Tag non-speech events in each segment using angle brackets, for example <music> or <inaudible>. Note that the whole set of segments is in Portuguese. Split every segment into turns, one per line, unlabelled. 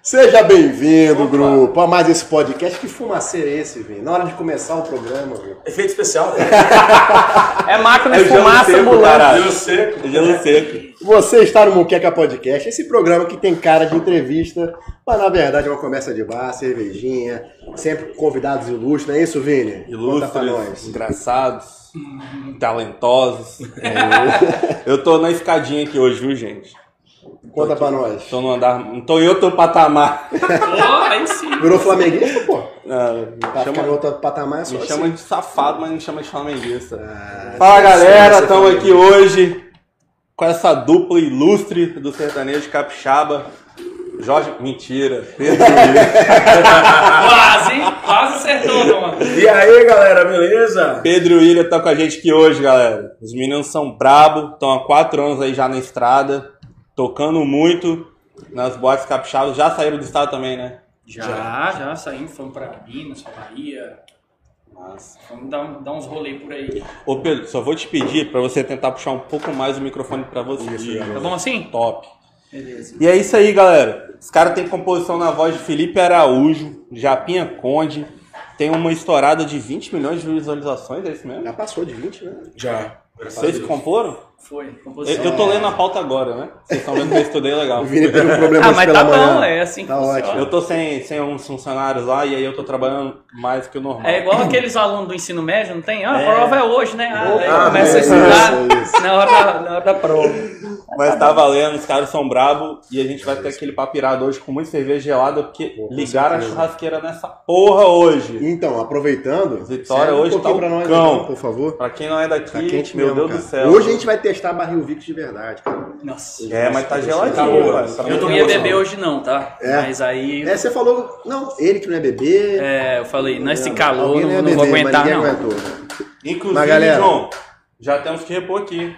Seja bem-vindo, grupo, a mais esse podcast. Que fumaceiro é esse, velho? Na hora de começar o programa, velho.
Efeito <laughs> especial.
É máquina
É
de
o gelo
fumaça
seco,
ambulante.
caralho.
Gelo seco.
Gelo seco.
Você está no Moqueca Podcast, esse programa que tem cara de entrevista, mas na verdade é uma conversa de bar, cervejinha, sempre com convidados ilustres, não é isso, Vini? Conta pra
Ilustres,
nós.
Engraçados. Talentosos. É, Eu tô na escadinha aqui hoje, viu, gente?
Conta pra nós.
Tô no andar. Então eu tô patamar.
Ó, aí sim.
Virou flamenguista, pô?
Ah,
Pra ficar
chama-
no outro patamar é só
Me
assim.
chama de safado, mas me chama de flamenguista.
Ah,
Fala
sim,
galera,
você
estamos
falou.
aqui hoje com essa dupla ilustre do sertanejo capixaba. Jorge, mentira,
<laughs>
Pedro Luiz.
Quase, hein? quase acertou, mano.
E aí, galera, beleza?
Pedro e o William estão com a gente aqui hoje, galera. Os meninos são brabo, estão há quatro anos aí já na estrada, tocando muito nas boates capixabas. Já saíram do estado também, né?
Já, já saímos, fomos pra Minas, pra Bahia.
Nossa.
Vamos dar, um- dar uns rolês por aí.
Ô Pedro, só vou te pedir para você tentar puxar um pouco mais o microfone para você.
Tá bom assim?
Top.
Beleza.
E é isso aí, galera. Os caras têm composição na voz de Felipe Araújo, Japinha Conde. Tem uma estourada de 20 milhões de visualizações, é isso mesmo?
Já passou de 20, né?
Já.
Vocês que comporam?
Foi,
Eu,
composição.
eu tô lendo a pauta agora, né? Vocês estão vendo que eu estudei legal.
O <laughs> Vini teve um problema
Ah,
hoje
mas
pela
tá
manhã.
bom, é assim que
Tá
funciona.
ótimo.
Eu tô sem, sem uns funcionários lá e aí eu tô trabalhando mais que o normal.
É igual aqueles alunos do ensino médio, não tem? Ah, a
É.
prova é hoje, né? Ah, aí
Ah,
começa a
isso,
estudar
isso.
Na, hora da, na hora da prova.
Mas tá valendo, os caras são brabo e a gente vai ter aquele papirado hoje com muita cerveja gelada, porque
Pô, com
ligaram a
certeza.
churrasqueira nessa porra hoje.
Então, aproveitando.
Vitória,
serve um
hoje tá
pouquinho
um
pra nós,
cão.
então, por favor.
Pra quem não é daqui,
Tá quente
meu
mesmo,
Deus do
cara.
céu.
Hoje a gente vai testar barril Vicks de verdade, cara.
Nossa.
É, mas tá geladinho,
Tá
bom.
mano. Tá
Eu
muito
não ia
bom.
beber hoje não, tá?
É.
Mas aí
É, você falou, não, ele que não é bebê.
é, eu falei, nesse
Não,
calor
alguém
não,
ia
não vou
beber, mas
aguentar
ninguém
não.
aguentou.
Inclusive,
Mas, galera-
João, já temos que repor aqui.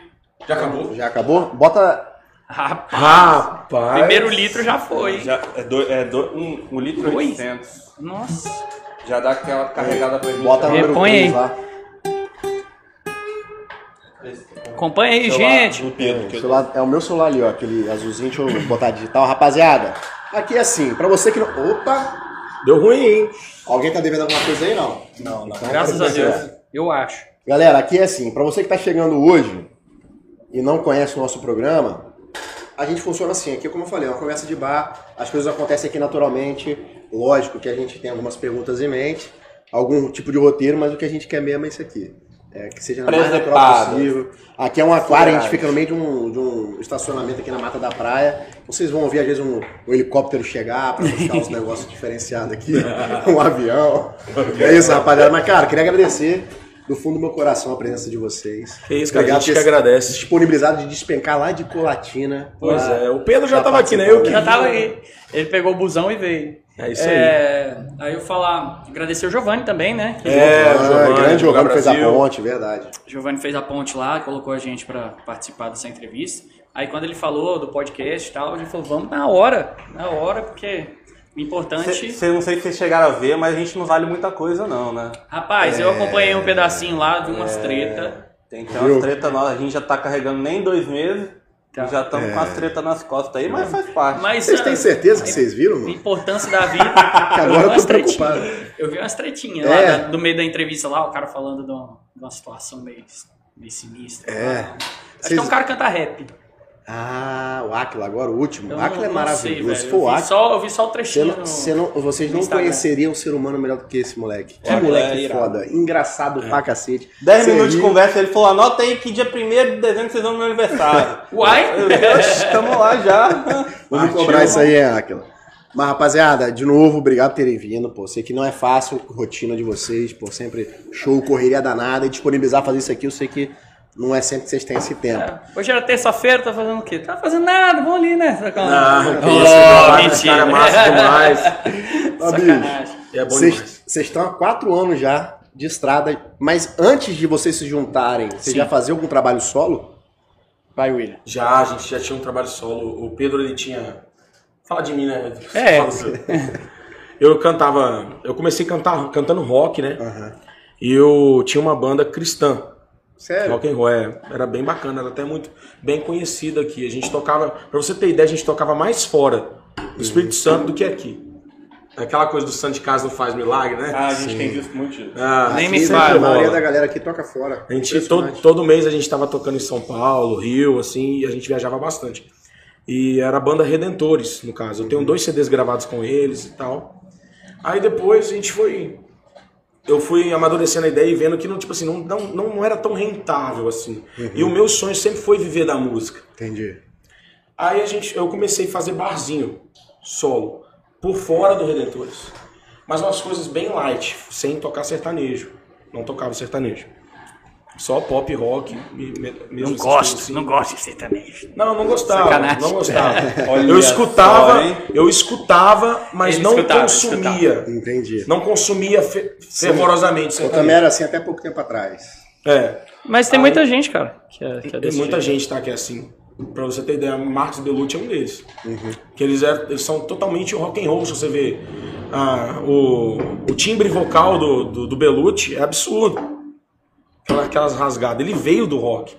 Já acabou?
Já acabou? Bota.
Rapaz,
Rapaz.
primeiro litro já foi. hein?
Já, é do, é do, um, um litro e
Oi.
800.
Nossa.
Já dá aquela carregada pra tá? gente.
Bota número
Repõe
3
aí.
lá.
Acompanha aí, gente.
Do Pedro,
É, o
que eu-
celular- é o meu celular ali, ó, aquele azulzinho. Deixa eu botar digital. Rapaziada, aqui é assim, pra você que não. Opa!
Deu ruim, hein?
Alguém tá devendo alguma coisa aí, não?
Não, não.
Graças a
pode
Deus.
ser.
Eu acho.
Galera, aqui é assim, para você que está chegando hoje e não conhece o nosso programa, a gente funciona assim, aqui como eu falei, é uma conversa de bar, as coisas acontecem aqui naturalmente, lógico que a gente tem algumas perguntas em mente, algum tipo de roteiro, mas o que a gente quer mesmo é isso aqui. É, que seja na mais natural
Presepada.
possível. Aqui é um aquário, a gente
Verdade.
fica no meio de um, de um estacionamento aqui na Mata da Praia. Vocês vão ouvir, às vezes, um, um helicóptero chegar para buscar uns negócios diferenciados aqui, um avião. É isso, rapaziada. Mas, cara, queria agradecer do fundo do meu coração a presença de vocês.
Que É isso, cara.
Obrigado
a gente
por
que
ter se
agradece. tipo,
disponibilizado de despencar lá de Colatina.
Pois
Ah.
pra-
é. O Pedro já,
Já
tava aqui, né?
participou.
Eu que.
Já tava aí. Ele pegou o busão e veio.
É isso aí.
É, aí eu falar, agradecer o Giovanni também, né? Que
É,
Ah,
Giovanni,
grande jogando
Brasil.
fez a ponte, verdade.
O Giovanni fez a ponte lá, colocou a gente pra participar dessa entrevista. Aí quando ele falou do podcast e tal, a gente falou, vamos na hora, na hora, porque o importante.
Cê, cê- não sei se vocês chegaram a ver, mas a gente não vale muita coisa, não, né?
Rapaz, eu acompanhei um pedacinho lá de umas treta.
Tem que ter umas
Viu?
treta nós. A gente já tá carregando nem dois meses.
Tá.
E já estamos com
É.
as tretas nas costas aí, mas faz parte.
Mas
Vocês
ah,
têm certeza que vocês viram,
a
mano?
importância da vida.
Que agora
vi
eu tô
umas tretinhas.
preocupado.
Eu vi umas
É.
tretinhas lá da- do meio da entrevista lá, o cara falando de uma, de uma situação meio, meio sinistra.
É.
Acho que é
Vocês-
um cara que canta rap.
Ah, o Aquila agora, o último.
Eu
O
não-
Aquila é
não sei,
maravilhoso.
velho.
Se for o
eu, vi
Aquila.
só, eu vi só o
Você
trechinho.
não,
no-
você não- vocês
no
não
Instagram.
conheceriam um ser humano melhor do que esse moleque. Que
Olha, é
moleque
irado.
foda. Engraçado pra cacete.
10
Você
minutos de
ri.
conversa, ele falou: anota aí que dia 1 de dezembro vocês vão no meu aniversário.
<laughs>
Uai!
Estamos lá já.
Vamos
Partiu.
cobrar isso aí, Aquila. Mas, rapaziada, de novo, obrigado por terem vindo, pô. Sei que não é fácil a rotina de vocês, pô. Sempre show, correria danada. E disponibilizar fazer isso aqui, eu sei que não é sempre que vocês têm esse tempo.
É, Hoje era terça-feira, tá fazendo o quê? Tá fazendo nada, vamos ali, né?
Não, que
Oh,
isso, cara. Esse
mentira.
cara
<laughs>
é massa demais.
Sacanagem.
E é bom demais.
Vocês vocês estão há quatro anos já de estrada, mas antes de vocês se juntarem, vocês
Sim.
já faziam algum trabalho solo?
Vai, William.
Já, a gente já tinha um trabalho solo. O Pedro, ele tinha. Fala de mim, né?
É.
Fala, Pedro. Eu cantava. Eu comecei a cantar cantando rock, né?
Aham.
E eu tinha uma banda cristã.
Sério?
Rock and roll, é, era bem bacana, era até muito bem conhecida aqui. A gente tocava, pra você ter ideia, a gente tocava mais fora do Espírito Santo do que aqui. Aquela coisa do santo de casa não faz milagre, né?
Ah, a gente tem visto muito isso.
Ah,
Nem
Aqui,
me
sempre
fala.
A maioria
rola.
da galera aqui toca fora.
A gente, todo,
Impressionante.
todo mês a gente estava tocando em São Paulo, Rio, assim, e a gente viajava bastante. E era a banda Redentores, no caso. Eu tenho dois CDs gravados com eles e tal. Aí depois a gente foi. Eu fui amadurecendo a ideia e vendo que não, tipo assim, não, não, não era tão rentável assim. E o meu sonho sempre foi viver da música.
Entendi.
Aí a gente, eu comecei a fazer barzinho solo, por fora do Redentores. Mas umas coisas bem light, sem tocar sertanejo. Não tocava sertanejo. Só pop, rock, me- me- mesmo
Não
essas
gosto,
coisas assim.
não gosto de sertanejo.
Não, não gostava.
Sacanagem.
Não gostava.
<laughs>
Olha
eu escutava,
só, hein?
eu escutava, mas
Ele
não
escutava,
consumia.
Entendi.
Não consumia fe- fervorosamente
Eu também
sertanejo.
era assim até pouco tempo atrás.
É,
Mas tem muita gente, cara, que é, que é
tem
desse
muita
jeito.
gente tá aqui assim. Pra você ter ideia, Marcos Delucci é um deles. Que eles, é- eles são totalmente rock and roll, se você ver. Ah, o, o timbre vocal do, do, do Belucci é absurdo. Aquela- Aquelas rasgadas. Ele veio do rock.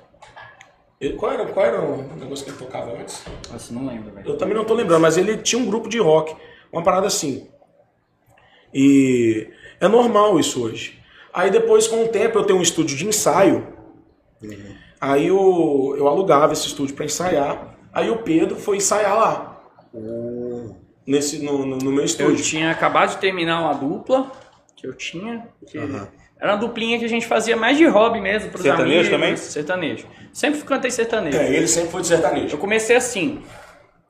Ele- qual, era, qual era o negócio que ele tocava antes?
Nossa, não lembro, velho.
Eu também não tô lembrando, mas ele tinha um grupo de rock. Uma parada assim. E é normal isso hoje. Aí depois, com o tempo, eu tenho um estúdio de ensaio. Aí eu, eu alugava esse estúdio para ensaiar. Aí o Pedro foi ensaiar lá. Nesse, no, no- no meu
Eu
estúdio.
tinha acabado de terminar uma dupla que eu tinha. que Era uma duplinha que a gente fazia mais de hobby mesmo, pros
Sertanejo
amigos.
também?
Sertanejo. Sempre cantei sertanejo.
É, ele sempre foi de sertanejo.
Eu comecei assim.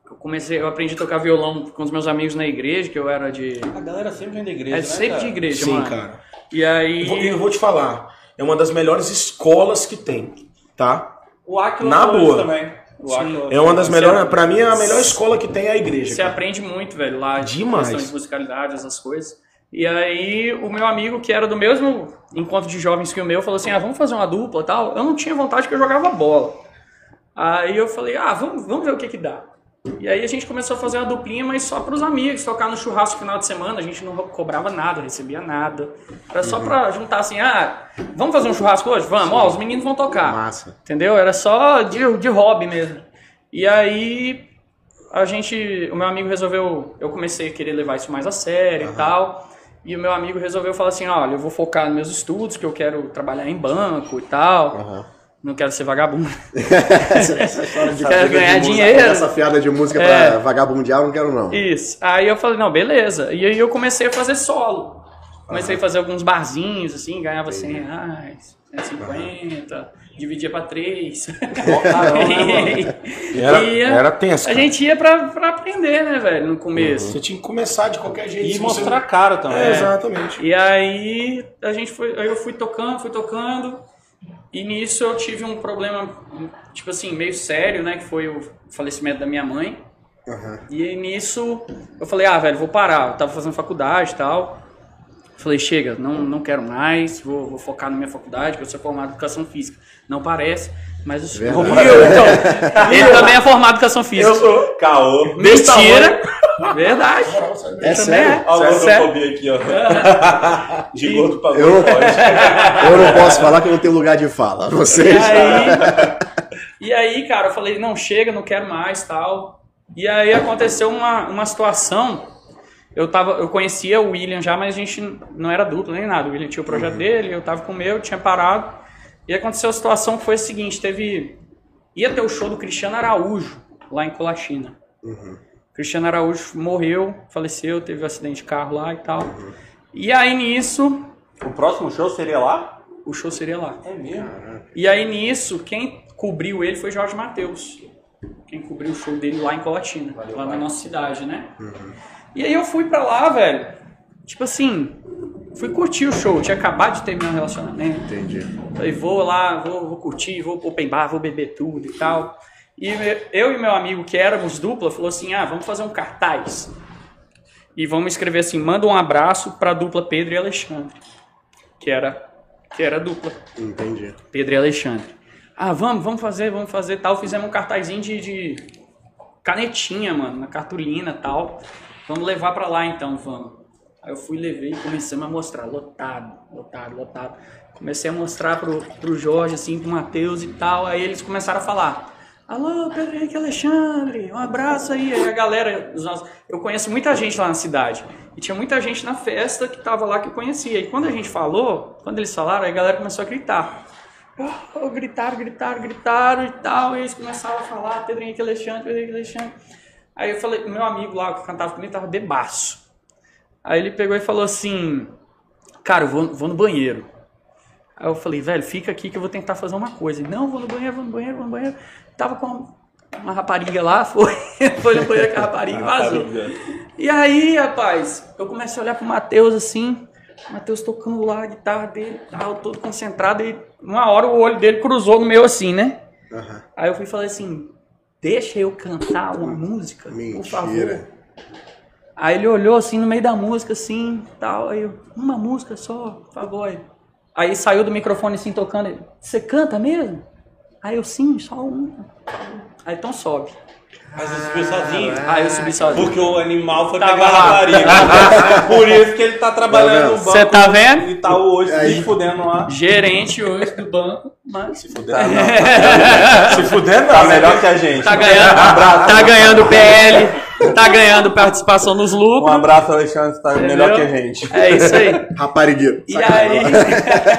Eu comecei, eu aprendi a tocar violão com os meus amigos na igreja, que eu era de.
A galera sempre vem da igreja,
É sempre de igreja,
né, Sim,
mano.
cara.
E
E vou, e eu
aí.
vou te falar, é uma das melhores escolas que tem, tá?
O Aquila
Na
falou
boa.
isso também. O Aquila
É uma das
Você-
melhores, para mim é a melhor escola que tem é a igreja.
Você
cara.
aprende muito, velho, lá. de
Demais.
Questão de musicalidade, essas coisas. E aí, o meu amigo, que era do mesmo encontro de jovens que o meu, falou assim: ah, vamos fazer uma dupla e tal. Eu não tinha vontade porque eu jogava bola. Aí eu falei: ah, vamos, vamos ver o que que dá. E aí a gente começou a fazer uma duplinha, mas só pros amigos, tocar no churrasco no final de semana, a gente não cobrava nada, recebia nada. Era só pra juntar assim, ah, vamos fazer um churrasco hoje? Vamos, ó, os meninos vão tocar.
Massa.
Entendeu? Era só de, de hobby mesmo. E aí a gente. O meu amigo resolveu. Eu comecei a querer levar isso mais a sério e tal. E o meu amigo resolveu falar assim: olha, eu vou focar nos meus estudos, que eu quero trabalhar em banco e tal.
Aham.
Não quero ser vagabundo.
essa, essa história de
Quero
fiada de
ganhar
música,
dinheiro.
Essa fiada de música pra
É.
vagabundear, eu não quero não.
<laughs> Isso. Aí eu falei, não, beleza. E aí eu comecei a fazer solo. Comecei a fazer alguns barzinhos, assim, ganhava 100 reais, 150, dividia pra três. <laughs> E
Era,
ia-
era tenso.
A
cara.
gente ia pra, pra aprender, né, velho, no começo.
Você tinha que começar de qualquer jeito.
E
se
mostrar a cara
Você...
também.
É, exatamente.
E aí a gente foi, aí eu fui tocando, fui tocando. E nisso eu tive um problema, tipo assim, meio sério, né, que foi o falecimento da minha mãe.
Uhum.
Aham.
E aí, nisso eu falei, ah, velho, vou parar. Eu tava fazendo faculdade e tal. Falei, chega, não, não quero mais, vou, vou focar na minha faculdade, que eu sou formado em educação física. Não parece, mas eu sou.
Verdade.
E eu, <laughs> então,
Ele também é formado em educação física.
eu sou.
Caô.
desse
Mentira! Verdade!
É
Ele também
sério?
Olha a
Sério, é sério.
gordofobia aqui, ó. De gordo pra gordo.
Eu não posso falar que eu não tenho lugar de fala.
E
Vocês.
aí,
<laughs>
e aí, cara, eu falei, não, chega, não quero mais, tal. E aí aconteceu uma, uma situação. Eu, tava, eu conhecia o William já, mas a gente não era duplo nem nada. O William tinha o
Uhum.
projeto dele, eu tava com o meu, tinha parado. E aconteceu a situação que foi a seguinte, teve... Ia ter o show do Cristiano Araújo, lá em Colatina.
Uhum.
Cristiano Araújo morreu, faleceu, teve um acidente de carro lá e tal.
Uhum.
E aí, nisso,
O próximo show seria lá?
o show seria lá.
É mesmo.
E aí nisso, quem cobriu ele foi Jorge Matheus. Quem cobriu o show dele lá em Colatina,
Valeu,
lá na
pai. Uhum.
nossa cidade, né? E aí eu fui pra lá, velho. Tipo assim, fui curtir o show, tinha acabado de terminar o relacionamento.
Entendi.
Falei, vou lá, vou, vou curtir, vou pro open bar, vou beber tudo e tal. E me- eu e meu amigo, que éramos dupla, falou assim, ah, vamos fazer um cartaz. E vamos escrever assim, manda um abraço pra dupla Pedro e Alexandre. Que era, que era a dupla.
Entendi.
Pedro e Alexandre. Ah, vamos, vamos fazer, vamos fazer tal. Fizemos um cartazinho de, de canetinha, mano, na cartolina tal. Vamos levar pra lá então, vamos. Aí eu fui, levei e começamos a mostrar. Lotado, lotado, lotado. Comecei a mostrar pro, pro Jorge, assim, pro Matheus e tal. Aí eles começaram a falar. Alô, Pedro Henrique Alexandre, um abraço aí. Aí a galera, os nossos- eu conheço muita gente lá na cidade. E tinha muita gente na festa que tava lá que eu conhecia. E quando a gente falou, quando eles falaram, aí a galera começou a gritar. Oh, gritaram, gritaram, gritaram e tal. E eles começaram a falar, Pedro Henrique Alexandre, Pedro Henrique Alexandre. Aí eu falei, meu amigo lá que cantava comigo tava bebaço. Aí ele pegou e falou assim, cara, eu vou, vou no banheiro. Aí eu falei, velho, fica aqui que eu vou tentar fazer uma coisa. Ele, Não, vou no banheiro, vou no banheiro, vou no banheiro. Tava com uma rapariga lá, <laughs> foi, foi no banheiro com a rapariga e vazou. E aí, rapaz, eu comecei a olhar pro Matheus assim, o Matheus tocando lá a guitarra dele, tal, todo concentrado, e uma hora o olho dele cruzou no meu assim, né?
Aham.
Aí eu fui e falei assim, deixa eu cantar uma música, por favor.
Mentira.
Aí ele olhou assim no meio da música, assim, tal, aí eu, uma música só, por favor. Aí- Aí saiu do microfone assim tocando, ele, você canta mesmo? Aí eu sim, só uma. Aí então sobe.
Mas você subiu sozinho.
Aí eu subi sozinho.
Porque o animal foi
É. Tava
pegar a
lá. <laughs>
rapariga. Por isso que ele tá
Tá
trabalhando no
vendo?
banco.
Cê tá vendo?
E tá hoje
Aí.
se fudendo lá.
Gerente hoje do banco, mas
Tá, não. Um
Se fuder, não.
Tá
né?
melhor que a gente.
<laughs> tá ganhando, tá ganhando PL, tá ganhando participação nos
Um
lucros.
abraço, Alexandre. Você tá melhor que a gente.
É isso aí.
Raparigueiro.
E aí,
Sacanagem.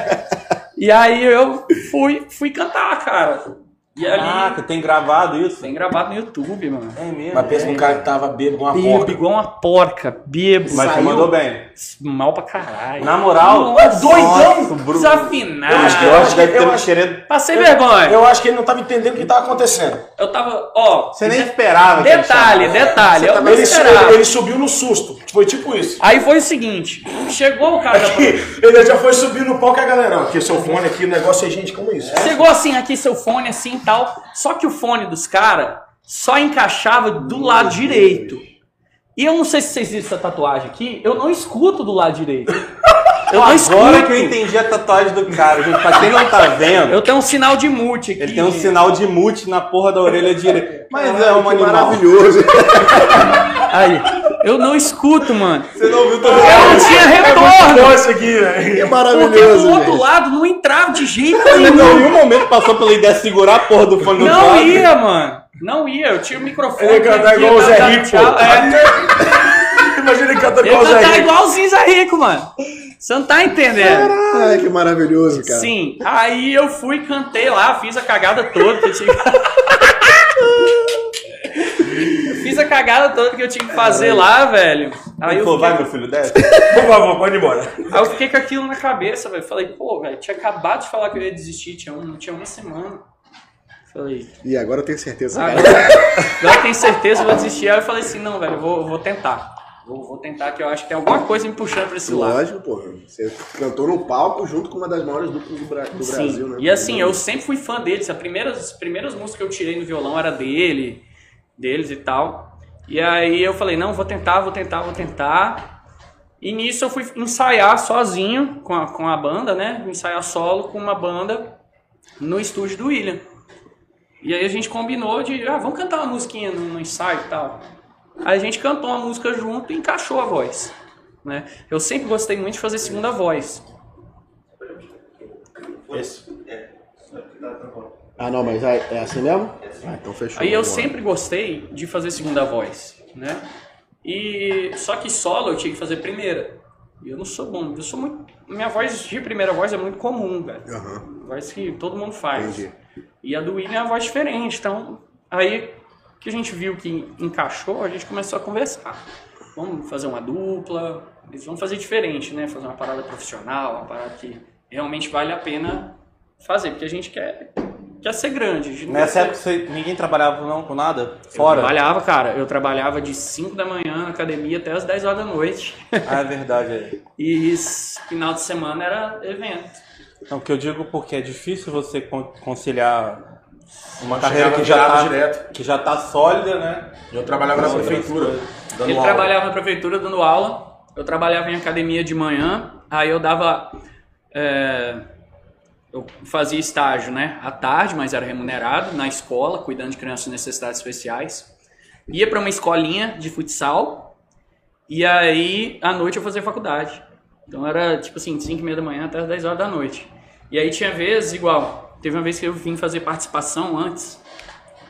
e aí eu fui, fui cantar, cara. E ali,
Caraca, tem gravado isso?
tem gravado no YouTube, mano.
É mesmo.
Mas pensa num cara que tava bêbado com uma
Bebo
porca.
igual uma porca, bebo.
Mas você
saiu
mandou bem.
Mal pra caralho.
Na moral. é
Nossa,
doidão!
Desafinado.
Eu acho que
Eu acho que deve
Eu
ter
acho-
querido.
Passei vergonha. Eu,
Eu acho que ele não tava entendendo o que tava acontecendo.
tava, ó.
Você nem esperava. que ele
Detalhe,
chamasse.
detalhe. Eu não
Ele, su- ele-
esperava.
ele subiu no susto. Foi tipo isso.
Aí foi o seguinte: chegou o cara da produção.
Ele já foi subir no palco e a galera, ó, aqui seu fone aqui, o negócio é gente como isso.
Chegou assim aqui seu fone assim e tal. Só que o fone dos caras só encaixava do lado direito. E eu não sei se vocês viram essa tatuagem aqui, eu não escuto do lado
<laughs>
direito. Eu não escuto.
Agora que eu entendi a tatuagem do cara, gente, pra quem não tá vendo,
Eu tenho um sinal de mute aqui.
ele tem um
gente.
sinal de mute na porra da orelha direita. Mas é um
Que <laughs>
animal.
maravilhoso.
Aí, eu não escuto, mano.
Você não é um viu também?
Eu não tinha retorno.
Olha É isso aqui, né? velho.
Que
Porque do
maravilhoso.
outro
gente.
lado não entrava de jeito
Em
nenhum.
nenhum momento passou pela ideia de segurar a porra do fone do
Não
cara.
ia, mano. Não ia. Eu tinha o microfone.
Ele ia cantar
aqui,
igual o
tá-
Zé
tá-
Rico,
tchau,
pô.
é.
<laughs> Imagina ele cantando
Eu ia
igual o Zé
cantar
Rico.
igualzinho Zé Rico, mano. Você não tá entendendo.
Ai, que maravilhoso, cara.
Sim. Aí eu fui, cantei lá, fiz a cagada toda. Que <laughs> eu tinha... fiz a cagada toda que eu tinha que fazer lá, velho. Aí
Ele
eu
falou,
fiquei-
vai, meu filho, desce.
<laughs> Por favor, pode ir embora.
Aí eu fiquei com aquilo na cabeça, velho. Falei, pô, velho, tinha acabado de falar que eu ia desistir, tinha, um, tinha uma semana. Falei,
E agora eu tenho certeza,
ah,
cara.
agora, agora eu tenho certeza que eu vou desistir. Aí eu falei assim, não, velho, eu vou, eu vou tentar. Vou, vou tentar, que eu acho que tem alguma coisa me puxando pra esse lado.
Lógico, pô. Você cantou no palco junto com uma das maiores duplas do, Bra- do
Sim.
Brasil, né?
E assim, eu sempre fui fã deles. As primeiras, as primeiras músicas que eu tirei no violão era dele, deles e tal. E aí eu falei, não, vou tentar, vou tentar, vou tentar. E nisso eu fui ensaiar sozinho com a, com a banda, né? Ensaiar solo com uma banda no estúdio do William. E aí a gente combinou de, ah, vamos cantar uma musiquinha no, no ensaio e tal. Aí a gente cantou uma música junto e encaixou a voz. Né? Eu sempre gostei muito de fazer segunda voz.
Ah, não, mas é é assim mesmo? Ah, então fechou.
Aí eu
vambora.
sempre gostei de fazer segunda voz, né? E só que solo eu tinha que fazer primeira. E eu não sou bom, eu sou muito minha voz de primeira voz é muito comum, velho.
Aham,
Voz que todo mundo faz.
entendi.
E a do William é uma voz diferente, então aí que a gente viu que encaixou, a gente começou a conversar. Vamos fazer uma dupla, eles vão fazer diferente, né? Fazer uma parada profissional, uma parada que realmente vale a pena fazer, porque a gente quer quer ser grande. a gente não
Nessa
quer ser-
época você- ninguém trabalhava não com nada?
eu
Fora?
trabalhava, cara. Eu trabalhava de 5 da manhã na academia até as 10 horas da noite. <laughs>
Ah, é verdade. é.
E s- final de semana era evento.
Não, que eu digo porque é difícil você con- conciliar uma
Chegava
carreira que já,
virado
tá,
direto.
que já tá sólida, né?
Eu trabalhava na prefeitura. dando
Ele
aula.
trabalhava na prefeitura dando aula. Eu trabalhava em academia de manhã. Aí eu dava. é, eu fazia estágio, né? À tarde, mas era remunerado, na escola, cuidando de crianças com necessidades especiais. Ia para uma escolinha de futsal. E aí, à noite, eu fazia faculdade. Então era tipo assim, 5 e meia da manhã até as 10 horas da noite. E aí tinha vezes, igual, teve uma vez que eu vim fazer participação antes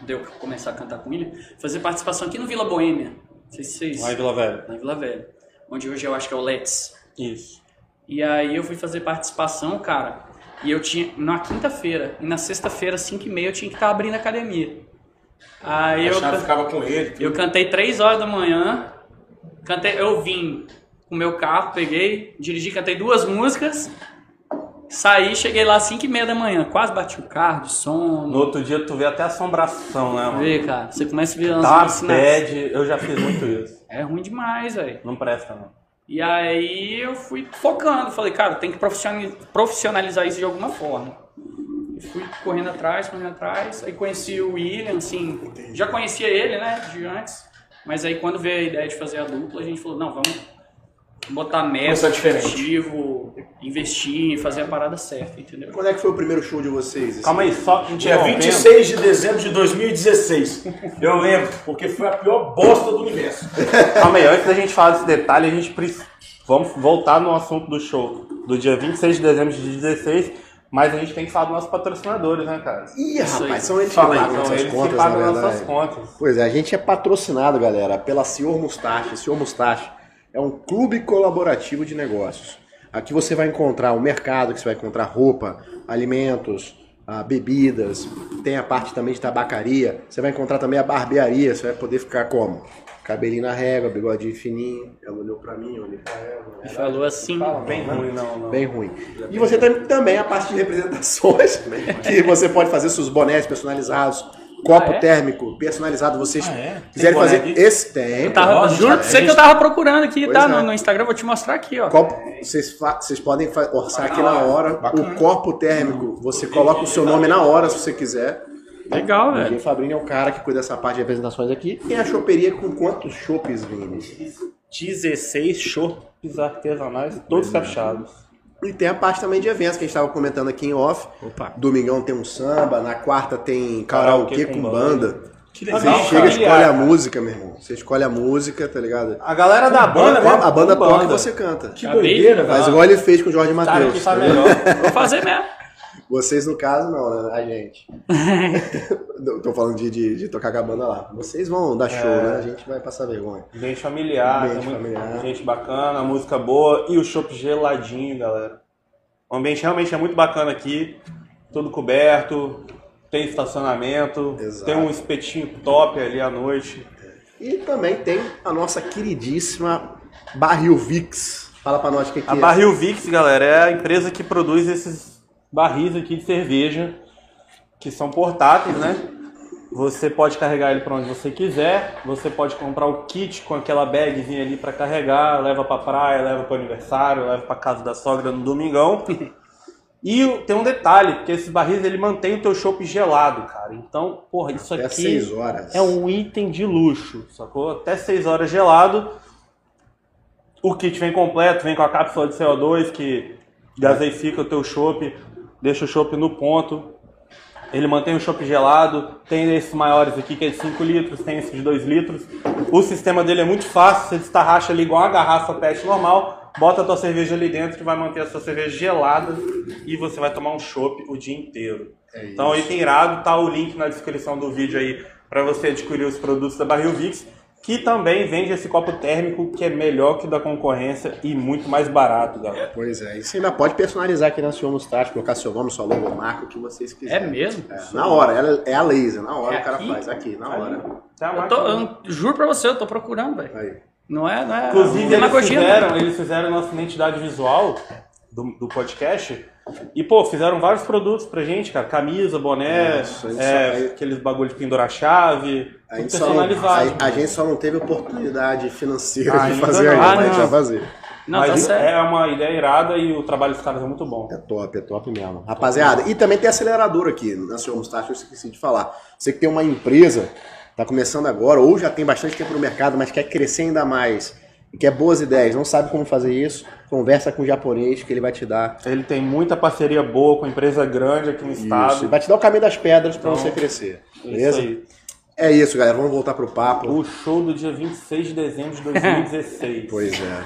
de eu começar a cantar com o William, fazer participação aqui no Vila Boêmia. Não sei se vocês.
Lá em Vila Velha.
Na Vila Velha. Onde hoje eu acho que é o Let's.
Isso.
E aí eu fui fazer participação, cara. E eu tinha. Na quinta-feira. E na sexta-feira, 5 e meia, eu tinha que estar abrindo a academia. Aí
a
eu.
chave
can-
ficava com ele. tudo.
Eu cantei 3 horas da manhã. Cantei, eu vim com meu carro, peguei, dirigi, cantei duas músicas. Saí, cheguei lá às 5 e meia da manhã. Quase bati o carro de
No
sono.
outro dia tu vê até assombração, né, mano?
Vê, cara. Você começa a ver umas
Tá,
alucinações.
pede. Eu já fiz muito isso.
É ruim demais, velho.
Não presta, não.
E aí eu fui focando, falei, cara, tem que profissionali- profissionalizar isso de alguma forma. E fui correndo atrás, correndo atrás. Aí conheci o William, assim, já conhecia ele, né, de antes. Mas aí quando veio a ideia de fazer a dupla, a gente falou, não, vamos botar meta,
Começar diferente.
objetivo, investir, fazer a parada certa, entendeu?
Quando é que foi o primeiro show de vocês? assim?
Calma aí, só.
Dia
interrompendo.
26 de dezembro de 2016. Eu lembro, porque foi a pior bosta do universo.
Calma aí, antes da gente falar desse detalhe, a gente precisa. Vamos voltar no assunto do show do dia 26 de dezembro de 16, mas a gente tem que falar dos nossos patrocinadores, né, cara?
Ih,
Isso
rapaz,
aí.
são eles que
Fala aí,
pagam
são
nossas
eles
contas,
que
na
pagam
verdade.
nossas contas.
Pois é, a gente é patrocinado, galera, pela Senhor Mustache. Senhor Mustache é um clube colaborativo de negócios. Aqui você vai encontrar o mercado, que você vai encontrar roupa, alimentos, ah, bebidas, tem a parte também de tabacaria, você vai encontrar também a barbearia, você vai poder ficar como? Cabelinho na régua, bigodinho fininho. Ela olhou pra mim, eu olhei pra ela.
Ele falou assim,
Bem ruim, não, não.
Bem né? ruim. E você tem também a parte de representações, que você pode fazer seus bonés personalizados, copo
Ah, é?
térmico personalizado, vocês
Ah, é?
quiserem
Tem boné
fazer
disso?
esse tempo.
eu tava,
Nossa,
juro pra
cara,
você
a
que eu
gente-
tava procurando aqui,
Pois
tá?
é.
No, no Instagram, eu vou te mostrar aqui, ó.
Copo, vocês, fa- vocês podem fa- orçar aqui na hora. O copo térmico, você coloca o seu nome na hora, se você quiser.
Legal, velho.
O Fabrini é o cara que cuida dessa parte de representações aqui. E a choperia com quantos chopes, Vini?
16 chopes artesanais, todos capixados.
E tem a parte também de eventos que a gente estava comentando aqui em off.
Opa.
Domingão tem um samba, na quarta tem karaokê com banda.
Que
Você
legal,
chega,
cara.
escolhe a música, meu irmão. Você escolhe a música, tá ligado?
A galera da banda, né?
a banda
Com
toca e você canta.
Que
Acabei de
doideira,
Faz
velho.
igual ele fez com o Jorge
Sabe que
Matheus.
tá
tá
melhor.
Vou fazer mesmo.
ligado? Vocês, no caso, não, né? A
<laughs>
gente. Não, Tô falando de, de- de tocar com a banda lá. Vocês vão dar show,
É.
né? A gente vai passar vergonha.
Bem familiar,
Bem
tem muita
familiar.
gente bacana, música boa e o chopp geladinho, galera. O ambiente realmente é muito bacana aqui, tudo coberto, tem estacionamento,
Exato.
tem um espetinho top ali à noite.
E também tem a nossa queridíssima Barril Vix. Fala pra nós o que, que
A
é.
Barril Vix, galera, é a empresa que produz esses barris aqui de cerveja, que são portáteis, né? Você pode carregar ele para onde você quiser, você pode comprar o kit com aquela bagzinha ali para carregar, leva para praia, leva para aniversário, leva para casa da sogra no domingão. E o- tem um detalhe, porque esses barris ele mantém o teu chopp gelado, cara. Então, porra, isso
Até
aqui
6 horas.
é um item de luxo, sacou? Até 6 horas gelado. O kit vem completo, vem com a cápsula de CO2 que gaseifica o teu chopp, deixa o chopp no ponto. Ele mantém o chopp gelado, tem esses maiores aqui que é de 5 litros, tem esse de 2 litros. O sistema dele é muito fácil, você destarracha ali igual uma garrafa PET normal, bota a tua cerveja ali dentro que vai manter a sua cerveja gelada e você vai tomar um chopp o dia inteiro.
É isso.
Então, item irado, tá o link na descrição do vídeo aí para você adquirir os produtos da Barril Vix, que também vende esse copo térmico que é melhor que o da concorrência e muito mais barato, galera.
Pois é, e você ainda pode personalizar aqui na Senhor Mustache, colocar seu nome, sua logomarca, o que vocês
É
quiserem.
mesmo?
É, na hora, ela- é a laser, na hora
É
o cara
aqui?
faz, aqui, na hora.
Tá
Eu,
mais
tô, eu não- juro pra você, eu tô procurando, velho.
Aí.
Não é, não é.
Inclusive, eles
demagogia,
fizeram, eles fizeram nossa identidade visual do, do podcast. E, pô, fizeram vários produtos pra gente, cara. Camisa, boné,
Isso, isso
é,
aí.
aqueles bagulho de pendurar chave.
A
tudo
gente, só não,
personalizado.
a- a gente só não teve oportunidade financeira
Ah,
de
ainda
fazer
não.
ainda,
Ah,
mas a gente vai
não.
fazer.
Não,
Mas
tá
isso
certo.
é uma ideia irada e o trabalho dos caras é muito bom.
É top, é top mesmo. Rapaziada, e também tem acelerador aqui na Senhor Mustache, eu esqueci de falar. Você que tem uma empresa, tá começando agora, ou já tem bastante tempo no mercado, mas quer crescer ainda mais, e quer boas ideias, não sabe como fazer isso, conversa com o japonês que ele vai te dar
Ele tem muita parceria boa com empresa grande aqui no
isso. E
estado.
Vai te dar o caminho das pedras pra
Então,
você crescer.
Isso
Beleza?
aí.
É isso, galera. Vamos voltar pro papo.
O show do dia 26 de dezembro de 2016.
Pois é.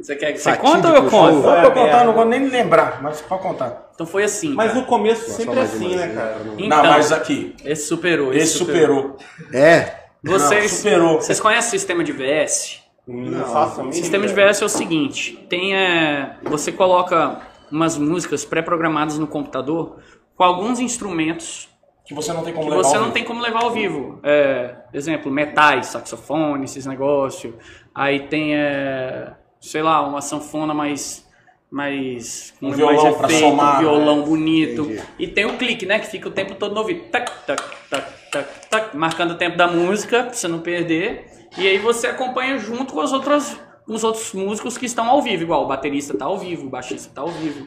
Você quer que você
Fatídico
conta ou
show.
eu conto?
Não
Vai,
vou contar,
merda.
não vou nem lembrar, mas pode contar.
Então foi assim.
Mas
cara.
no começo sempre é
mais
assim,
uma,
né,
né,
cara?
pra não-
Então,
não, mas aqui.
esse superou.
Esse superou.
É.
Vocês,
Não, superou.
vocês conhecem o sistema de VS?
Não,
Não,
faço a
o
O
mínima
sistema de
ideia.
VS é o seguinte: tem é, você coloca umas músicas pré-programadas no computador com alguns instrumentos
Que você não tem
que
como levar.
você
ao
não
vivo.
tem como levar ao vivo. É, exemplo, metais, saxofone, esses negócios. Aí tem, é, sei lá, uma sanfona mais. mais com
Um violão pra somar,
um violão
né?
bonito.
Entendi.
E tem o clique, né? Que fica o tempo todo no ouvido. Tac, tac, tac, tac, tac, marcando o tempo da música, pra você não perder. E aí você acompanha junto com as outras. Com os outros músicos que estão ao vivo, igual o baterista tá ao vivo, o baixista tá ao vivo,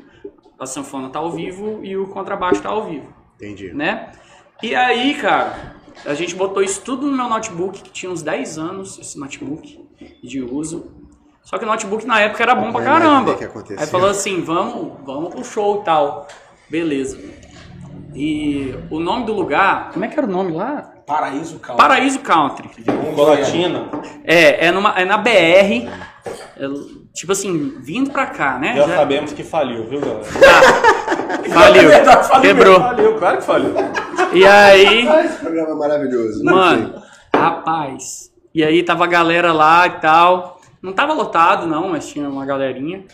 a sanfona tá ao vivo e o contrabaixo tá ao vivo
Entendi.
né? E aí, cara, a gente botou isso tudo no meu notebook, que tinha uns 10 anos, esse notebook de uso. Só que o notebook na época era bom pra
Eu imaginei
caramba.
é que aconteceu.
Aí falou assim, vamos, vamos pro show e tal. Beleza. E o nome do lugar, como é que era o nome lá?
Paraíso, calma.
Paraíso Country.
Colatina.
É, é, numa, é na BR, é, tipo assim, vindo pra cá, né?
Já
Já-
sabemos que faliu, viu, galera? <laughs>
Faliu,
verdade, faliu
quebrou.
Faliu, claro que faliu.
E aí...
Ah, esse programa é maravilhoso.
Mano, rapaz. E aí tava a galera lá e tal. Não tava lotado, não, mas tinha uma galerinha.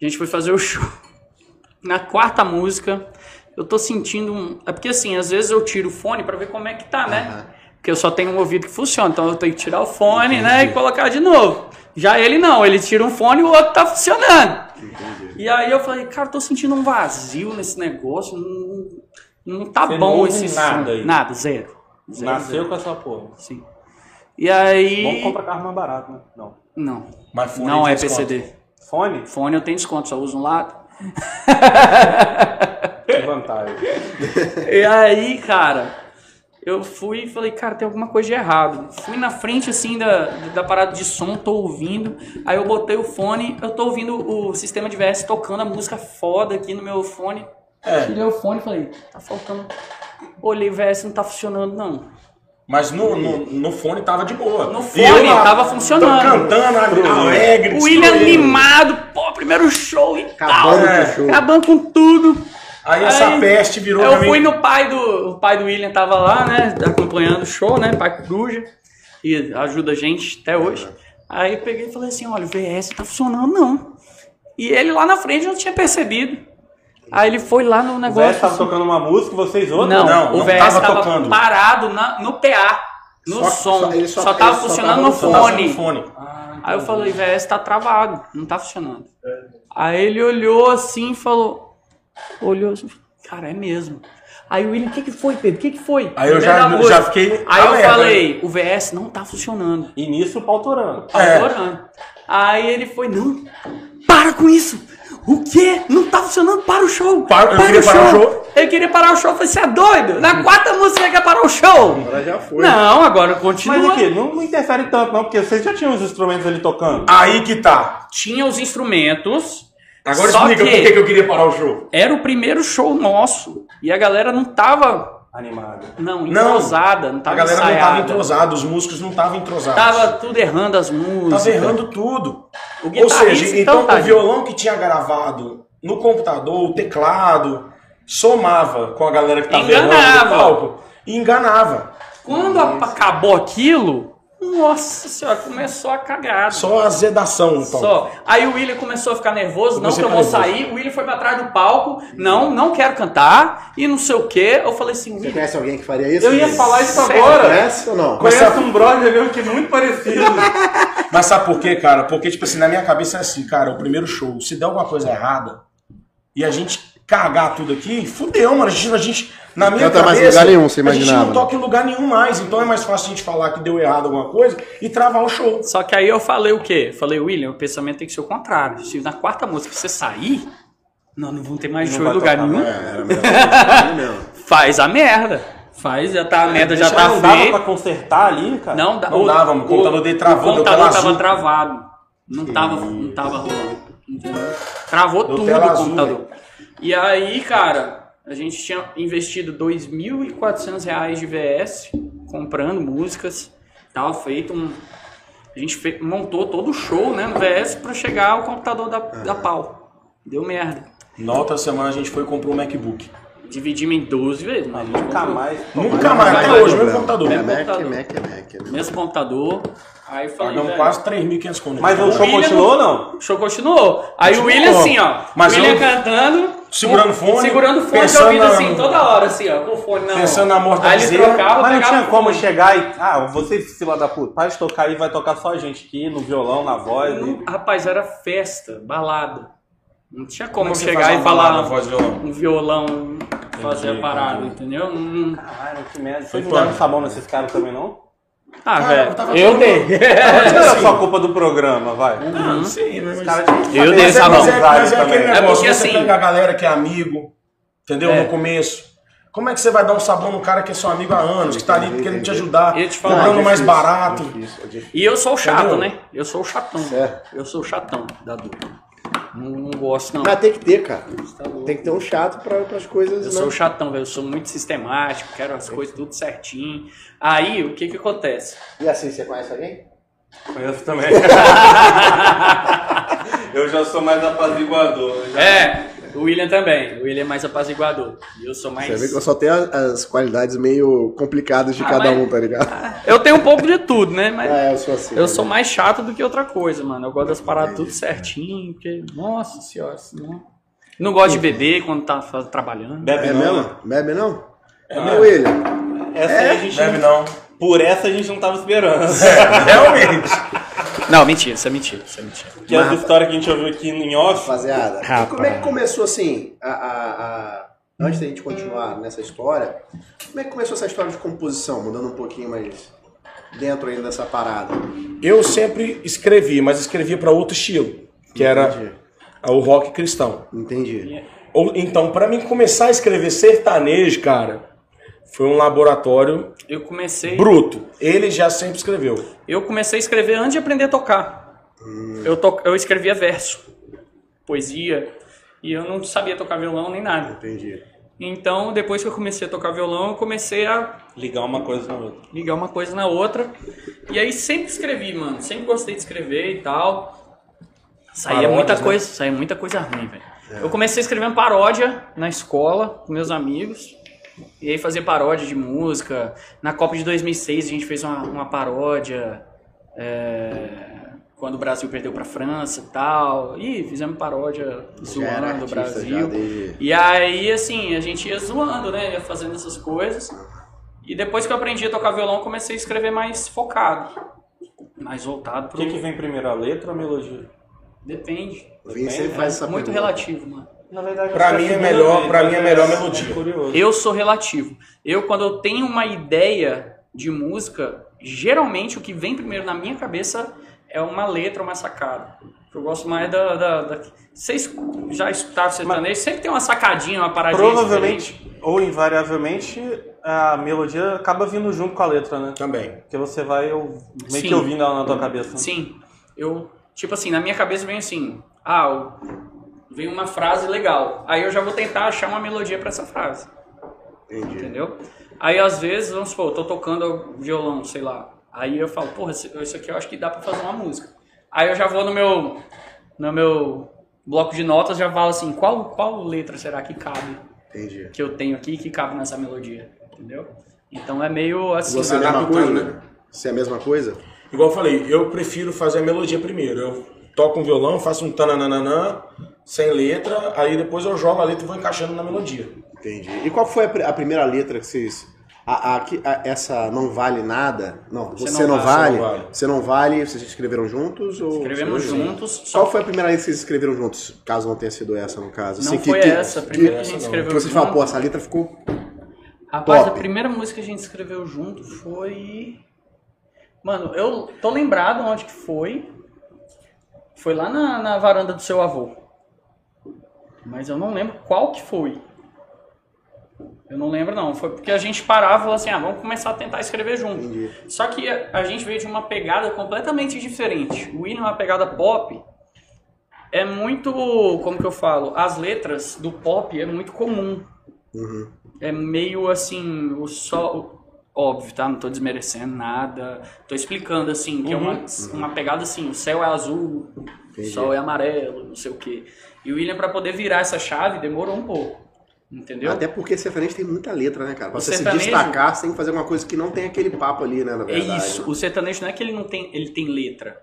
A gente foi fazer o show. <laughs> Na quarta música, eu tô sentindo um. É porque assim, às vezes eu tiro o fone pra ver como é que tá, né? Porque eu só tenho um ouvido que funciona, então eu tenho que tirar o fone, né? E colocar de novo. Já ele não, ele tira um fone e o outro tá funcionando. E aí eu falei, cara, tô sentindo um vazio nesse negócio. Não, não tá
Você não
bom
ouve
esse
nada
som.
aí.
Nada, zero. Zero,
Nasceu com essa porra.
Sim. E
Vamos
aí.
comprar carro mais barato, né? Não.
Não.
Mas fone
não
de
é
desconto.
PCD. <laughs>
Fone?
Fone eu tenho desconto, só uso um lado. <laughs>
Que vantagem.
E aí, cara, eu fui e falei, cara, tem alguma coisa de errado. Fui na frente assim da, da parada de som, tô ouvindo. Aí eu botei o fone, eu tô ouvindo o sistema de VS tocando a música foda aqui no meu fone.
É,
Tirei o fone e falei, tá faltando. Olhei, o VS não tá funcionando, não.
mas no, no, no fone tava de boa.
No
E
fone
eu lá,
tava funcionando.
Cantando, agro- alegre.
O William
destruindo.
animado, pô, primeiro show e tal.
Acabando
É.
com o show.
Acabando com tudo.
Aí essa
Aí,
peste virou
Eu
pra
fui
mim.
no pai do. O pai do William tava lá, né? Acompanhando o show, né? Pai Coruja. E ajuda a gente até hoje. Aí eu peguei e falei assim: olha, o VS tá funcionando, não. E ele lá na frente não tinha percebido. Aí ele foi lá no
O Zé
negócio. assim,
tava tocando uma música e vocês outra?
não,
Não,
o
não
VS
tava
tava,
tocando.
parado na- no PA, no
Só-
som.
só- ele só-
só, tava
ele só
funcionando
tava
no
no som.
fone.
No fone.
Aí eu falei, velho, esse tá travado, não tá funcionando.
É.
Aí ele olhou assim e falou. Olhou assim, cara, é mesmo. Aí o William, o que, que foi, Pedro? O que, que foi?
Aí eu
No
já-
meio da
já
música.
fiquei
Aí
alerta, né?
eu falei, o VS não tá funcionando.
E nisso o pau torando.
Tá
É.
adorando. Aí ele foi, não, para com isso! O quê? Não tá funcionando? Para o show!
Para- eu queria parar o show.
Ele queria parar o show, eu falei, você é doido? Na quarta música ele quer parar o show!
Agora já foi.
Não, agora continua.
Mas aqui, não não interfere tanto não, porque vocês já tinham os instrumentos ali tocando.
Aí que tá.
Tinha os instrumentos.
Agora
só
explica por que que eu queria parar o show.
Era o primeiro show nosso e a galera não tava,
Animado.
não,
Não.
entrosada, não,
A
tava
galera não
ensaiada.
tava entrosada, os músicos não estavam entrosados.
Tava tudo errando as músicas.
Tava errando tudo.
O
Ou
guitarrista,
seja, então,
então, tá,
o violão que tinha gravado no computador, o teclado, somava com a galera que tava
Enganava.
errando no palco e enganava.
Quando a- acabou aquilo, nossa senhora, começou a cagada.
Só azedação, então.
Só. Aí o William começou a ficar nervoso, não
Você
que eu
tá
vou
nervoso.
sair. O William foi pra trás do palco, não, não quero cantar e não sei o quê. Eu falei assim,
Você
William,
conhece alguém que faria isso?
Eu ia falar isso
Sério?
agora.
Conhece ou não?
Mas
Conheço
sabe-
um brother meu que é muito parecido.
Mas sabe por quê, cara? Porque, tipo assim, na minha cabeça é assim, cara, o primeiro show, se der alguma coisa errada e a gente cagar tudo aqui, fudeu, mano. A gente, a gente- na minha
canta tá mais
cabeça,
em lugar nenhum, você
a gente
imaginava,
não
né?
toca em lugar nenhum mais. Então é mais fácil a gente falar que deu errado alguma coisa e travar o show.
Só que aí eu falei o quê? Falei, William, o pensamento tem que ser o contrário. Se na quarta música você sair, nós não vamos ter mais
Não
show em
vai
lugar
tocar
nenhum.
É, era melhor. Era melhor.
<laughs> Faz a merda. Faz, já tá, a merda já tá
É, não dava
feia.
pra consertar ali, cara?
Não, dá-
Não dava, mano. O computador dele travou,
O
deu
computador
tela
tava
azul.
travado. Não tava, não tava rolando. entendeu? Travou
Deu
tudo
tela
o
azul,
computador. E aí, cara, a gente tinha investido R$ 2.400 reais de VS comprando músicas. Tava feito um. A gente fe- montou todo o show, né, no VS, pra chegar ao computador da, da pau. Deu merda.
Na outra semana a gente foi e comprou um MacBook.
Dividimos em 12 vezes, mas a gente
Nunca
comprou.
mais.
Nunca mais,
Não
até
vai
hoje,
dar problema.
mesmo computador.
É Mac,
computador.
Mac, é Mac, é Mac.
Mesmo computador. Aí eu falei,
Pagamos
velho,
quase 3.500 conto. é
Mas o show
William
continuou ou
não-
não?
O show continuou. Aí o
Continuou.
William assim, ó.
Mas
o William
eu-
cantando.
Segurando
com-
fone,
Segurando fone de
pensando
ouvido
na-
assim, toda hora, assim, ó. Com o fone na mão.
Pensando na morte da
Aí ele
bezerra.
trocava,
Mas não
pegava
tinha
o
como
fone.
chegar e. Ah, vocês, fila da puta, para de tocar aí, vai tocar só a gente aqui, no violão, na voz.
Não,
e-
rapaz, era festa, balada. Não tinha como,
Como é
eu
que você
chegar
faz
e
uma balada
falar
na voz né? e violão?
um violão, fazer
Entendi,
a parada,
entendi.
entendeu? Hum.
Caralho, que merda. Vocês não
foda.
deram sabão nesses caras também, não?
Ah,
Cara, eu tava
velho, eu
todo-
dei.
<laughs>
É
Mas Não era só culpa do programa, vai.
Não, não sei, né? Mas...
Os caras tinham que
Eu
saber
dei
fazer
sabão.
Mas é,
amizade
mas é aquele
também.
negócio,
porque
você
assim-
pega a galera que é amigo, entendeu?
É.
No começo. Como é que você vai dar um sabão no cara que é seu amigo há anos, que tá ali
Entendi,
querendo te
entendi.
ajudar,
Eu te falo,
Ah, é
comprando mais
difícil,
barato?
é difícil, é difícil.
E eu sou o chato,
Entendeu?
né? Eu sou o chatão.
Certo.
Eu sou o chatão da dupla. Não, não gosto, não.
Mas tem que ter, cara.
Tá louco.
Tem que ter um chato para as coisas.
Eu
né?
sou o chatão, velho. Eu sou muito sistemático, quero as coisas tudo certinho. Aí, o que que acontece?
E assim, você conhece alguém?
Conheço também. eu já sou mais apaziguador. eu já-
É, o William também. O William é mais apaziguador. E eu sou mais.
Você vê que eu só tenho as, as qualidades meio complicadas de
Ah,
cada
mas-
um, tá ligado?
Eu tenho um pouco de tudo, né?
Ah,
Mas
é, eu sou assim.
eu sou
né?
mais chato do que outra coisa, mano. Eu gosto das paradas tudo certinho, porque. Nossa senhora, senão. Não gosto de beber quando tá fa- trabalhando.
Bebe
É
não, né?
mesmo? Bebe não?
É
Não, William.
Essa aí a gente
Deve
não... É,
não.
Por essa a gente não tava esperando.
Realmente.
Não, mentira, isso é mentira, isso é mentira.
<laughs> que as histórias que a gente ouviu aqui em off.
Rapaziada,
Rapaz.
como é que começou assim, a, a- a- antes da gente continuar nessa história, como é que começou essa história de composição, mudando um pouquinho mais dentro ainda dessa parada?
Eu sempre escrevi, mas escrevia pra outro estilo, que era
Entendi.
o rock cristão.
Entendi.
Ou- então, pra mim começar a escrever sertanejo, cara, foi um laboratório
Eu comecei.
bruto. Ele já sempre escreveu.
Eu comecei a escrever antes de aprender a tocar. Eu, to- eu escrevia verso, poesia, e eu não sabia tocar violão nem nada.
Entendi.
Então, depois que eu comecei a tocar violão, eu comecei a
Ligar uma coisa na outra.
ligar uma coisa na outra. E aí sempre escrevi, mano. Sempre gostei de escrever e tal. Saía
Paródias,
muita
né?
coisa, saía muita coisa ruim, velho.
É.
Eu comecei escrevendo paródia na escola com meus amigos. E aí fazia paródia de música. Na Copa de 2006 a gente fez uma, uma paródia. é, quando o Brasil perdeu pra França e tal. E fizemos paródia
Já era é
zoando o
artista
Brasil.
já desde-
E aí, assim, a gente ia zoando, né? Ia fazendo essas coisas. E depois que eu aprendi a tocar violão, comecei a escrever mais focado. Mais voltado
O
pro...
que, que vem primeiro, a letra ou a melodia?
Depende.
O Vini sempre faz essa
É, Muito
pergunta.
relativo, mano.
Na verdade,
Pra mim é melhor- pra mim é melhor a melodia.
curioso.
Eu sou relativo. Eu, quando eu tenho uma ideia de música, geralmente o que vem primeiro na minha cabeça é uma letra, uma sacada. Eu gosto mais da... da, da... Vocês já escutaram sertanejo? Sempre tem uma sacadinha, uma paradinha diferente.
Provavelmente, ou invariavelmente, a melodia acaba vindo junto com a letra, né?
Também.
Porque você vai ou- meio
Sim.
que ouvindo ela na tua cabeça. né?
Sim. Eu, tipo assim, na minha cabeça vem assim, ah, o- vem uma frase legal. Aí eu já vou tentar achar uma melodia pra essa frase,
Entendi.
entendeu? Aí às vezes, vamos supor, eu tô tocando violão, sei lá. Aí eu falo, porra, esse- isso aqui eu acho que dá pra fazer uma música. Aí eu já vou no meu no meu bloco de notas, já falo assim, qual qual letra será que cabe
Entendi.
que eu tenho aqui que cabe nessa melodia, entendeu? Então é meio assim,
Você é a
vai
mesma
adaptando,
coisa? né? Você é a mesma coisa?
Igual eu falei, eu prefiro fazer a melodia primeiro. Eu toco um violão, faço um tananana sem letra, aí depois eu jogo a letra e vou encaixando na melodia.
Entendi. E qual foi a, pri- a primeira letra que vocês. A, a- que- a- essa não vale nada? Não, você, não, vale,
Você não vale.
Você não vale, vocês escreveram juntos? Ou...
escrevemos juntos, só
Qual foi a primeira letra que vocês escreveram juntos? Caso não tenha sido essa, no caso.
Não
Assim, que-
foi
que-
essa, a primeira que a gente
não.
Que
escreveu
vocês falam, pô, essa letra ficou.
Rapaz,
top.
a primeira música que a gente escreveu junto foi. Mano, eu tô lembrado onde que foi. Foi lá na, na varanda do seu avô. Mas eu não lembro qual que foi. Eu não lembro não. Foi porque a gente parava e falou assim, ah, vamos começar a tentar escrever junto.
Entendi.
Só que a, a gente veio de uma pegada completamente diferente. O William é uma pegada pop. É muito, como que eu falo, as letras do pop é muito comum.
Uhum.
É meio assim, o só o- Óbvio, tá? Não tô desmerecendo nada. Tô explicando, assim, que é
Uhum.
uma, uma pegada assim, o céu é azul, o sol é amarelo, não sei o quê. E o William, pra poder virar essa chave, demorou um pouco. Entendeu?
Até porque sertanejo tem muita letra, né, cara? Pra
O
você
sertanejo-
se destacar, você tem que fazer alguma coisa que não tem aquele papo ali, né, na
É
verdade. Uhum.
isso. O sertanejo não é que ele não tem, ele tem letra.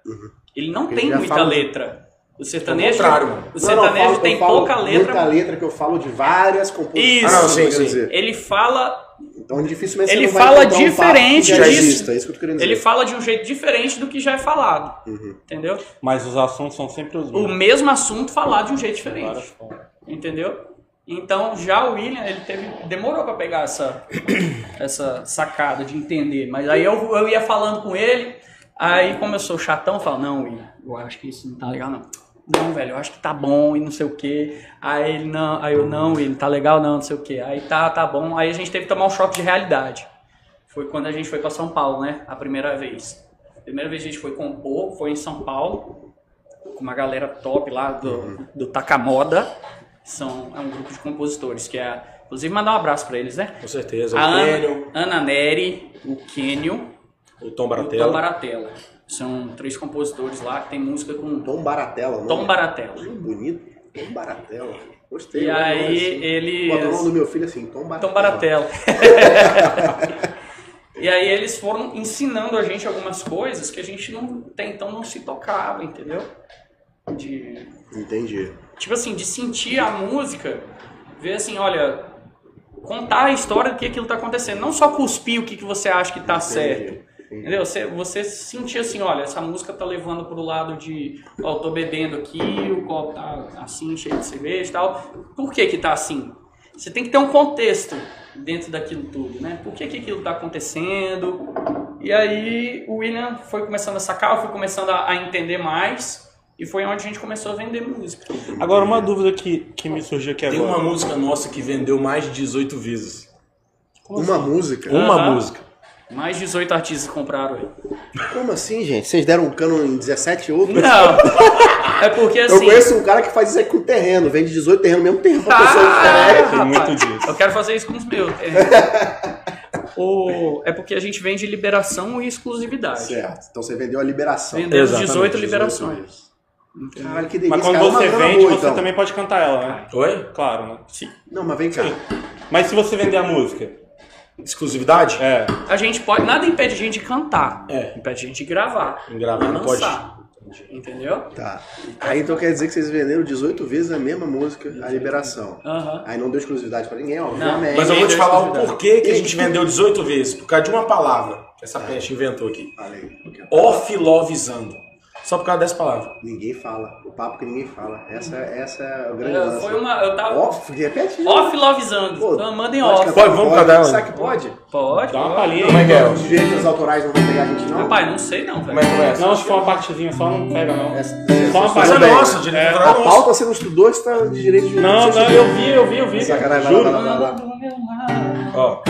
Ele não
Ele
tem
já
muita
fala-
letra. O sertanejo,
contrário,
o
mano.
Não, não, eu
sertanejo
falo-
tem
eu falo
pouca letra.
Muita letra que eu falo de várias composições.
Isso.
Ah, não,
Sim,
sim,
sim.
Dizer.
Ele fala,
Então dificilmente
Ele
você não vai
fala
encontrar um papo
diferente
que já
disso.
exista, É isso que eu tô querendo dizer.
ele fala de um jeito diferente do que já é falado,
Uhum.
entendeu?
Mas os assuntos são sempre os
O
mesmos.
mesmo assunto falado de um jeito
de várias
diferente,
formas.
entendeu? Então já o William ele teve demorou pra pegar essa essa sacada de entender, mas aí eu, eu ia falando com ele, aí como eu sou chatão, eu falo não William, eu acho que isso não tá legal não. Não, velho, eu acho que tá bom e não sei o que. Aí ele não, aí eu não, William, tá legal não, não sei o que. Aí tá, tá bom. Aí a gente teve que tomar um choque de realidade. Foi quando a gente foi pra São Paulo, né? A primeira vez. Primeira vez que a gente foi compor, foi em São Paulo, com uma galera top lá do, do Tacamoda. São, é um grupo de compositores que é. Inclusive, mandar um abraço pra eles, né?
Com certeza.
A
O
Ana,
Kênio,
Ana Neri, o Kenio
né?
e
o Tom
o Tom
Baratella.
Baratella. São três compositores lá que tem música com
Tom Baratella, não.
Tom Baratella.
Hum, Bonito. Tom Baratella. Gostei.
E
né?
aí
Assim. Bota o nome
eles.
do meu filho assim, Tom Baratella.
Tom Baratella. <laughs> e aí eles foram ensinando a gente algumas coisas que a gente não, até então não se tocava, entendeu? De
Entendi.
tipo assim, de sentir a música, ver assim, olha, contar a história do que aquilo tá acontecendo, não só cuspir o que, que você acha que tá certo. Entendeu? Você, você sentir assim, olha, essa música tá levando pro lado de, ó, eu tô bebendo aqui, o copo tá assim, cheio de cerveja e tal. Por que que tá assim? Você tem que ter um contexto dentro daquilo tudo, né? Por que que aquilo tá acontecendo? E aí o William foi começando a sacar, eu fui começando a, a entender mais e foi onde a gente começou a vender música.
Agora, uma dúvida que, que me surgiu aqui
Tem uma
agora.
música nossa que vendeu mais de 18 vezes.
Uma
assim?
música?
Uma
Aham.
música.
Mais 18 artistas compraram ele.
Como assim, gente? Vocês deram um cano em 17 outros?
Não! É porque assim.
Eu conheço um cara que faz isso aí com terreno, vende 18 terrenos mesmo tempo. uma pessoa
Ah,
diferente.
Tem muito
rapaz,
disso.
Eu quero fazer isso com os meus. É, O- é porque a gente vende liberação e exclusividade.
Certo. Então você vendeu a liberação.
Vendemos
Exatamente,
18 liberações. Entendeu?
Caralho, que delícia.
Mas quando
cara. É uma
você
grana
vende,
boa,
você
então.
também pode cantar ela, né?
Oi?
Claro, né?
Sim.
Não, mas vem cá.
Mas se você vender a música,
Exclusividade?
é.
A gente pode. Nada impede a gente de cantar.
É.
Impede a gente de gravar.
Gravar não pode.
lançar. Entendeu?
Tá. Aí então quer dizer que vocês venderam 18 vezes a mesma música, a liberação.
Aham.
Aí não deu exclusividade pra ninguém, obviamente.
Mas eu vou te
Vendeu
falar o
exclusividade.
porquê que a gente vendeu 18 vezes. Por causa de uma palavra que essa peste inventou aqui.
Falei. porque
Ofilovizando. Só por causa dessa palavra.
Ninguém fala. O papo que ninguém fala. Essa, essa é a grande
Eu-
lance.
Foi uma. Eu tava.
Off, de repente.
Off-lovisando. Então, mandem off.
cantar,
Pode, vamos cantar,
Será
Ana.
que é pode?
Pode.
Dá uma
pode.
palhinha
Como é
aí.
que é?
Os direitos autorais não vão pegar a gente, não?
Rapaz, não sei não,
Como é
velho.
que começa?
Não, se for uma partezinha só, não pega, não.
É-
Só uma
é-
Mas é
parte.
Também.
nossa, direito
A
autoral é nosso.
pauta você não estudou, você tá de direito de
Não, não, eu vi, eu vi, eu vi.
Sacanagem, vai lá,
Juro.
vai lá, vai lá.
Ó.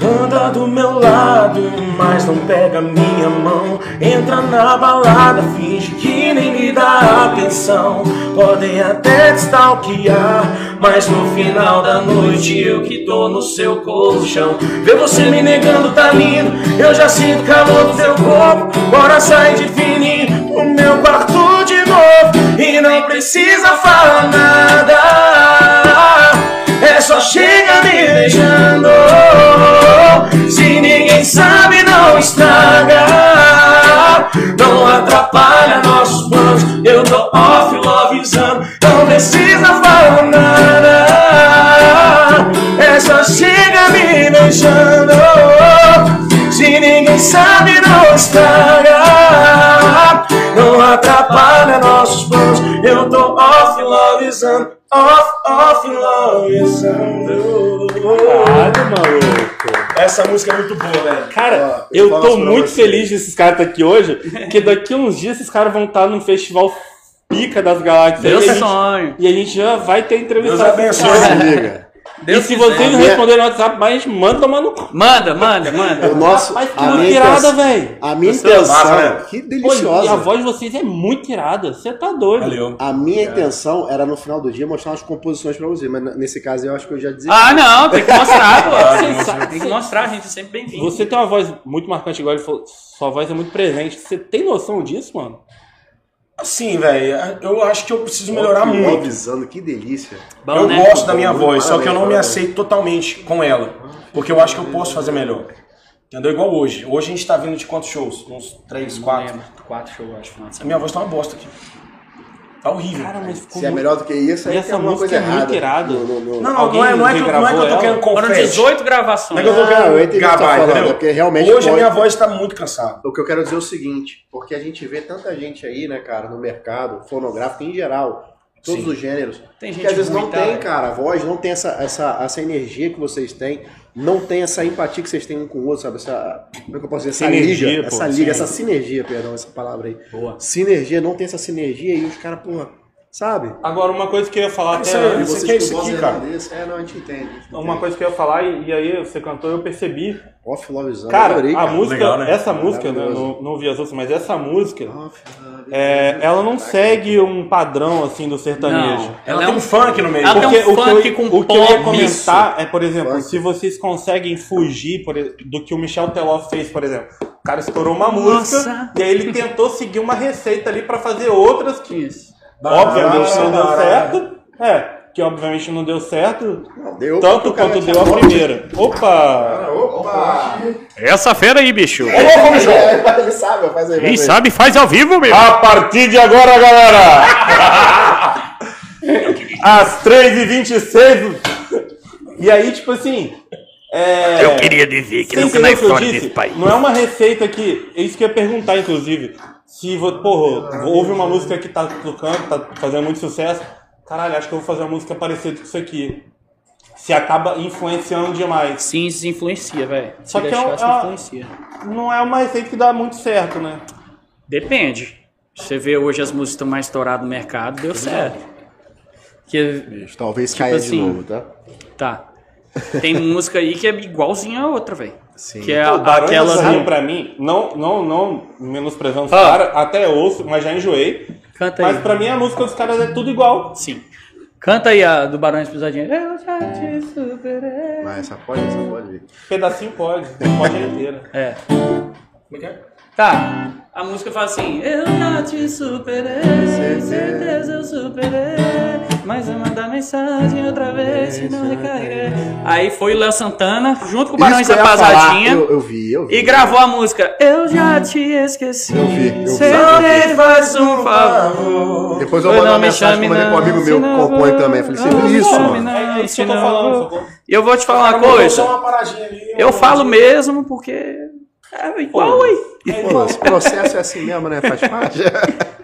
Anda do meu lado, mas não pega minha mão. Entra na balada, finge que nem me dá atenção. Podem até te stalkear, mas no final da noite eu que tô no seu colchão. Ver você me negando tá lindo, eu já sinto calor do seu corpo. Bora sair de fininho pro meu quarto de novo. E não precisa falar nada. É só chega me beijando Se ninguém sabe não estraga Não atrapalha nossos planos Eu tô off lovezando Não precisa falar nada É só chega me beijando Se ninguém sabe não estraga Não atrapalha nossos planos Eu tô off lovezando Off, off lovezando
Caralho, maluco.
Essa música é muito boa, velho
Cara,
Ó, eu
eu
falo
tô
pra
muito
você.
feliz desses caras estar aqui hoje, porque daqui a uns dias esses caras vão estar num festival pica das galáxias.
Meu
e, a gente,
sonho.
e a gente já vai ter
Deus
entrevistado. esses
abençoe
caras.
Se liga.
E
Deus
se
quiser. né?
vocês não
Amém.
responderem no WhatsApp, mas manda tomar no cu.
Manda, manda, manda.
O nosso,
Rapaz, que
a minha
irada,
intenção,
velho.
a minha
Você é
intenção,
massa, né?
que
Pô, e a
deliciosa.
voz de vocês é muito irada. Você tá doido.
Valeu.
A minha intenção era no final do dia mostrar umas composições pra você, mas n- nesse caso eu acho que eu já desisti.
Ah, não, tem que mostrar, pô.
Você sabe-
Tem que mostrar, a gente é sempre bem-vindo.
Você tem uma voz muito marcante, igual ele falou. Sua voz é muito presente. Você tem noção disso, mano?
Assim, velho, eu acho que eu preciso melhorar
Ó, que
muito.
avisando, que delícia.
Bom,
eu
né?
gosto da minha
Muito
voz, só
parabéns,
que eu não me
parabéns.
aceito totalmente com ela. Porque eu acho que eu posso fazer melhor. Entendeu? Igual hoje. Hoje a gente tá vindo de quantos shows? Uns três,
Não
quatro.
lembro. Quatro shows, acho, final de
A
semana.
minha voz tá uma bosta aqui. Tá horrível.
Cara, mas ficou
Se é
muito-
melhor do que isso, aí
E
tem
essa
alguma
música
coisa
é muito
errada.
irada.
No- no- no-
Não, não, não é, não é que, eu- não é que eu tô
Regravou
querendo
ela?
Foram
confete.
18
Não é
gravações.
que eu tô
Ah, eu
querendo
entendi o que você tá
gabar,
falando,
entendeu?
porque realmente
Hoje a
pode-
minha voz tá muito cansada.
O que eu quero dizer é o seguinte, porque a gente vê tanta gente aí, né, cara, no mercado fonográfico em geral, todos
Sim.
os gêneros,
Tem
que às vezes não
ruim,
tem,
né?
tá?
cara, a voz, não tem essa, essa, essa energia que vocês têm, não tem essa empatia que vocês têm um com o outro, sabe? Essa, como é que eu posso dizer? Essa
Sinergia,
liga,
pô,
essa liga, essa sinergia, perdão, essa palavra aí.
Boa.
Sinergia, não tem essa sinergia e os caras, porra, sabe?
Agora, uma coisa é- que eu ia falar até
Isso aí,
E
antes,
você
vocês
quer
com
isso
voz
aqui, cara?
irlandesa- É, não, a gente entende. a gente
né? uma
entende.
coisa que eu ia falar, e, e aí você cantou, eu percebi.
Off Lovezão,
Cara,
adorei,
a música,
Legal, né?
essa música, né,
Maravilhoso.
não, não vi as outras, mas essa música,
Off Love
é,
Is-
ela não
Caraca.
segue um padrão, assim, do sertanejo.
Não. Ela
Ela,
é
tem um
um-
funk no meio.
Ela tem um
Porque o que,
funk
eu,
com
o que eu ia
pop,
comentar é, por exemplo,
Funk.
se vocês conseguem fugir por e- do que o Michel Teló fez, por exemplo. O cara estourou uma
Nossa.
música e aí ele tentou seguir uma receita ali pra fazer outras que,
Isso.
obviamente, não deu
Barará.
certo. É, que obviamente não deu certo,
Não, deu,
tanto
o cara
quanto
tinha
deu a
nove-
primeira. Opa!
Cara, Opa!
Essa fera aí, bicho.
É, <laughs> Ele sabe, faz aí.
Quem
faz aí.
sabe faz ao vivo, meu.
A partir de agora, galera!
<laughs>
Às 3h26. E aí, tipo assim. É...
Eu queria dizer que
Você
nunca
entendeu
na
o que eu
história desse
disse?
país.
Não é uma receita que. é Isso que eu ia perguntar, inclusive. Se, vo- porra, houve uma música que tá tocando, tá fazendo muito sucesso. Caralho, acho que eu vou fazer uma música parecida com isso aqui. Se acaba influenciando demais.
Sim, isso influencia, velho. Se
Só que é
deixar,
um-
isso
é uma-
influencia.
Não é uma receita que dá muito certo, né?
Depende. Você vê hoje as músicas estão mais estouradas no mercado, deu certo. Que,
Bicho, Talvez caia
Tipo
de
assim,
novo, tá?
tá. Tem música aí que é igualzinha a outra, velho.
Sim.
Que é
Pô, Barões
aquela.
do Sarrinho pra mim, não, não, não menosprezando os caras, até ouço, mas já enjoei.
Canta aí.
Mas pra mim a música dos caras é tudo igual.
Sim. Canta aí a do Barões Pisadinha. Eu já te superei.
Mas essa pode, essa pode vir.
Pedacinho pode,
<laughs>
pode é inteira.
É.
Como é que é?
Tá. A música fala assim: Eu já te superei, certeza eu superei. Mas eu mandar mensagem outra vez, se não recairei. Aí foi o Léo Santana, junto com o Barões
Isso que
da
eu ia falar,
Pasadinha.
Eu, eu vi, eu vi.
E gravou a música Eu já te esqueci
Eu vi, eu vi.
Cê me faz um favor
Depois eu
Pois
mando
não
uma
me
mensagem
chame
pra mandei pra um amigo meu
não, se
que
não
compõe
vou-
também. Falei
não
assim,
me
isso,
chame
mano.
não.
Ah,
É isso que eu tô
não.
falando, sacou?
E eu vou te falar uma
Cara, mandou só
coisa
uma paradinha ali,
Eu
uma
falo
paradinha.
mesmo porque É igual, ué
Pô, esse processo é assim mesmo, né? Faz parte.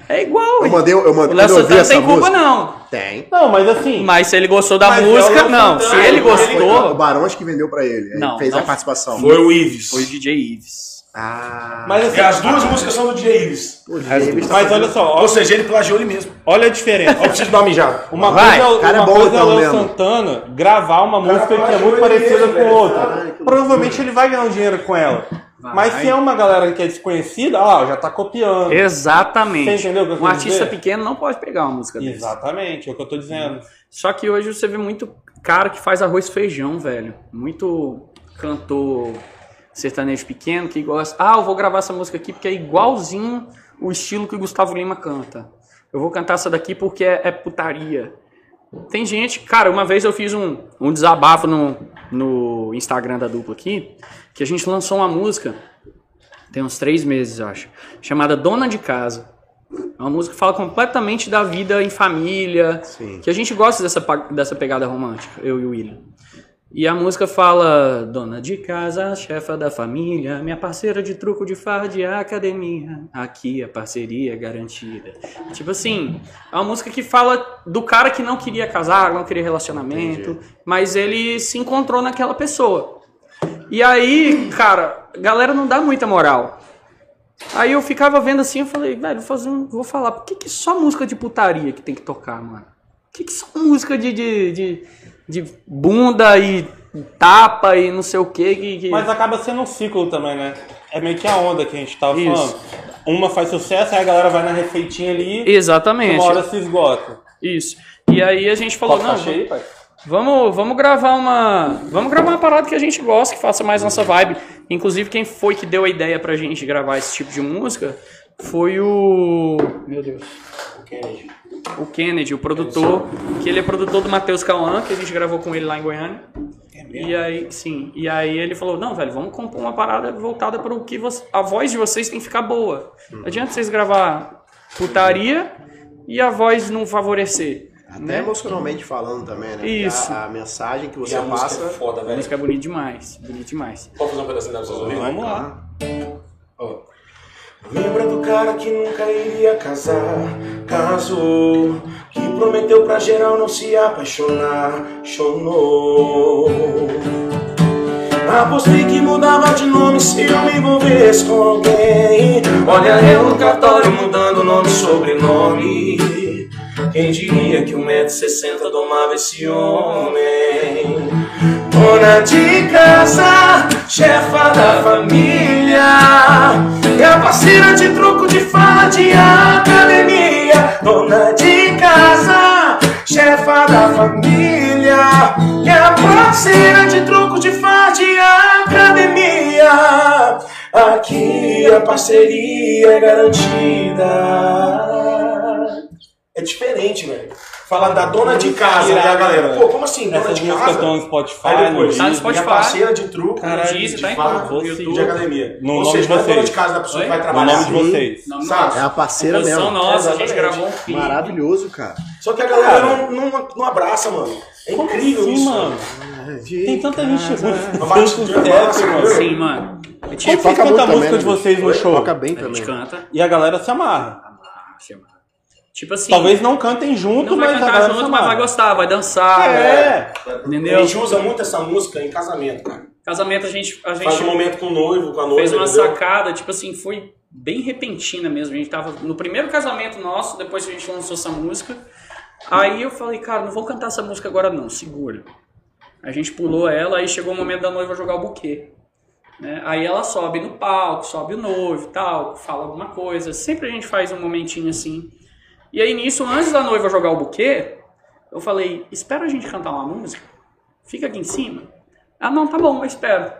É igual,
Eu
ué
mandei, eu
O
mandei.
Léo
Quando eu vi
Santana não
essa
tem culpa
música.
não
Tem.
Não, mas assim,
Mas se ele gostou da
Mas é o
música,
Léo
não
Santana,
Se ele
ele
Foi o
gostou
Barões que vendeu pra ele. Ele
Não,
fez a
não.
participação.
Foi o Ives.
Foi o DJ Ives
Ah.
mas
E
assim,
as duas músicas são do DJ Ives.
pô, Davis tá
mas olha
fazendo-
só,
Ou
ó-
seja, ele plagiou ele mesmo.
olha a diferença.
Olha preciso dar uma mijada.
Uma
Vai,
coisa, é o-
cara é
uma
bom
coisa é
então
o Léo
mesmo.
Santana gravar uma música que é
faz
muito
coisa
parecida
mesmo,
com
velho.
Caralho, que
outra.
loucura.
Provavelmente ele vai ganhar um dinheiro com ela. Mas se é uma galera que é desconhecida, ó, já tá copiando. Você
Exatamente
entendeu o que eu
Um
quis
artista
dizer?
pequeno não pode pegar uma música dessa
Exatamente, é o que eu tô dizendo.
Só que hoje você vê muito cara que faz arroz e feijão, velho. Muito cantor sertanejo pequeno que gosta. Ah, eu vou gravar essa música aqui porque é igualzinho o estilo que o Gustavo Lima canta. Eu vou cantar essa daqui porque é, é putaria. Tem gente, cara, uma vez eu fiz um, um desabafo no, no Instagram da dupla aqui, que a gente lançou uma música, tem uns três meses, eu acho, chamada Dona de Casa. É uma música que fala completamente da vida em família,
Sim.
que a gente gosta dessa, pa- dessa pegada romântica, eu e o William. E a música fala: Dona de casa, chefa da família, minha parceira de truco de farra de academia. Aqui a parceria é garantida. Tipo assim, é uma música que fala do cara que não queria casar, não queria relacionamento, mas ele se encontrou naquela pessoa. E aí, cara, a galera não dá muita moral. Aí eu ficava vendo assim, eu falei, velho, vou fazer um, vou falar, por que, que só música de putaria que tem que tocar, mano? que, que são música de, de, de, de bunda e tapa e não sei o quê, que. que...
Mas acaba sendo um ciclo também, né? É meio que a onda que a gente tava
Isso.
falando. Uma faz sucesso, aí a galera vai na receitinha ali,
Exatamente.
uma hora se esgota.
Isso. E aí a gente falou,
Copo
não,
tá cheio, pai?
Vamos, vamos gravar uma. Vamos gravar uma parada que a gente gosta, que faça mais nossa vibe. Inclusive, quem foi que deu a ideia pra gente gravar esse tipo de música foi o. Meu Deus. O Kennedy, o produtor, que ele é produtor do Matheus Cauã, que a gente gravou com ele lá em Goiânia. E aí, sim. E aí ele falou: "Não, velho, vamos compor uma parada voltada para o que você, a voz de vocês tem que ficar boa. Não adianta vocês gravar putaria e a voz não favorecer,
Até
né?
emocionalmente falando também, né?
Isso.
A, a mensagem que
E
você
a música é
passa.
foda,
A
velho.
música é bonita demais, bonita demais.
Vamos fazer um pedacinho dela pra vocês ouvirem?
Vamos lá.
Ó.
Lembra do cara que nunca iria casar, casou, que prometeu pra geral não se apaixonar, chonou. Apostei que mudava de nome se eu me envolvesse com alguém. Olha eu no cartório mudando nome e sobrenome. Quem diria que 1,60m domava esse homem? Dona de casa, chefa da família, capaceira de troco de fala de academia. Dona de casa, chefa da família, capaceira de troco de fala de academia. Aqui a parceria é garantida. É diferente, velho. Fala da dona de casa, né, a galera? Pô, como assim, dona
Essas
de
músicas
casa?
estão no Spotify,
Aí
no
depois,
Tá no
Disney.
Spotify.
minha parceira de truco,
Caralho,
de,
Disney tá em
farra,
tudo,
de
YouTube.
academia.
No
Ou
nome
seja,
de
não é dona
vocês.
de casa da pessoa que vai
No
trabalhar.
nome de
Sim.
vocês.
É
Sabe?
a parceira
Produção
mesmo.
nossa, a gente
Exatamente.
gravou um clipe.
Maravilhoso, cara.
Só que a galera não, não, não abraça, mano. É
Como
incrível
assim,
isso.
mano? Tem tanta
Ah,
gente ruim,
é.
Vai
tanto
te gravar,
sucesso, mano.
mano.
Sim, mano. É tipo, A
Como vocês
gente,
Toca muito
cantam a
também,
música
né,
de vocês no
gente?
show?
Toca bem
a gente
também.
canta.
E a galera se amarra.
amarra, mano. Tipo assim,
Talvez não cantem junto,
não
mas
vai
a
cantar
galera se
junto, mas
amarra.
vai gostar, vai dançar.
É,
A
Entendeu?
gente usa muito essa música em casamento, cara.
Casamento a gente, a gente
Faz um momento com o noivo, com a noiva.
fez uma
entendeu?
sacada, tipo assim, foi bem repentina mesmo. A gente tava no primeiro casamento nosso, depois que a gente lançou essa música. Aí eu falei, cara, não vou cantar essa música agora não, segura. A gente pulou ela, aí chegou o momento da noiva jogar o buquê. né? Aí ela sobe no palco, sobe o noivo e tal, fala alguma coisa. Sempre a gente faz um momentinho assim. E aí nisso, antes da noiva jogar o buquê, eu falei, espera a gente cantar uma música. Fica aqui em cima. Ah, não, tá bom, eu espero.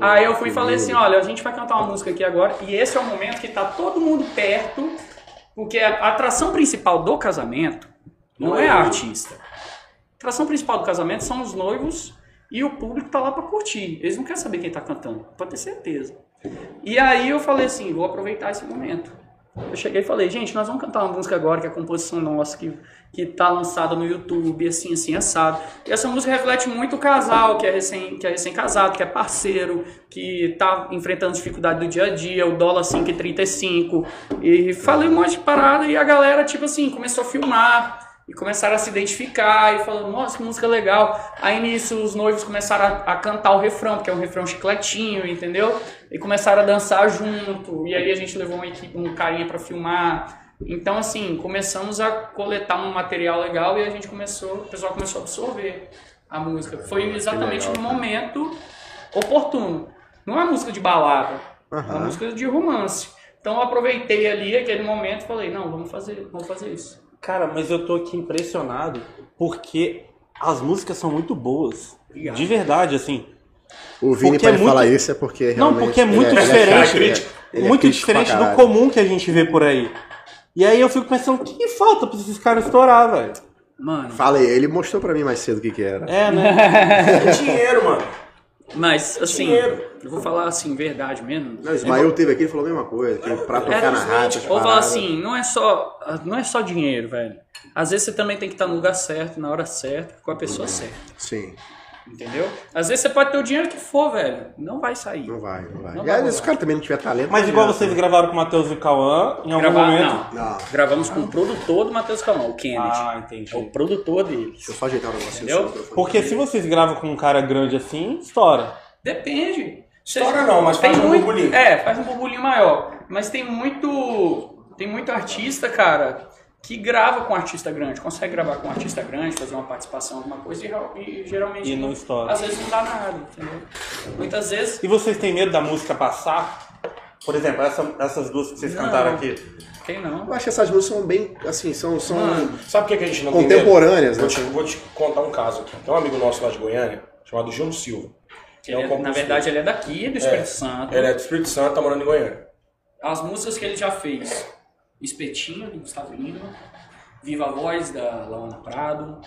Aí eu fui e falei assim, olha, a gente vai cantar uma música aqui agora e esse é o momento que tá todo mundo perto, porque a atração principal do casamento não, é, a artista. A atração principal do casamento são os noivos e o público tá lá pra curtir. Eles não querem saber quem tá cantando, pode ter certeza. E aí eu falei assim, vou aproveitar esse momento. Eu cheguei e falei, gente, nós vamos cantar uma música agora que é a composição nossa, que, que tá lançada no YouTube, assim, assim, assado. E essa música reflete muito o casal, que é recém- que é recém-casado, que é parceiro, que tá enfrentando dificuldade do dia a dia, o dólar 5,35. E falei um monte de parada e a galera, tipo assim, começou a filmar. E começaram a se identificar e falando, nossa, que música legal. Aí nisso os noivos começaram a, a cantar o refrão, porque é um refrão chicletinho, entendeu? E começaram a dançar junto. E aí a gente levou uma equipe, um carinha pra filmar. Então, assim, começamos a coletar um material legal e a gente começou, o pessoal começou a absorver a música. Foi exatamente no momento oportuno. Não é música de balada, é uma
Aham.
música de romance. Então eu aproveitei ali aquele momento e falei, não, vamos fazer, vamos fazer isso.
Cara, mas eu tô aqui impressionado porque as músicas são muito boas.
Obrigado.
De verdade, assim.
O Vini,
Porque
pra
é
ele falar
muito-
isso, é porque
Não,
realmente...
porque é
ele
muito
ele
diferente,
chato, ele ele é crítico
muito
pra
diferente do
caralho.
comum que a gente vê por aí. E aí eu fico pensando, o que, que falta pra esses caras estourar, velho?
Mano,
Falei, ele mostrou pra mim mais cedo o que que era.
É,
<laughs>
né?
É dinheiro, mano.
mas assim,
Dinheiro.
eu vou falar assim, verdade mesmo.
Não, o Ismael teve aqui, ele falou a mesma coisa, que pra tocar na rádio. as
Ou falar
paradas.
assim, não é só, não é só dinheiro, velho. Às vezes você também tem que estar no lugar certo, na hora certa, com a pessoa certa,
Sim,
entendeu? Às vezes você pode ter o dinheiro que for, velho, não vai sair.
não vai, não vai.
Não
e aí,
vai, não
se o
vai.
cara também não tiver talento...
Mas
não
igual
adianta,
vocês
né?
gravaram com o Matheus e o Cauã, em algum
Gravar,
momento.
não.
um Não, deixa
Gravamos com o produtor do Matheus Calmão, o Kennedy.
Ah,
é o
entendi.
produtor dele.
eu só ajeitar o negócio.
Entendeu?
Porque se vocês gravam com um cara grande assim, estoura.
Depende.
Estoura não, mas
Tem
faz um
muito-
burburinho.
É, faz um burburinho maior. Mas tem muito. Tem muito artista, cara, que grava com um artista grande, consegue gravar com um artista grande, fazer uma participação, alguma coisa, e, real- e geralmente
E não estoura.
às vezes não dá nada, entendeu? Muitas vezes
E vocês têm medo da música passar? Por exemplo, essa- essas duas que vocês
Não.
cantaram aqui.
quem não?
Eu acho que essas músicas são bem, assim, são... são...
Sabe por que que a gente não
Contemporâneas,
tem medo?
né?
Vou te, vou te contar um caso aqui. Tem um amigo nosso lá de Goiânia, chamado Gilno Silva. que
Ele é- na
compositor.
verdade, ele é daqui, do Espírito Santo.
Ele é do Espírito Santo, tá morando em Goiânia.
As músicas que ele já fez: Espetinho, do Gustavo Lima, Viva a Voz, da Laona Prado.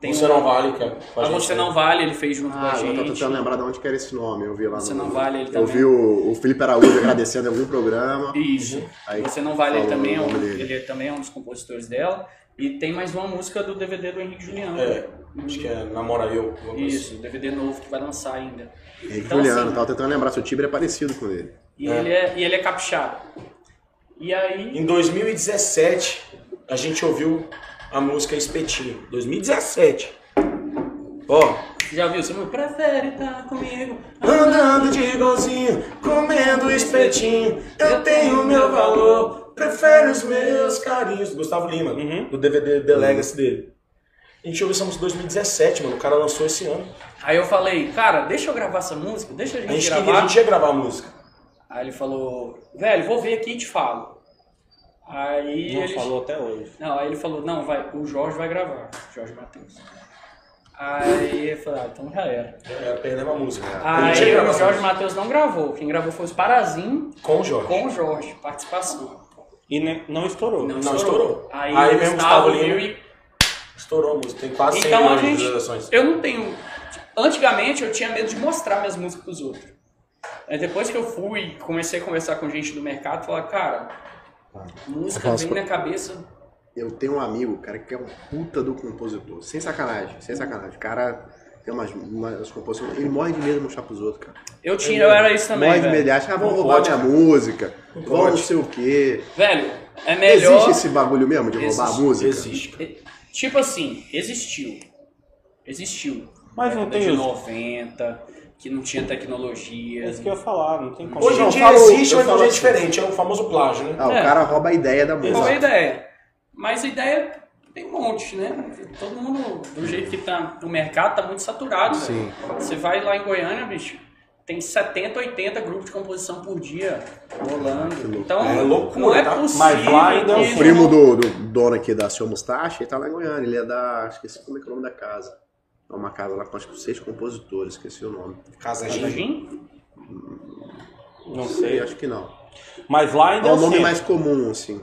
Tem
Você
um-
não vale, cara.
A Você
né?
Não Vale, ele fez junto com a
Ah, eu tô
gente.
tentando lembrar de onde que era esse nome, eu vi lá
Você
no...
não vale, ele
Eu
também.
vi o, o Felipe Araújo agradecendo em algum programa.
Isso.
Aí
Você não vale, ele
falou
também, é
o
um,
nome dele.
ele é também é um dos compositores dela. E tem mais uma música do DVD do Henrique Juliano.
É, acho que é Namora Eu. alguma coisa
Isso, DVD novo que vai lançar ainda.
Henrique
Então,
Juliano,
assim,
tava tentando lembrar se o Tibre é parecido com ele.
E, Ele é, e ele é capixaba. E aí.
Em 2017, a gente ouviu a música Espetinho. 2017. Ó.
Já viu? Você me prefere estar comigo?
Andando de igualzinho, comendo espetinho, eu tenho meu valor, prefere os meus carinhos. Do Gustavo Lima,
Uhum.
do DVD The Legacy dele. A gente ouviu essa música em 2017, mano. O cara lançou esse ano.
Aí eu falei, cara, deixa eu gravar essa música, deixa a
A
gente,
gente, queria, a
gravar.
gente ia gravar a música.
Aí ele falou, velho, vou ver aqui e te falo. Aí
Não
ele
falou até hoje.
Não, aí ele falou, não, vai, o Jorge vai gravar, Jorge Matheus. Aí eu falei, ah, então já era.
É, perdemos a música. a gente
Aí
ia
o
gravar essa
Jorge
música.
Matheus não gravou, quem gravou foi os Parazinho
Com o Jorge.
com o Jorge, participação.
E nem- não estourou.
Não,
Não, estourou.
Aí,
Aí
o
vem o
Gustavo
Gustavo
Lima
Lima.
e
Estourou a música. Tem quase 100
Então a
milhões de
gente.
visualizações.
Eu não tenho. Antigamente eu tinha medo de mostrar minhas músicas pros outros. Aí depois que eu fui, comecei a conversar com gente do mercado, falar, cara,
Ah.
música
Nossa,
vem na cabeça.
Eu tenho um amigo, cara, que é um puta do compositor. Sem sacanagem, sem sacanagem. O cara tem umas, umas composições. Ele morre de medo de mostrar pros outros, cara.
Eu tinha, eu era isso também.
morre de medo.
Velho.
Ele acha, ah, vão
Não
roubar
pode,
minha música, vão não
pode.
sei o quê.
Velho, é melhor.
Existe esse bagulho mesmo de roubar
Existe,
a música?
Existe.
Tipo assim, existiu. Existiu.
Mas não
Década
tem
de
isso.
90, que não tinha tecnologia.
É isso que eu ia falar, não tem como.
Hoje em
Não,
dia
fala o-
existe,
eu
mas de um
falo
jeito
assim.
diferente. É o famoso plágio, né?
Ah, o
É.
cara rouba a ideia da música.
Qual é a ideia? Mas a ideia tem um monte, né? Todo mundo, do jeito que tá o mercado, tá muito saturado.
Sim.
velho. Você vai lá em Goiânia, bicho, tem 70, 80 grupos de composição por dia rolando.
Que loucura.
Então,
É
não
loucura,
é
tá?
possível.
Mas lá ainda é um
que-
O primo do, do dono aqui da Seu Mustache, ele tá lá em Goiânia. Ele é da. Esqueci como é que é o nome da casa. É uma casa lá com acho que seis compositores, esqueci o nome.
Casa Gigi.
Jim?
Não sei.
Acho que não.
Mas lá ainda
É
é
o
o
nome
centro.
mais comum, assim.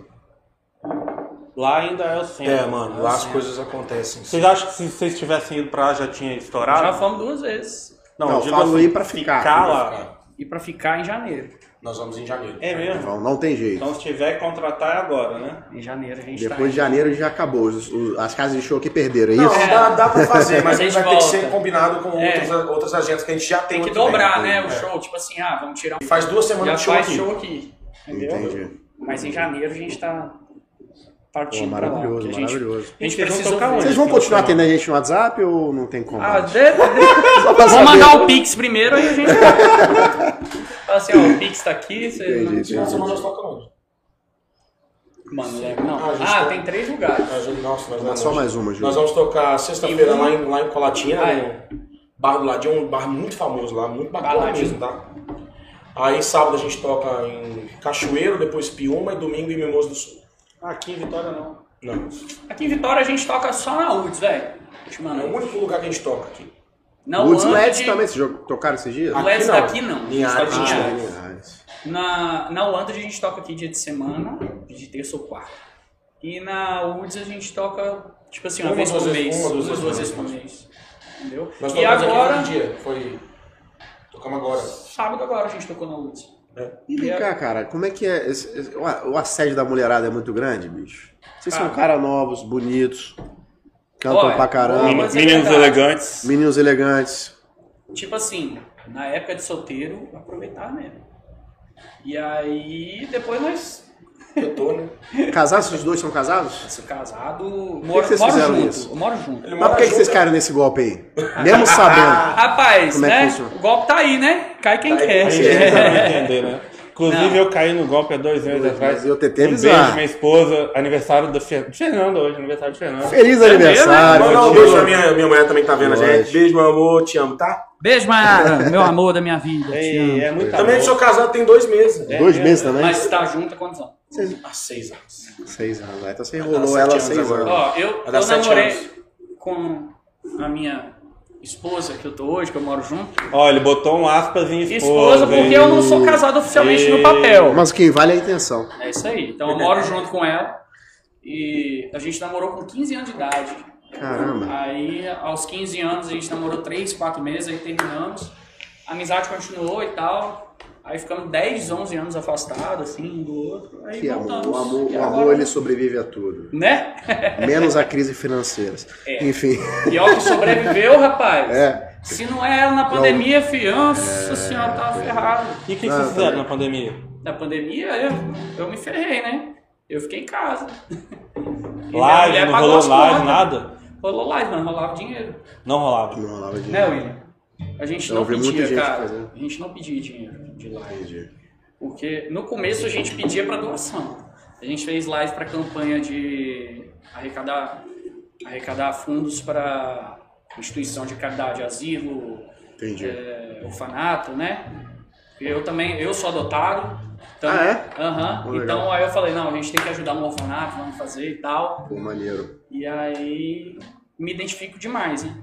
Lá ainda é o centro.
É, mano, lá as coisas acontecem.
Vocês acham que se vocês tivessem ido pra lá já tinha estourado?
Já fomos duas vezes.
Não,
eu digo
falo
assim,
ir pra ficar.
lá.
E pra ficar em janeiro.
Nós vamos em janeiro.
É mesmo?
Então, não tem jeito.
Então se tiver que contratar é agora, né?
Em janeiro a gente tá
Depois de janeiro já acabou. Os- os- as casas de show que perderam, é
Não,
isso?
dá, dá pra fazer, mas
A gente
vai ter que
volta.
ser combinado com
É.
outras, outras agendas que a gente já
Tem
tem.
que
aqui dentro.
dobrar, né, o
É.
show. Tipo assim, ah, vamos tirar...
E faz duas
Já
semanas de show
faz
aqui.
show aqui. Entendeu?
Entendi.
Mas em janeiro a gente tá
Pô,
partindo pra lá,
maravilhoso,
porque a gente-
maravilhoso.
A
Vocês
gente
vão
precisa
tocar
ouvir.
Vocês vão continuar tendo a gente no WhatsApp ou não tem como? Só
Ah, de...
pra
Vamos
saber.
mandar o Pix primeiro, aí a <laughs> gente. Fala assim, ó, o Pix tá aqui, você.
Entendi,
Essa
entendi.
semana nós tocamos onde?
Mano, lembra- não.
Ah, a gente
Ah,
tá-
tem três lugares.
Nós vamos- Nossa, nós
Dá
vamos.
Só mais um uma, Júlio.
Nós vamos tocar sexta-feira
E um-
lá, em, lá em Colatina,
Ah, é.
no bar do Ladinho, um bar muito famoso lá, muito bacana
Baladinho.
mesmo, tá? Aí sábado a gente toca em Cachoeiro, depois Piúma e domingo em Mimoso do Sul.
Aqui em Vitória não.
Não,
Aqui em Vitória a gente toca só na UDS, velho. Última
é o
noite.
único lugar que a gente toca aqui.
Não,
Woods
antes
Leds
de-
também, vocês jog- tocaram esses dias? é
Ah,
Ah,
Leds daqui não,
Em
só
Ares,
em
a gente
Ares.
toca.
aliás.
Na, na Holanda a gente toca aqui dia de semana, de terça ou quarta. E na UDS a gente toca, tipo assim, uma,
Uma,
vez por
duas
mês.
vezes-
Uma,
uma, duas
duas,
vezes
vezes
por
por mês. Entendeu?
Nós
E
tocamos
agora,
aqui foi dia, foi... Tocamos agora.
sábado agora a gente tocou na UDS.
E vem cá, cara, como é que é? esse- esse- o a- o assédio da mulherada é muito grande, bicho? Vocês são
Cara.
caras novos, bonitos, cantam
Ah. Olha,
pra caramba,
Mas é Meninos verdade.
elegantes.
meninos elegantes.
Tipo assim, na época de solteiro, aproveitar mesmo. E aí, depois nós,
Eu tô, né?
Casados, os dois são casados?
sou casado, moro,
que vocês
moro
fizeram
junto,
isso?
eu moro junto.
Ele
Mas por que, que vocês caíram nesse golpe aí? Mesmo sabendo.
Rapaz,
Como é que
né,
funciona?
o golpe tá aí, né? Cai quem
Cai
quer.
quem
Ninguém vai entender, né? Inclusive,
Não.
eu caí no golpe há dois anos atrás.
eu tentei
Um beijo,
avisar.
minha esposa, aniversário do Fer- do Fernando hoje, aniversário do Fernando.
Feliz aniversário.
Manda um
tio.
beijo pra minha, minha mulher também que tá vendo a gente.
Lógico.
Beijo, meu amor, te amo, tá?
Beijo, Mayara, meu amor da minha vida. te
Ei,
amo.
é muito
também
amor.
sou casado tem dois meses.
Dois meses também?
Mas tá junto há quantos anos?
Há seis anos.
Seis anos. Então você
Ela
enrolou
sete
ela
anos
seis
agora.
anos.
Ó, eu,
Vai dar
eu
sete
namorei
anos.
com a minha esposa, que eu tô hoje, que eu moro junto.
Ó, ele botou um aspas em esposa.
Esposa, porque eu não sou
hein?
casado oficialmente
Ei.
no papel.
Mas o que vale é a intenção.
É isso aí. Então eu moro junto com ela. E a gente namorou com 15 anos de idade.
Caramba.
Aí, aos 15 anos, a gente namorou 3, 4 meses, aí terminamos. A amizade continuou e tal. Aí ficamos 10, 11 anos afastados, assim, um do outro. Aí
Que amor.
voltamos.
O amor,
E
o amor
agora-
ele sobrevive a tudo.
Né?
Menos a crise financeira.
É.
Enfim. <laughs>
E ó, que sobreviveu, rapaz.
É.
Se não é ela na pandemia, filho, nossa senhora, tava ferrado.
E o que, que
Não,
vocês
eu
fizeram
também.
na pandemia?
Na pandemia, eu, eu me ferrei, né? Eu fiquei em casa. E minha
Live,
mulher
não
pagou
rolou
as
live,
contas.
nada?
Rolou live, mas não rolava dinheiro.
Não rolava.
Não rolava de
Né, William? A gente
Eu
não
ouvi
pedia,
muita gente
cara.
fazendo.
A gente não pedia dinheiro de live.
Entendi.
Porque no começo a gente pedia para doação. A gente fez live para campanha de arrecadar, arrecadar fundos para instituição de caridade, asilo,
Entendi.
é, orfanato, né? Eu também, eu sou adotado. Então,
Ah, é?
Aham.
Pô, legal.
então aí eu falei, não, a gente tem que ajudar um orfanato, vamos fazer e tal.
Pô, maneiro.
E aí me identifico demais, né?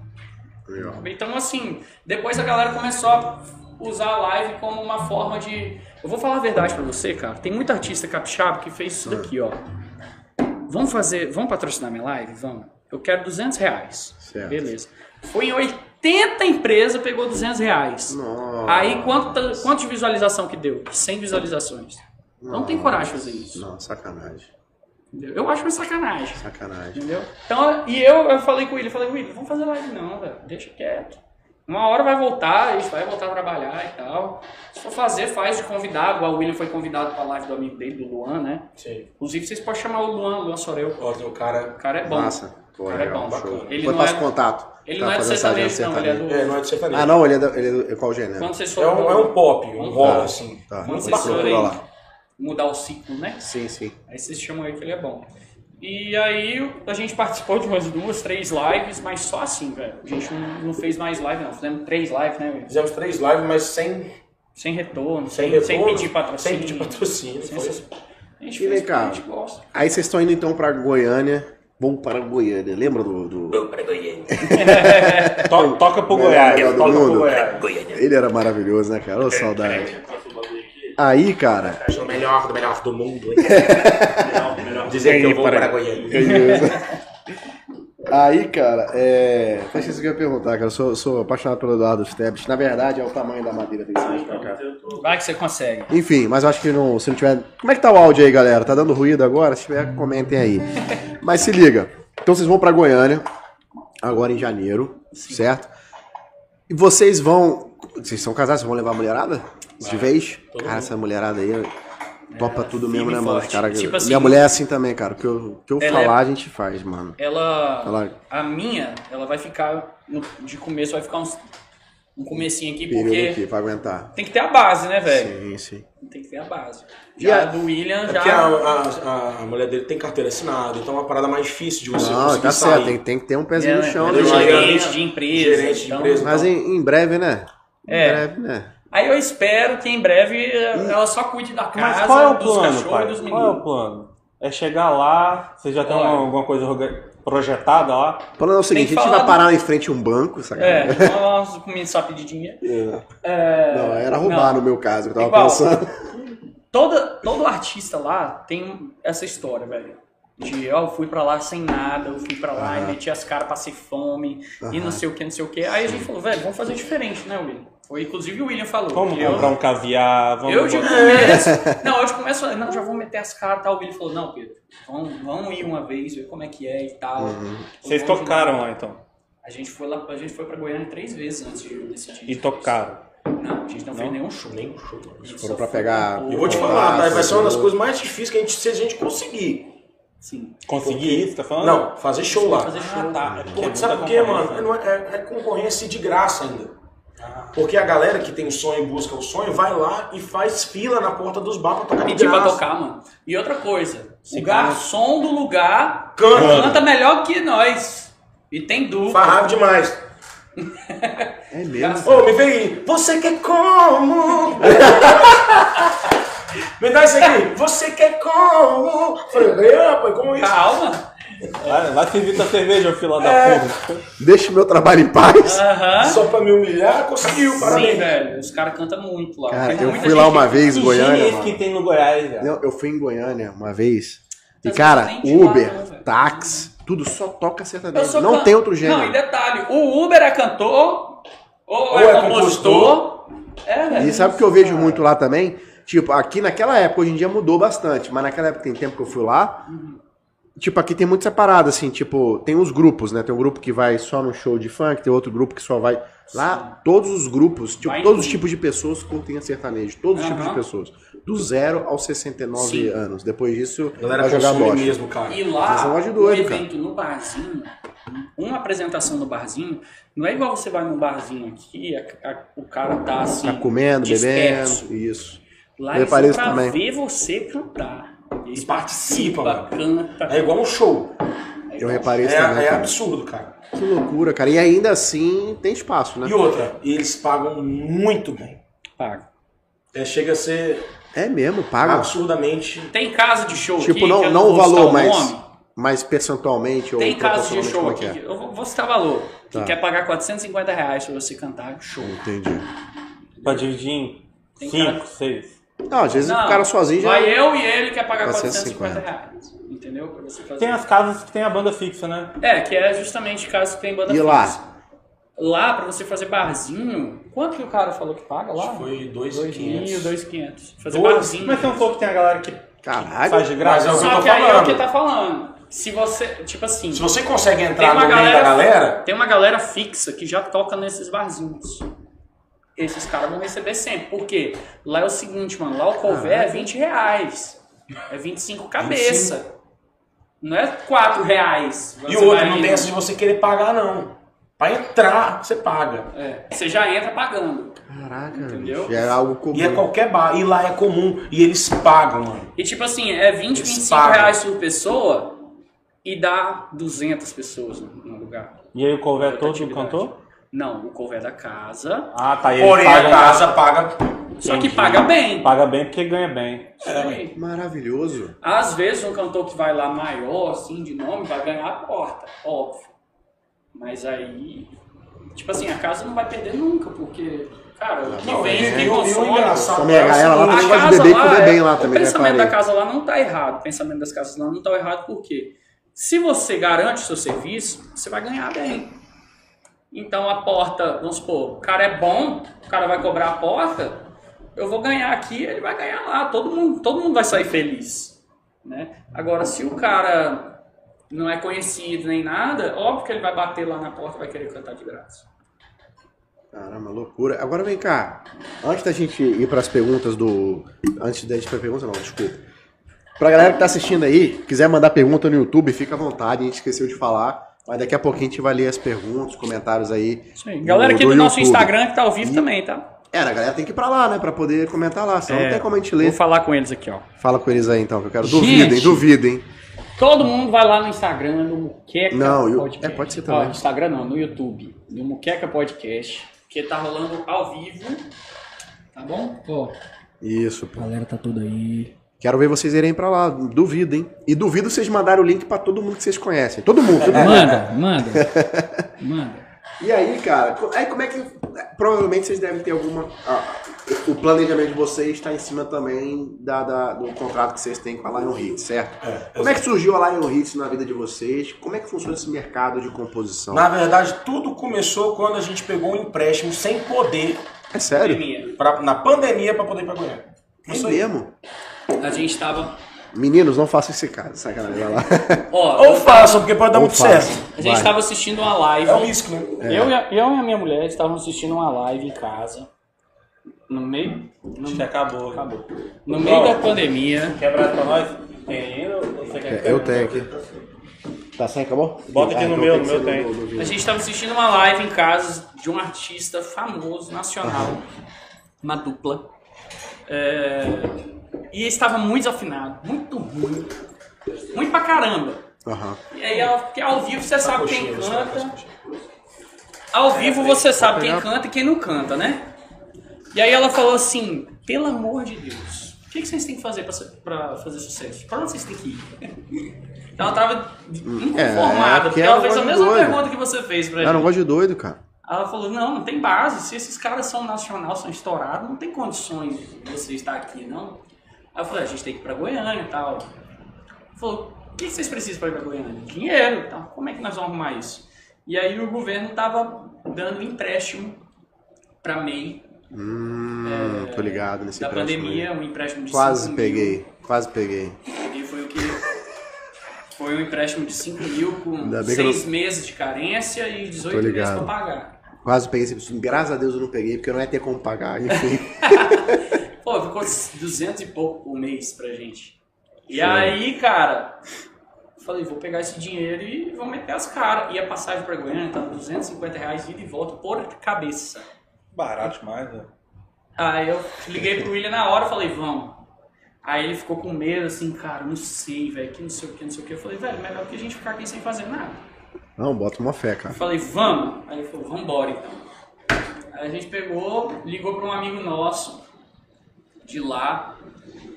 Legal.
Então, assim, depois a galera começou a usar a live como uma forma de. Eu vou falar a verdade pra você, cara. Tem muito artista capixaba que fez isso
Ah.
daqui, ó. Vamos fazer. Vamos patrocinar minha live? Vamos. Eu quero 200 reais.
Certo.
Beleza. Foi em 80 empresas, pegou 200 reais.
Nossa.
Aí, quanta, quanto de visualização que deu? 100 visualizações. Não tem coragem de fazer isso.
Não, sacanagem.
entendeu? Eu acho uma sacanagem.
Sacanagem.
Entendeu? Então, e eu, eu falei com ele, eu falei, William, vamos fazer live não, velho. Deixa quieto. Uma hora vai voltar, a gente vai voltar a trabalhar e tal. Se for fazer, faz de convidado. Igual O William foi convidado pra live do amigo dele, do Luan, né?
Sim.
Inclusive, vocês podem chamar o Luan, Luan Sorel.
Ó, tem um cara.
O cara é bom.
Massa. Pô,
O cara é
legal,
bom,
show.
bacana. Ele
Depois
não é-
passa o contato.
Ele
Tá
não é do
fazendo essa agenda
sertanejo, não, ele é do.
É, não é de sertanejo.
Ah, não, ele é do, ele é do- é qual gênero?
Quando vocês
É
forem
um, é um pop, um rock, assim.
Tá,
Quando
vou
vocês forem
procurar lá.
mudar o ciclo, né?
Sim, sim.
Aí vocês chamam ele que ele é bom. E aí a gente participou de umas duas, três lives, mas só assim, velho. A gente não, não fez mais live, não. Fizemos três lives, né, William?
Fizemos três lives, mas sem,
Sem retorno, sem,
sem retorno.
sem pedir patrocínio.
Sem pedir patrocínio.
sem
foi.
essas- A gente
E
fez
vem cá.
porque a gente gosta.
Aí vocês estão indo então pra Goiânia. Bom para Goiânia. Lembra do. do-
To- toca pro
É,
Melhor
Goiás,
jogador do
toca pro
mundo.
Goiás.
Ele era maravilhoso, né, cara? Ô, saudade. Aí, cara.
Acho o melhor do melhor do mundo. hein? Dizer que eu vou para Goiânia.
Aí, cara, é. Acho que isso que eu ia perguntar, cara. Eu sou, sou apaixonado pelo Eduardo Stebbins. Na verdade, é o tamanho da madeira tem que ser mais pra cá.
Vai que você consegue.
Enfim, mas eu acho que não, se não tiver. Como é que tá o áudio aí, galera? Tá dando ruído agora? Se tiver, comentem aí. mas se liga. Então vocês vão pra Goiânia, agora em janeiro, certo? E vocês vão. Vocês são casados, vocês vão levar a mulherada? De vez? Cara, essa mulherada aí topa tudo
firme
mesmo, né,
e
mano?
forte.
Cara,
Tipo assim,
minha mulher é assim também, cara. O que eu, o que eu
Ela é-
falar, a gente faz, mano.
Ela,
Ela-
A minha, ela vai ficar. no- de começo, vai ficar uns, um comecinho aqui,
Período
porque.
aqui, pra aguentar.
Tem que ter a base, né, velho?
Sim, sim.
Tem que ter a base.
E
Já
a-
a do William já.
É porque a, a- a mulher dele tem carteira assinada, então é uma parada mais difícil de você
Não,
conseguir
tá
sair.
certo, tem, tem que ter um pezinho no
Ela-
chão,
ela
né?
é
Deixa
mano?
eu-
gerente de empresa.
Gerente de
então-
empresa.
Mas em, em breve, né? Em
É.
breve, né?
Aí eu espero que em breve eh, ela só cuide da casa,
Mas qual é o
dos
plano,
cachorros e
pai?
dos
Qual é o
meninos.
plano? É chegar lá, você já tem uma-
Olha.
alguma coisa orga- projetada lá?
O plano é o seguinte, a
Tem
gente
que falar
vai
do-
parar em frente a um banco, sacanagem.
É, nós comemos só pedir dinheiro. É,
Não, era roubar
né?
não.
no meu caso, que eu tava
Igual.
pensando.
Toda, todo artista lá tem um, essa história, velho. De, ó, eu fui pra lá sem nada, eu fui pra lá e
Ah.
Aham.
meti as caras, passei fome e não
Aham.
sei o que, não sei o que. Aí a gente falou, velho, vamos fazer diferente, né, William? Foi, inclusive o William falou.
Vamos
que eu,
comprar um caviar, vamos...
eu de começo.
<laughs>
Não, eu de começo falei, não, já vou meter as caras e tal. O William falou, não, Pedro, vamos, vamos ir uma vez, ver como é que é e tal.
Uhum. Vocês
Vamos
tocaram
lá.
lá, então.
A gente foi lá, a gente foi pra Goiânia três vezes antes de decidir.
E tocaram.
Não, a gente não, fez nenhum show.
Nem um show. mano.
Eles
Foram pra pegar-
Eu vou te falar, tá? Vai ser uma das coisas mais difíceis que a gente, se a gente conseguir.
Sim.
Consegui isso, tá falando?
Não, fazer show lá.
Fazer show.
Ah, tá. É porque é
Porque, sabe
muita
por quê,
concorrência.
mano? É, não é- é- é concorrência de graça ainda.
Porque a galera que
um
tem o sonho e busca o sonho vai lá e faz fila na porta dos bar pra tocar de
Pedir pra
graça.
tocar, mano. E outra coisa, o garçom do lugar
Canta.
canta melhor que nós. E tem dúvida.
Farravo demais.
É mesmo.
Ô, me vê aí. Você quer como? <laughs> me dá isso aqui. Você quer como? Falei, eu, rapaz, como isso?
Calma.
Vai, vai servir tua cerveja, ô fila
É.
da puta.
Deixa o meu trabalho em paz.
Aham.
Só pra me humilhar, conseguiu,
Sim,
parabéns.
velho. Os caras cantam muito lá.
Cara,
Tem
eu
muita
fui lá
gente
uma
que-
vez em Goiânia,
Gírias que
mano.
tem no Goiás, velho.
Não, eu fui em Goiânia uma vez. E,
Mas
cara,
não tem de lá, não,
Uber,
velho.
táxi, tudo só toca
Eu
sertanejo.
sou
Não
can-
tem outro
Não, e
gênero.
detalhe, o Uber é cantor, ou,
Ou
é,
é
compositor. É, velho.
E sabe o que eu vejo muito lá também? Tipo, aqui naquela época, hoje em dia mudou bastante, mas naquela época tem tempo que eu fui lá. Tipo, aqui tem muito separado, assim, tipo, tem os grupos, né? Tem um grupo que vai só no show de funk, tem outro grupo que só vai. Lá, todos os grupos, tipo,
Vai em
todos os
tudo.
tipos de pessoas curtem a sertanejo, todos os tipos de
Aham.
pessoas. Do zero aos 69
Sim.
anos. Depois disso,
A galera
vai jogar
consome
bosta.
mesmo, cara.
E
Vocês são
lá,
mó de doido,
um evento no barzinho, uma apresentação no barzinho, não é igual você vai num barzinho aqui, a- a- o cara tá assim.
Tá comendo,
disperso.
bebendo, isso.
Lá
Eu
eles
reparei
vão
isso
pra
também.
ver você cantar. Eles
E participa,
canta.
É igual um show.
Eu reparei
É,
isso também.
é
cara.
absurdo, cara.
Que loucura, cara. E ainda assim tem espaço, né?
E outra, eles pagam muito bem.
Paga.
É, chega a ser
É mesmo, paga.
absurdamente.
Tem casa de show
tipo,
aqui, que
não,
eu
não o
vou citar
valor,
o
mas,
nome.
mas percentualmente ou
Tem casos de
proporcionalmente
show
como
aqui.
é
que
que é?
Eu vou, vou citar valor. Que
Tá.
quer pagar 450 reais pra você cantar
é?
show.
Entendi.
Pra dividir em
Tem
5,
cara-
6.
Não, às vezes
Não,
o cara sozinho já.
Vai eu e ele quer pagar
450.
450 reais. Entendeu? Pra você fazer.
Tem as casas que tem a banda fixa, né?
É, que é justamente caso que tem banda
E
fixa.
lá?
Lá, pra você fazer barzinho, quanto que o cara falou que paga lá?
Foi
mil,
2,500.
2,500. Fazer
Dois?
barzinho.
Mas tem um pouco que tem a galera que faz
Caralho.
de graça.
Mas é o-
Só
eu tô
que aí é o
falando.
que tá falando. Se você, tipo assim,
Se você consegue
tem
entrar no
uma
meio
galera,
da galera,
tem uma galera fixa que já toca nesses barzinhos. Esses caras vão receber sempre. Por quê? Lá é o seguinte, mano,
Ah,
lá o couvert é 20 reais. É 25 cabeça. Não é 4 reais.
e
Você
outra,
vai-
não tem essa de você querer pagar, não. Pra entrar, você paga.
É, você já entra pagando.
Caraca,
Entendeu?
bicho, era algo
E é
comum.
qualquer bar. E lá é comum. E eles pagam, mano.
E tipo assim, é 20,
Eles
25
pagam.
reais por pessoa e dá 200 pessoas no, no lugar.
E aí o couvert todo
Rotatividade.
cantou?
Não, o couvert da casa.
Ah, tá. E eles
Porém, a
pagam-
casa paga.
Só que
Entendi.
paga bem.
Paga bem porque ganha bem.
Sim.
Maravilhoso.
Às vezes um cantor que vai lá maior, assim, de nome, vai ganhar a porta, óbvio. Mas aí, tipo assim, a casa não vai perder nunca, porque, cara, o que
Não,
vem,
e-
o que
e o- e o
consome...
engraçado
Também
é
a
o
galera lá
seguinte,
também gosta
casa
de beber e comer
lá é-
bem lá
O
também, né?
pensamento da
Parei.
casa lá não tá errado. O pensamento das casas lá não tá errado por quê? Se você garante o seu serviço, você vai ganhar bem. Então a porta, vamos supor, o cara é bom, o cara vai cobrar a porta, eu vou ganhar aqui, ele vai ganhar lá. Todo mundo, todo mundo vai sair feliz. Né? Agora, se o cara não é conhecido nem nada, óbvio que ele vai bater lá na porta e vai querer cantar de graça.
Caramba, é loucura. Agora vem cá. Antes da gente ir para as perguntas do. Antes da gente para pergunta, não, desculpa. Pra galera que tá assistindo aí, quiser mandar pergunta no YouTube, fica à vontade, a gente esqueceu de falar. Mas daqui a pouquinho a gente vai ler as perguntas, comentários aí.
Isso aí. Galera aqui do,
do
nosso
YouTube.
Instagram que tá ao vivo também, tá?
É, a galera tem que ir pra lá, né? Pra poder comentar lá. Senão não
É,
tem como a gente
Vou
ler.
falar com eles aqui, ó.
Fala com eles aí então, que eu quero.
Gente.
Duvidem, duvidem.
Todo mundo vai lá no Instagram, no Muqueca
Não, eu-
Podcast.
é, pode ser também.
Ó, Instagram não, no YouTube. No Muqueca Podcast. Porque tá rolando ao vivo. Tá bom? Ó,
Isso,
a
pô.
galera tá toda aí.
Quero ver vocês irem pra lá. Duvidem. E duvido vocês mandarem o link pra todo mundo que vocês conhecem. Todo mundo, todo mundo.
Manda,
<laughs>
manda. manda.
E aí, cara, co- aí como é que. Provavelmente vocês devem ter alguma. ah, o planejamento de vocês está em cima também da, da- do contrato que vocês têm com a Lion Hits, certo?
É,
Como é que surgiu a Lion Hits na vida de vocês? Como é que funciona esse mercado de composição?
Na verdade, tudo começou quando a gente pegou um empréstimo sem poder
É sério?
pra- na pandemia pra poder ir pra Goiânia.
É
Isso aí.
mesmo?
A gente tava.
Meninos, não façam esse caso, sacanagem. Vai lá.
Ó,
Ou façam, porque pode dar
Ou
muito
façam.
certo.
Tá
a gente tá-
Vai.
tava assistindo uma live.
É um risco, né?
Eu, e a, eu e a minha mulher estávamos assistindo uma live em casa. No meio. No,
Acho que acabou.
acabou. No meio da pandemia.
Quebrar pra nós? Tem ainda ou você quer
É, eu tenho aqui. Tá sem, acabou?
Bota aqui
Ah,
no
então
meu,
tem que
no
ser
meu tem.
no vídeo.
A gente estava assistindo uma live em casa de um artista famoso, nacional, uma dupla. É, E estava muito desafinado, muito ruim. Muito pra caramba.
Aham.
E aí, ao, porque ao vivo você sabe quem
Tá
canta. Ao vivo
É,
você sabe quem canta e quem não canta, né? E aí ela falou assim: pelo amor de Deus, o que, que vocês têm que fazer pra, su- pra fazer sucesso? Pra onde vocês têm que ir? <laughs> Então ela tava
É,
inconformada,
porque
porque
era
ela fez a
coisa
mesma
doida.
pergunta que você fez pra
Cara, eu não
gente.
gosto de doido, cara.
Ela falou: não, não tem base. Se esses caras são nacional, são estourados, não tem condições de você estar aqui, não. Aí eu falei: "Ah, a gente tem que ir pra Goiânia e tal. Falou: o que vocês precisam pra ir pra Goiânia? Dinheiro e tal. Como é que nós vamos arrumar isso? E aí o governo tava dando um empréstimo pra MEI
Hum, tô ligado nesse
é, da
empréstimo aí.
pandemia, um empréstimo de
Quase
5
peguei, quase peguei.
Mil, e foi o que. Foi um empréstimo de 5 mil com
Ainda bem que eu
6 meses de carência e 18
Tô
meses pra
ligado.
pagar.
Quase peguei esse absurdo. Graças a Deus eu não peguei, porque eu não ia ter como pagar. Enfim.
<laughs> Pô, ficou 200 e pouco por mês pra gente. E aí, cara, falei, vou pegar esse dinheiro e vou meter as caras. E a passagem pra Goiânia tava 250 reais ida e volta por cabeça.
Barato demais, né?
Aí eu liguei pro William na hora e falei, vamos. Aí ele ficou com medo, assim, cara, não sei, velho, que não sei o que, não sei o que. Eu falei, velho, melhor que a gente ficar aqui sem fazer nada.
Não, bota uma fé, cara.
Eu falei, vamos. Aí ele falou, vambora então. Aí a gente pegou, ligou para um amigo nosso de lá.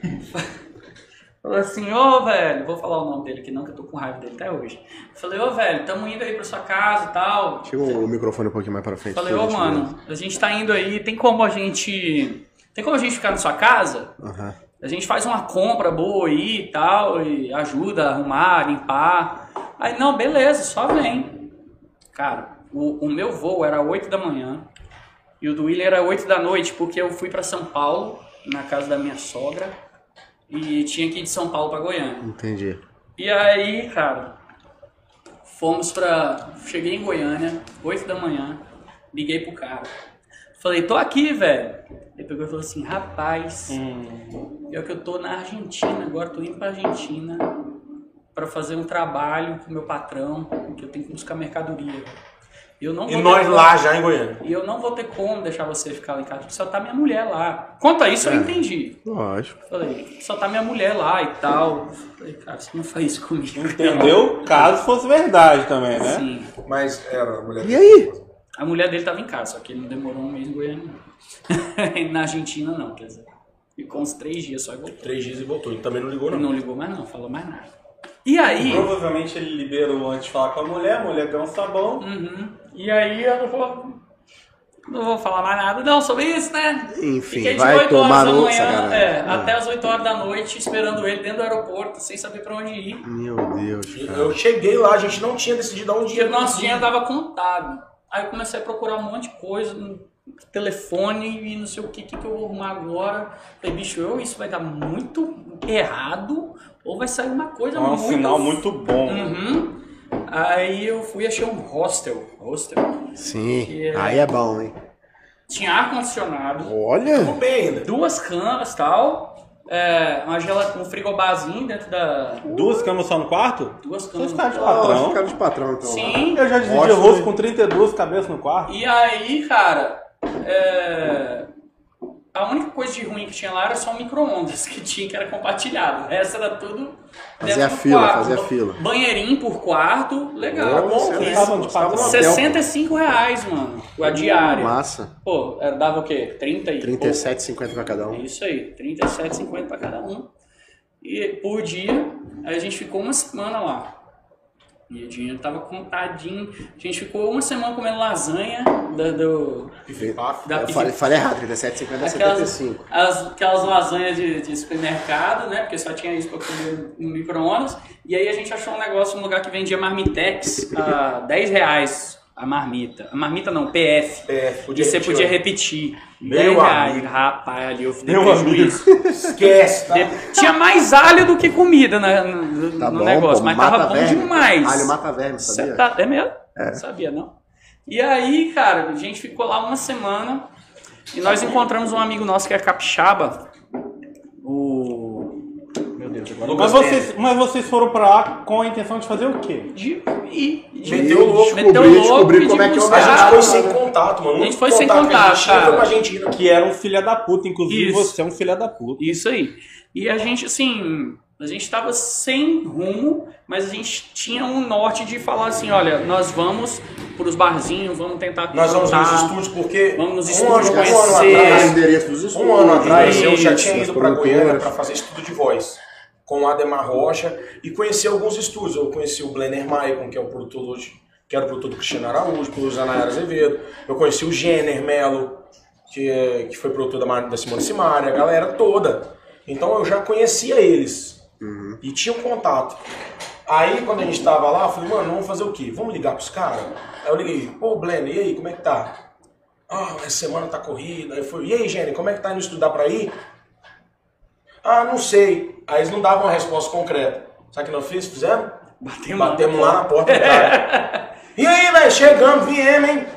<laughs> Falou assim, ô velho, vou falar o nome dele aqui não, que eu tô com raiva dele até hoje. Falei, ô velho, tamo indo aí pra sua casa e tal.
Chega o microfone um pouquinho mais pra frente.
Falei,
por
ô
gentileza.
mano, a gente tá indo aí, tem como a gente. Tem como a gente ficar na sua casa?
Aham.
A gente faz uma compra boa aí e tal, e ajuda a arrumar, limpar. Aí, não, beleza, só vem. Cara, o, o meu voo era 8 da manhã e o do William era 8 da noite, porque eu fui pra São Paulo, na casa da minha sogra, e tinha que ir de São Paulo pra Goiânia.
Entendi.
E aí, cara, fomos pra. Cheguei em Goiânia, 8 da manhã, liguei pro cara. Falei, tô aqui, velho. Ele pegou e falou assim: rapaz,
Hum.
é que eu tô na Argentina agora, tô indo pra Argentina pra fazer um trabalho com meu patrão, que eu tenho que buscar mercadoria. Eu não
E
vou
nós
ter-
lá já em Goiânia.
E eu não vou ter como deixar você ficar lá em casa, porque só tá minha mulher lá. Quanto a
É.
isso, eu entendi.
Lógico.
Falei, só tá minha mulher lá e tal. Falei, cara, você não faz isso comigo.
Entendeu? Caso fosse verdade também, né?
Sim.
Mas era a mulher.
E aí?
A mulher dele tava em casa, só que ele não demorou um mês em Goiânia. não. <laughs> Na Argentina, não, quer dizer. Ficou uns três dias só e voltou.
Três dias e voltou. Ele também não ligou, não.
Não ligou mais, não, falou mais nada. E aí.
Provavelmente ele liberou antes de falar com a mulher, a mulher deu um sabão.
Uhum. E aí eu não vou. Não vou falar mais nada não sobre isso, né?
Enfim,
Fiquei de
vai
8
tomar
horas da
no
manhã,
sacanagem.
é,
É.
até as 8 horas da noite, esperando ele dentro do aeroporto, sem saber pra onde ir.
Meu Deus, cara.
Eu cheguei lá, a gente não tinha decidido aonde
Porque o nosso dinheiro tava contado. Aí eu comecei a procurar um monte de coisa, um telefone e não sei o que, que, que eu vou arrumar agora. Falei, bicho, eu, isso vai dar muito errado ou vai sair uma coisa
É um
muito...
sinal muito bom.
Uhum. Aí eu fui e achei um hostel. hostel.
Sim.
É.
Aí é bom, hein?
Tinha ar-condicionado,
Olha.
Ficou bem ainda.
duas camas e tal, é, uma gela, um frigobarzinho dentro da...
Duas camas só no quarto?
Duas
Vocês
camas.
ficaram de
Ó,
patrão.
ficaram de patrão, então.
Sim,
Eu já dividi
Ótimo,
rosto
hein?
com 32 cabeças no quarto.
E aí, cara, é, a única coisa de ruim que tinha lá era só o micro-ondas que tinha, que era compartilhado. O resto era tudo.
Fazia
dentro do
fila, fazia fila. é
Banheirinho por quarto, legal.
Bom,
Bom,
certo.
Vocês
isso.
estavam de patrão.
Vocês-
65 reais, mano, a diária.
Massa.
Pô, era- dava o quê? 30 e pouco?
37,50 pra cada
É
um.
isso aí, 37,50 para cada um. E por dia, aí a gente ficou uma semana lá. E o dinheiro tava contadinho. A gente ficou uma semana comendo lasanha da, do, da
Eu falei, falei errado, 37,50 é
Aquelas-
75.
as- aquelas lasanhas de, de supermercado, né? Porque só tinha isso pra comer no micro-ondas. E aí a gente achou um negócio, um lugar que vendia marmitex a 10 reais a marmita. A marmita não, PF.
É,
E
podia
você
repetir,
podia
ó.
repetir.
Meu
10 reais.
amigo.
Rapaz, ali eu dei
Meu
prejuízo.
Esquece, tá?
De- Tinha mais alho do que comida na- no,
Tá
no
bom,
negócio,
pô,
mas
mata
tava bom
verme.
demais.
Alho mata verme,
Cê
sabia?
tá- é mesmo? Não sabia, não. E aí, cara, a gente ficou lá uma semana e nós encontramos um amigo nosso que é capixaba. O. Meu Deus, eu
Agora
Mas vocês, mas vocês foram pra lá com a intenção de fazer o quê?
De ir. De
Meteu o louco.
Meteu
Descobrir-
o louco
descobrir
e de
como é que é o
buscar.
A gente
Ah,
foi sem contato, mano.
né? A gente foi sem
que a gente
contato,
tinha
cara.
Foi pra Argentina.
Que era um filha da puta, inclusive
Isso.
você é um filha da puta.
Isso aí. E a gente, assim, a gente tava sem rumo, mas a gente tinha um norte de falar assim, olha, nós vamos pros barzinhos, vamos tentar
Nós vamos nos
contar.
estúdios porque
Tá. Vamos nos
um
estúdios
ano- um ano
conhecer.
atrás,
Atrás, o endereço dos né?
Um ano atrás
Isso.
eu já tinha
As
ido para
produtoras.
Goiânia para fazer estudo de voz com o Ademar Rocha e conheci alguns estúdios. Eu conheci o Blenner Maicon, que é o produtor hoje, que era o produtor do Cristiano Araújo, do Zanayara Azevedo. Eu conheci o Jenner Melo, que, é- que foi produtor da, Mar- da Simone Simaria, a galera toda. Então eu já conhecia eles e tinha um contato. Aí quando a gente tava lá, eu falei, mano, vamos fazer o quê? Vamos ligar pros caras? Aí eu liguei, pô, Blenner, e aí, como é que tá? Ah, essa semana tá corrida. Aí foi, e aí, Gênio, como é que tá indo estudar pra ir? Ah, não sei. Aí eles não davam uma resposta concreta. Sabe o que nós fiz? Fizemos?
Batemos lá.
Batemos lá na porta do cara. E aí, velho, chegamos,
<laughs>
viemos, hein?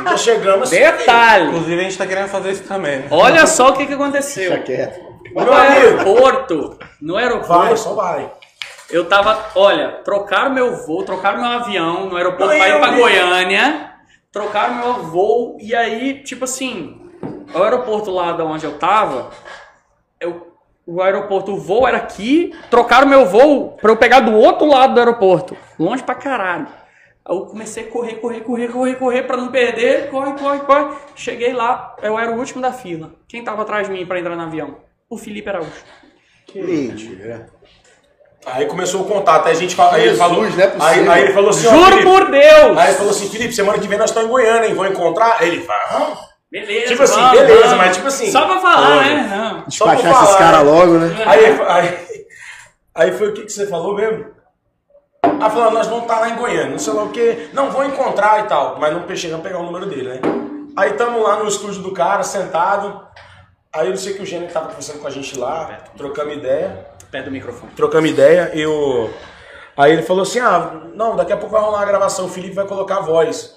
Então chegamos
<laughs>
assim.
Detalhe!
Inclusive a gente tá querendo fazer isso também. né?
Olha só o que, que aconteceu.
Deixa quieto.
Meu
No
amigo,
aeroporto, no aeroporto,
vai, só vai.
eu tava, olha, trocaram meu voo, trocaram meu avião no aeroporto
Não,
pra
eu
ir pra
vi.
Goiânia, trocaram meu voo, e aí, tipo assim, o aeroporto lá de onde eu tava, eu, o aeroporto, o voo era aqui, trocaram meu voo pra eu pegar do outro lado do aeroporto, longe pra caralho. Aí eu comecei a correr, correr, correr, correr, correr pra não perder, corre, corre, corre. Cheguei lá, eu era o último da fila. Quem tava atrás de mim pra entrar no avião? O Felipe Araújo.
Mentira.
Aí começou o contato. Aí a gente fala, aí ele
Jesus,
falou.
não é possível.
Aí, aí ele falou assim, ó,
Juro
Felipe.
por Deus!
Aí ele falou assim, Felipe, semana que vem nós estamos em Goiânia, hein? Vou encontrar? Aí ele fala, "Hã?"
Beleza,
Tipo assim,
vamos,
beleza,
vamos.
mas tipo assim,
Só pra falar,
foi.
né? Não.
Só pra
Despachar esses
falar,
caras
né?
logo, né?
Aí, aí, aí foi o que, que você falou mesmo? Aí falou, nós vamos estar lá em Goiânia, não sei lá o que, não, vou encontrar e tal, mas não pechei não pegar o número dele, né? Aí tamo lá no estúdio do cara, sentado, aí eu não sei que o Gênio tava conversando com a gente lá, trocando ideia,
Perto do microfone.
trocando ideia, e o... Aí ele falou assim, ah, não, daqui a pouco vai rolar uma gravação, o Felipe vai colocar a voz.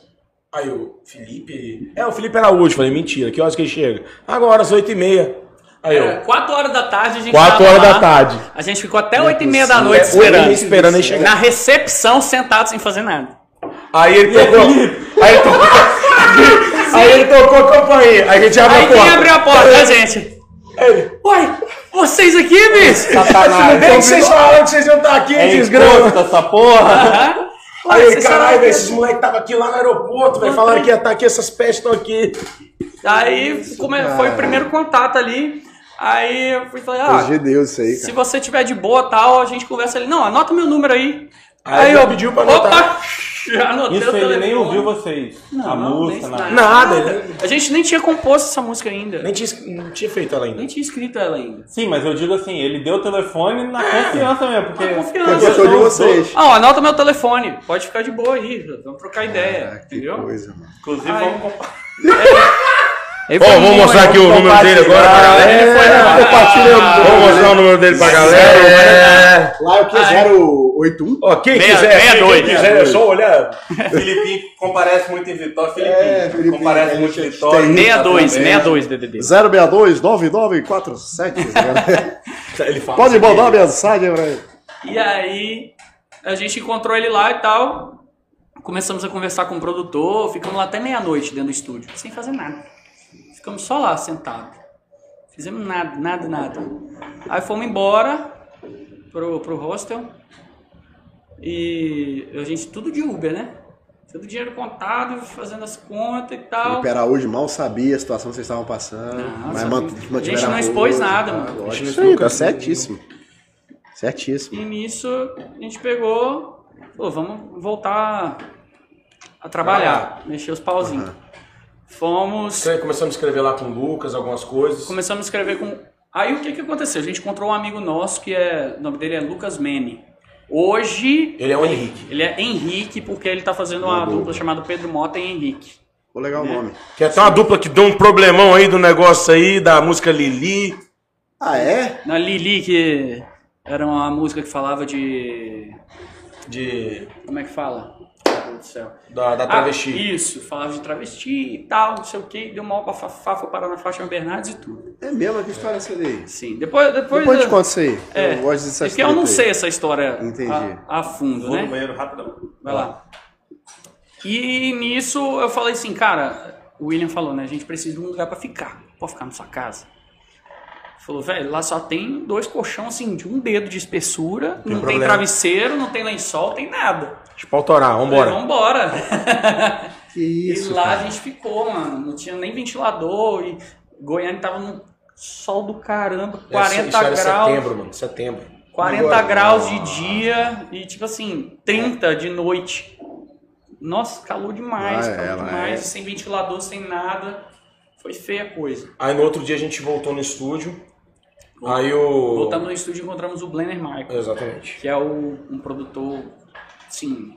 Aí o Felipe... É, o Felipe era hoje, falei, mentira, que horas que ele chega? Agora, às oito e meia. Aí
Era
eu...
4 horas da tarde, a gente
Quatro
tava
horas
lá.
da tarde.
A gente ficou até 8 e meia da
É,
noite
oito e meia
esperando.
esperando ele chegar.
Na recepção, sentado sem fazer nada.
Aí ele
é
tocou. Aí ele
<laughs>
tocou. aí ele tocou a campainha. Aí a gente abriu
Aí
a
quem
porta.
abriu a porta, né, gente?
Ele,
Uai, vocês aqui, bicho?
Caralho,
Satanás.
bem que vocês falaram que vocês iam estar aqui,
É
desgrama.
tá
encosto essa porra.
Aham. Uai,
Aí, ele,
vocês
caralho,
falaram
velho,
que-
esses moleques estavam aqui lá no aeroporto, velho. Falaram que ia estar aqui, essas pestes estão aqui.
Aí come- foi o primeiro contato ali. Aí eu fui falar,
Coisa
é
de
ah,
Deus isso aí,
se
cara.
você tiver de boa tal, a gente conversa ali. Não, anota meu número aí.
Aí
eu
ele pediu pra tá anotar.
Opa! <laughs> Já anotei
Isso
o
ele nem
telefone.
ouviu vocês. a
não,
música,
nem
nada.
Nada, ele
A gente nem tinha composto essa música ainda.
nem tinha, não tinha feito ela ainda.
Nem tinha escrito ela ainda.
Sim, mas eu digo assim, ele deu o telefone na confiança mesmo, porque.
Na confiança.
Porque eu sou de vocês.
Ah, ó, anota meu telefone. Pode ficar de boa aí. Vamos trocar ideia.
Ah, Que
entendeu?
coisa, mano.
Inclusive,
Ai.
vamos compa-
Ele
Bom,
foi
vou
menino,
mostrar
né?
aqui o número dele agora pra
né?
galera.
É,
Vou mostrar o número dele pra galera.
Lá é um? o que? 081?
Ó, quem
Meia-
quiser,
meia
quem
noite.
quiser, é só olhar.
Felipe comparece muito em Vitória, Felipe.
É, Felipe,
comparece
a
muito em
gente
Vitória.
tem-
62,
Também.
62 DDD.
062 9947. galera. né?
Ele fala
Pode
um
assim,
mandar mensagem pra ele.
E aí, a gente encontrou ele lá e tal. Começamos a conversar com o produtor. Ficamos lá até meia-noite dentro do estúdio, sem fazer nada. Ficamos só lá, sentados. Fizemos nada, nada, nada. Aí fomos embora pro, pro hostel. E a gente tudo de Uber, né? Tudo dinheiro contado, fazendo as contas e tal.
Felipe Araújo mal sabia a situação que vocês estavam passando.
Não,
mas
sabe.
mant- mantiveram
A gente não
boa,
expôs nada,
tá?
mano. A gente
Lógico,
não
Isso aí,
expôs
tá
nada.
certíssimo. Certíssimo.
E nisso a gente pegou, pô, vamos voltar a trabalhar, mexer os pauzinhos. Fomos,
escreve- Começamos a escrever lá com o Lucas, algumas coisas.
começamos a escrever com. Aí o que que aconteceu? A gente encontrou um amigo nosso que é, o nome dele é Lucas Mene. Hoje
Ele é o Henrique,
ele é Henrique porque ele tá fazendo uma dupla chamada Pedro Mota e Henrique.
Pô, legal o nome.
que é até uma dupla que deu um problemão aí do negócio aí, da música Lili.
Ah, é?
Na Lili que era uma música que falava de
De.
como é que fala? do céu.
Da, da travesti. É,
Ah, isso, falava de travesti e tal, não sei o que, deu mal pra Fafá, foi parar na Fátima Bernardes e tudo.
É mesmo? Que história é essa daí?
Sim, depois... Depois,
Depois eu te conto isso aí.
É,
Eu gosto dessas
é que eu não
tretas aí.
sei essa história
Entendi.
A, a fundo,
Vou no
né?
banheiro rapidão.
Vai lá. E nisso eu falei assim, cara, o William falou, né? A gente precisa de um lugar pra ficar. Pode ficar na sua casa. Ele Falou, velho, lá só tem dois colchão assim, de um dedo de espessura, não tem
problema.
travesseiro, não tem lençol, tem nada.
Tipo, autorar,
Eu
vambora.
falei, Vambora.
Que isso,
e lá
cara.
a gente ficou, mano. Não tinha nem ventilador e Goiânia tava no sol do caramba,
É,
40
isso, isso
graus.
era setembro, mano. Setembro.
40
Agora.
graus de dia e tipo assim, 30 de noite. Nossa, calor demais,
Ah, é,
calor
lá
demais,
é.
sem ventilador, sem nada. Foi feia a coisa.
Aí no outro dia a gente voltou no estúdio. Aí o.
Voltamos no estúdio e encontramos o Blenner Michael,
Exatamente.
que é o- um produtor, assim,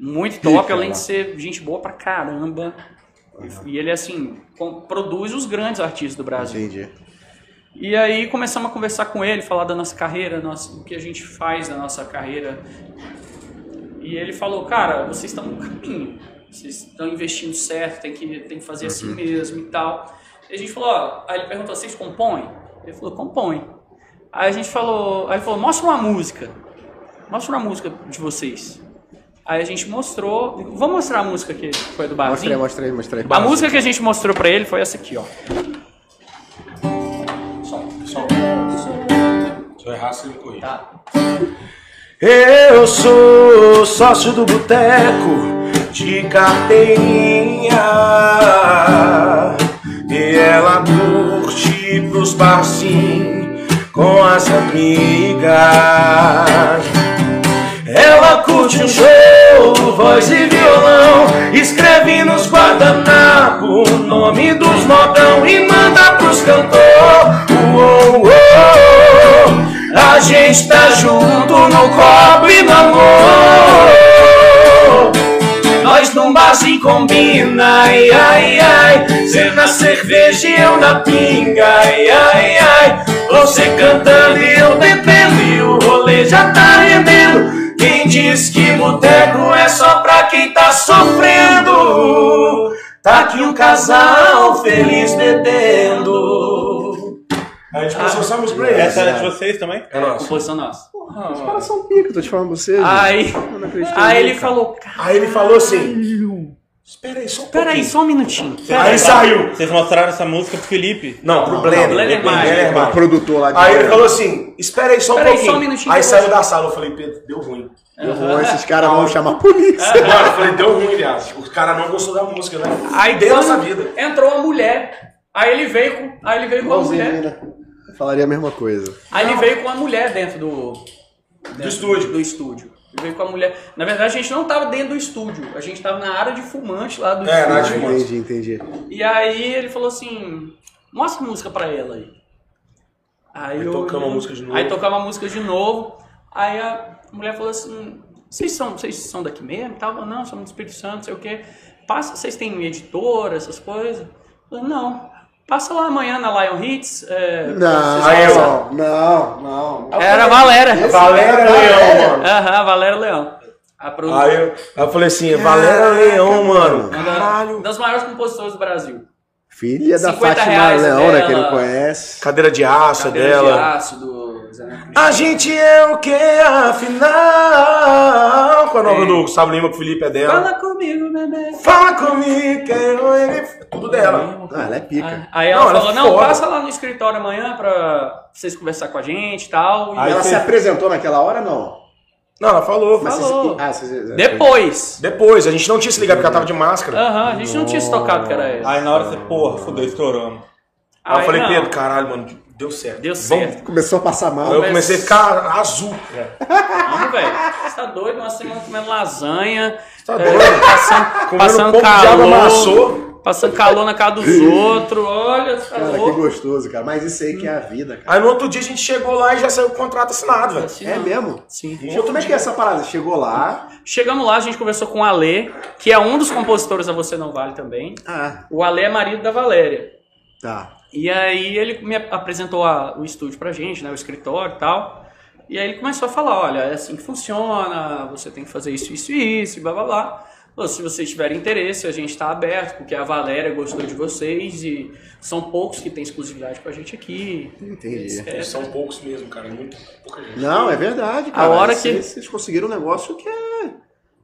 muito top, além
né?
de ser gente boa pra caramba. E ele, assim, com- produz os grandes artistas do Brasil.
Entendi.
E aí começamos a conversar com ele, falar da nossa carreira, nossa, o que a gente faz da nossa carreira. E ele falou, cara, vocês estão no caminho, vocês estão investindo certo, tem que, tem que fazer
Uhum.
assim mesmo e tal. E a gente falou, ó, aí ele perguntou, vocês compõem? Ele falou, compõem. Aí a gente falou, aí ele falou, mostra uma música, mostra uma música de vocês. Aí a gente mostrou, vamos mostrar a música que foi do barzinho?
Mostra aí, mostra aí, mostra aí.
A música que a gente mostrou pra ele foi essa aqui, ó.
Se eu errar, você me corrija.
Tá?
Eu sou sócio do boteco de carteirinha E ela curte pros barzinhos com as amigas Ela curte um show, voz e violão Escreve nos guardanapos o nome dos modão E manda pros cantor uou, uou. A gente tá junto no cobre no amor Nós num barzinho combina, ai, ai, ai Cê na cerveja e eu na pinga, ai, ai, ai Você cantando e eu bebendo e o rolê já tá rendendo Quem diz que boteco é só pra quem tá sofrendo Tá aqui um casal feliz bebendo
A gente passou essa música tipo, pra ele.
Essa era de vocês também?
É nossa.
Composição nossa.
Os caras são pica, eu tô te falando pra vocês.
Aí,
gente. Eu não acredito
aí
nisso,
Ah, ele
cara.
falou, cara,
Aí ele falou assim. Espera aí, só um pouquinho.
peraí, só um minutinho.
Aí saiu.
Vocês mostraram essa música pro Felipe?
Não, né, pro Blenner.
é
Blenner
Blenner
Maia.
Maia.
O É produtor lá de
Aí ele
Goiânia.
falou assim, espera aí só um
Peraí,
pouquinho.
só um minutinho
aí
que eu
saiu
vou-
da sala, eu falei, Pedro, deu
<laughs>
ruim.
Eu vou, esses caras vão chamar a
É,
polícia.
Mano, eu falei, deu ruim,
Tipo,
viado. O cara não gostou da música, né?
Aí
deu essa
quando
vida.
Entrou a mulher. Aí ele veio com, aí ele veio com a
Igualzinho,
mulher.
né? Eu Falaria a mesma coisa.
Aí ele veio com a mulher dentro do dentro
estúdio.
Do estúdio. Ele veio com a mulher. Na verdade, a gente não tava dentro do estúdio. A gente tava na área de fumante lá do
É,
estúdio.
na área de fumante.
Entendi, entendi.
E aí ele falou assim: mostra a música pra ela aí. Aí,
Aí
eu-
tocamos a música de novo.
Aí tocava a música de novo. Aí a mulher falou assim: vocês são, vocês são daqui mesmo? Tava, não, somos do Espírito Santo, não sei o quê. Passa, vocês têm editora, essas coisas? Eu Falei, não. Passa lá amanhã na Lion Hits. é,
Não,
vocês vão passar."
não, não, não.
Era a Valera.
Esse
Valéria
cara tá-
Leão, mano.
Aham, a Valéria Leão. A produ-
Aí eu, aí eu falei assim, Valéria Leão, mano.
uma da- das maiores compositores do Brasil.
Filha da
50
Fátima
reais
Leão, né?
dela.
Que ele conhece.
Cadeira de aço é
Cadeira de
dela.
Aço, do Zé Neto
A gente é o que afinal? Com a nova do Gustavo Lima pro Felipe é dela.
Fala comigo, bebê.
Fala comigo, que eu ele. Tudo dela.
Ah, ela é pica.
Aí ela
Não, ela
falou,
é
não,
foda.
passa lá no escritório amanhã pra vocês conversar com a gente e tal. E
E ela
ela-
se apresentou naquela hora, não?
Não, ela falou. assim.
Mas vocês-
Falou.
Ah, vocês...
Depois.
Depois, a gente não tinha se ligado porque ela tava de máscara.
Aham, a gente não tinha se tocado que era essa.
Aí na hora você, porra, fudeu, estouramos.
Aí eu
Aí
falei,
não,
Pedro, caralho, mano, deu certo.
Deu
Vamos-
certo.
Começou a passar mal.
Aí eu comecei a ficar azul.
Vamos, velho. Você tá doido? Uma semana comendo lasanha.
Tá
é,
doido?
passando,
Comendo um
passando
pouco de água
calor.
amassou.
Passando calor na casa
<laughs>
dos outros. Olha, você tá
Cara, que
louco.
gostoso, cara. Mas isso aí que é a vida, cara.
Aí no outro dia a gente chegou lá e já saiu o contrato assinado, velho.
Assim,
É
não.
mesmo?
Sim.
Chegou- Como é que é essa parada? Chegou lá.
Chegamos lá, a gente conversou com o Alê, que é um dos compositores da Você Não Vale também.
Ah,
O Alê é marido da Valéria.
tá.
E aí ele me apresentou a- o estúdio pra gente, né, o escritório e tal. E aí ele começou a falar, olha, é assim que funciona, você tem que fazer isso, isso e isso, e blá blá blá. Pô, se vocês tiverem interesse, a gente está aberto, porque a Valéria gostou de vocês e são poucos que têm exclusividade com a gente aqui.
Entendi.
É,
São poucos mesmo, cara. Muito pouca gente.
Não, é verdade, cara.
hora
Vocês-
que-
Vocês conseguiram um negócio que é...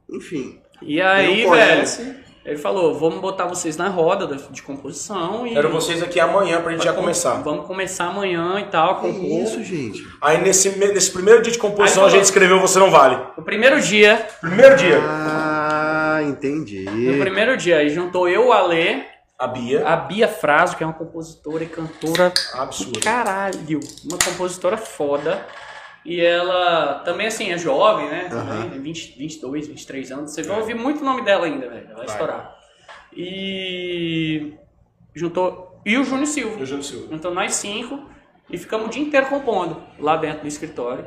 Enfim.
E aí,
não
velho,
conhece.
ele falou, vamos botar vocês na roda da- de composição e...
Quero vocês aqui amanhã pra gente já começar.
Vamos começar amanhã e tal,
Que
compor.
isso, gente?
Aí nesse, me- nesse primeiro dia de composição
Aí
a gente escreveu Você Não Vale.
No primeiro dia,
Primeiro dia.
Ah, entendi.
no primeiro dia, aí juntou eu, o Alê,
A Bia,
a Bia Fraso, que é uma compositora e cantora
absurdo.
caralho, uma compositora foda. E ela também, assim, é jovem, né? Também,
Aham.
né? 20, 22, 23 anos. Vocês vão ouvir muito o nome dela ainda, velho. Ela Vai estourar. E juntou... E o Júnior Silva.
Eu Júnior Silva.
Então nós cinco e ficamos o dia inteiro compondo lá dentro do escritório.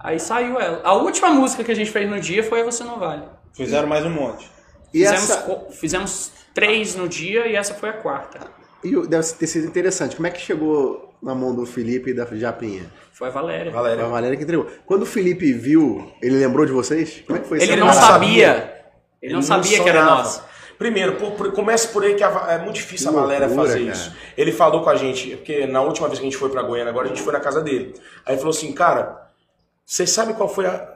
Aí saiu ela. A última música que a gente fez no dia foi a Você Não Vale.
Fizeram mais um monte.
E,
Fizemos,
essa,
co- fizemos três no dia e essa foi a quarta.
e o- deve ter sido interessante. Como é que chegou na mão do Felipe e da Japinha?
Foi a Valéria.
Foi a
Valéria.
Valéria que entregou. Quando o Felipe viu, ele lembrou de vocês? Como é que foi
Ele
essa
não
parada?
sabia. Ele não
Ele
sabia que era
sonhava.
nossa.
Primeiro, por, por- comece por aí que a Va- é muito difícil
Que
a Valéria
loucura,
fazer
cara.
isso. Ele falou com a gente, é porque na última vez que a gente foi pra Goiânia, agora a gente foi na casa dele. Aí ele falou assim, cara, você sabe qual foi a...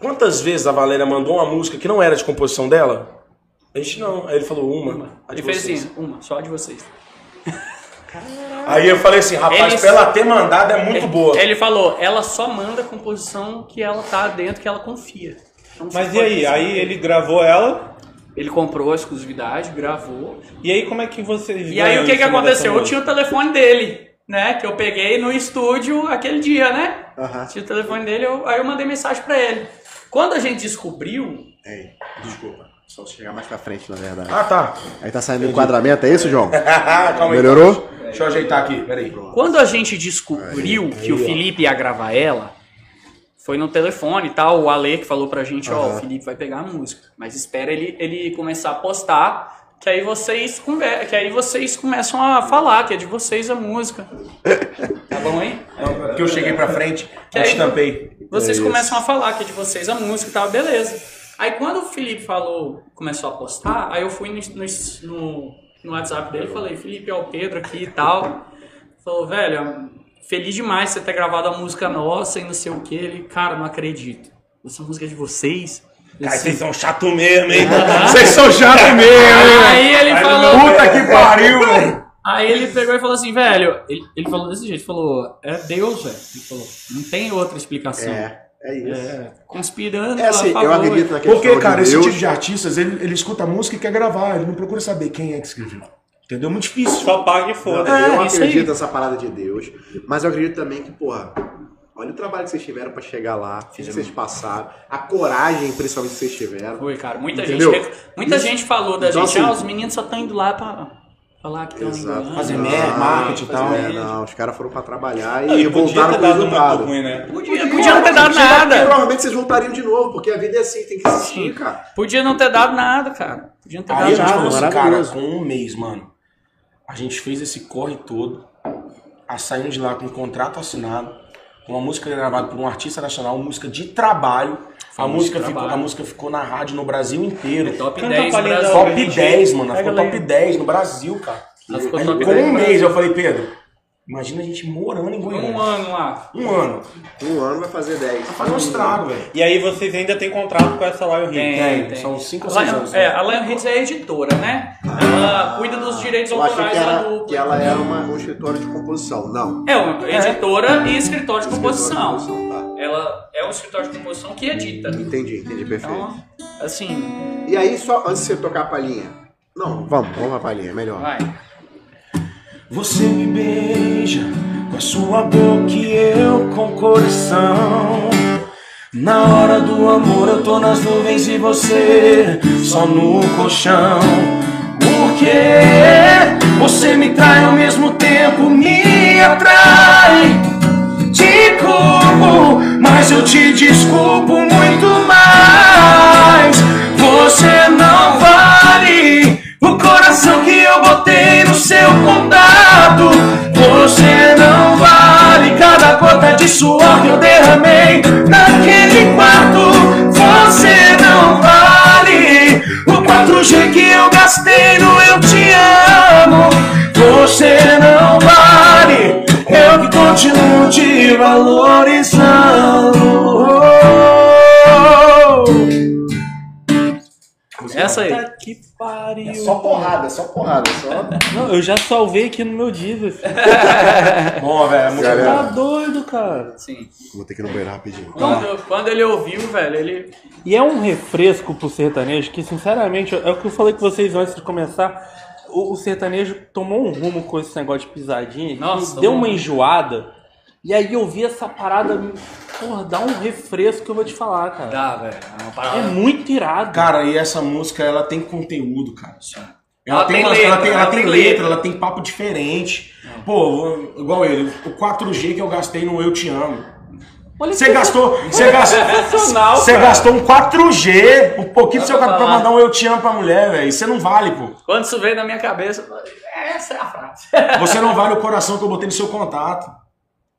Quantas vezes a Valéria mandou uma música que não era de composição dela? A gente não. Aí ele falou uma.
Uma.
a de
Ele fez
vocês.
assim, uma, só a de vocês.
Aí eu falei assim, rapaz,
Ele-
pra ela ter mandado é muito
Ele-
boa.
Ele falou, ela só manda a composição que ela tá dentro, que ela confia. Então,
Mas
você
e aí?
pode-
Aí ele gravou ela.
Ele comprou a exclusividade, gravou.
E aí como é que vocês...
E
ganham
aí o que
em
que
cima dessa
aconteceu? Eu
música?
tinha o telefone dele, né? Que eu peguei no estúdio aquele dia, né?
Aham.
Tinha o telefone dele, eu- aí eu mandei mensagem pra ele. Quando a gente descobriu,
Ei, desculpa. Só chegar mais pra frente, na verdade.
Ah, tá.
Aí tá saindo o enquadramento, é isso, João?
Calma aí.
Melhorou?
Deixa eu ajeitar aqui, peraí.
Quando a gente descobriu que o Felipe ia gravar ela, foi no telefone e tal, o Ale que falou pra gente, ó, o Felipe vai pegar a música, mas espera ele, ele começar a postar, que aí vocês conver- que aí vocês começam a falar que é de vocês a música. Tá bom, hein?
Não, porque eu cheguei pra frente,
Que aí-
eu tampei.
Vocês
É isso.
começam a falar que é de vocês a música e tal, beleza. Aí quando o Felipe falou, começou a postar, aí eu fui no, no- no- no WhatsApp dele e falei, Felipe, é o Pedro aqui e tal. Falou, velho, feliz demais você ter gravado a música nossa e não sei o que. Ele, cara, não acredito. Essa música é de vocês? Eu,
Cara,
assim,
vocês são chato mesmo, hein?
Vocês são chato
né?
mesmo.
Aí ele falou.
Puta que pariu, velho.
Aí ele pegou e falou assim, velho. Ele, ele falou desse jeito, ele falou, é Deus, velho. Ele falou, não tem outra explicação.
É, é isso.
É, conspirando.
É assim,
a
eu
favor.
acredito na questão
Porque,
de
cara, esse
Deus.
tipo de artistas, ele, ele escuta a música e quer gravar, ele não procura saber quem é que escreveu. Entendeu? Muito difícil.
<laughs> Só paga e foda.
Não, eu
É, isso
acredito
aí.
nessa parada de Deus, mas eu acredito também que, porra, olha o trabalho que vocês tiveram pra chegar lá, o que vocês passaram, a coragem, principalmente, que vocês tiveram.
Foi, cara. Muita
Entendeu?
gente. Muita
Isso.
gente falou da
Então,
gente.
assim-
ah, os meninos só estão indo lá pra falar que estão indo.
Fazer
merda, marketing e tal.
É, não, os caras foram pra trabalhar É, e,
Ele
voltaram com o resultado.
ruim, né?
Podia, podia não ter dado
Podia, porque
nada.
Provavelmente vocês voltariam de novo, porque a vida é assim, tem que existir, cara.
Podia não ter dado nada, cara. Podia não ter
Aí a
dado
gente
Caralho,
falou
nada.
assim, cara,
maravilhoso.
com um mês, mano. A gente fez esse corre todo, a saímos de lá com um contrato assinado, com uma música gravada por um artista nacional, música de trabalho. A música,
de
ficou,
trabalho. É
a música ficou na rádio no Brasil inteiro.
Top né,
Canta
10
pra
no Brasil.
Não,
top
a gente-
10, mano. Ela
pega
ficou
lá
top
aí.
10 no Brasil, cara.
Ela ficou
Aí,
top
com
10
um
no
mês eu falei, Pedro, imagina a gente morando em Goiânia.
Um ano lá.
Um ano.
Um ano vai fazer dez.
Faz um estrago, velho.
E aí vocês ainda têm contrato com essa Lion Hit.
Tem, tem.
São 5 ou 6
Lion,
anos.
é,
né?
a Lion Hits é a editora, né? Ela cuida dos direitos
Eu achei
autorais
que,
lá
era,
do.
que ela era uma, um escritório de composição. Não.
É, uma editora e escritório de
Escritório de
composição.
composição,
Ela é um escritório de composição que edita.
tá. Entendi, entendi, perfeito.
Então, assim,
E aí, só antes de você tocar a palhinha. Não, vamos, vamos pra palhinha, melhor.
vai.
Você me beija com a sua boca e eu com o coração. Na hora do amor eu tô nas nuvens e você só no colchão. Porque você me trai ao mesmo tempo, me atrai. Tipo, Te culpo, mas eu te desculpo muito mais. Você não vale o coração que eu botei no seu condado. Você não vale cada gota de suor que eu derramei naquele quarto. Você não vale o valorizando.
Essa aí.
que pariu.
É Só porrada, só porrada. é Só... É.
Não, eu já salvei aqui no meu Deezer. filho.
Bom, velho, é muito
Galera.
Tá doido, cara.
Sim.
Vou ter que ir no banheiro rapidinho.
Quando, quando ele ouviu, velho, ele.
E é um refresco pro sertanejo que, sinceramente, é o que eu falei com vocês antes de começar. O, o sertanejo tomou um rumo com esse negócio de pisadinha
Nossa,
e deu
mano.
uma enjoada. E aí eu vi essa parada, porra, dá um refresco que eu vou te falar, cara.
Dá, velho. É uma parada.
É muito irado.
Cara, e essa música, ela tem conteúdo, cara. Ela,
Ela
tem,
tem
umas-
letra,
ela, tem, ela, tem letra, ela tem papo diferente. Pô, igual ele, o 4G que eu gastei no Eu Te Amo.
Olha
Você
que
gastou, você gastou,
sensacional,
você
cara.
gastou um 4G, um pouquinho do seu
Dá pra
cartão pra
falar.
mandar um Eu Te Amo pra mulher, velho. Você não vale, pô.
Quando isso veio na minha cabeça, eu falei, essa é a frase. <laughs>
Você não vale o coração que eu botei no seu contato.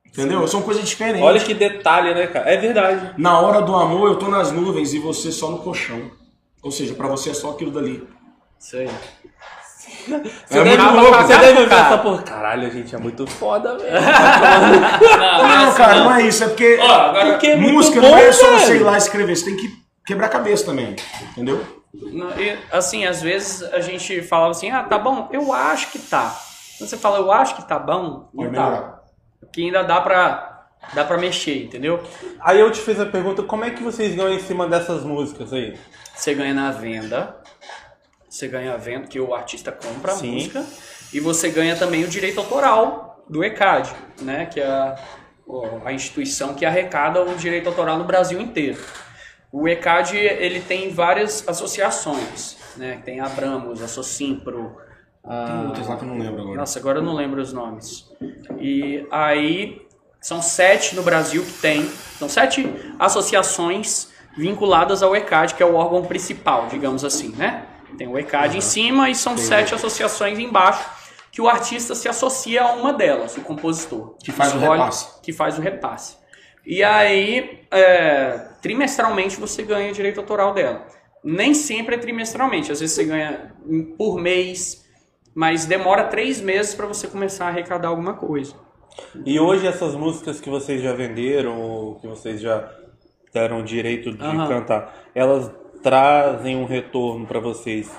Entendeu? São coisas diferentes.
Olha que detalhe, né, cara? É verdade.
Na hora do amor, eu tô nas nuvens e você só no colchão. Ou seja, pra você é só aquilo dali.
Isso aí.
Você
É
deve,
muito louco,
você
né,
deve ver
cara?
essa porra. Caralho, gente, é muito foda, velho.
Ah, Não,
Não,
mas,
cara, não é isso. É porque
Ó, agora.
Porque é muito
música
bom,
não é só
velho.
você ir lá escrever. Você tem que quebrar a cabeça também. Entendeu?
não, e, assim, às vezes a gente falava assim, ah, tá bom, eu acho que tá. Quando você fala, eu acho que tá bom,
Pode
não tá.
melhorar.
Que ainda dá pra, dá pra mexer, entendeu?
Aí eu te fiz a pergunta, como é que vocês ganham em cima dessas músicas aí?
Você ganha na venda. Você ganha a venda, que o artista compra a
Sim.
música. E você ganha também o direito autoral do ECAD, né? Que é a, o- a instituição que arrecada o direito autoral no Brasil inteiro. O ECAD, ele tem várias associações, né? Tem a Abramos, a Socimpro, a...
Tem outras lá que eu não lembro agora.
Nossa, agora eu não lembro os nomes. E aí são sete no Brasil que tem. São sete associações vinculadas ao ECAD, que é o órgão principal, digamos assim, né? Tem o ECAD em cima e são sete associações embaixo, que o artista se associa a uma delas, o compositor.
Que faz o
Escolhe-
repasse.
Que faz o repasse. E aí, é, trimestralmente você ganha o direito autoral dela. Nem sempre é trimestralmente, às vezes você ganha em- por mês, mas demora três meses para você começar a arrecadar alguma coisa.
E hoje essas músicas que vocês já venderam, ou que vocês já deram direito de
Aham.
cantar, elas trazem um retorno pra vocês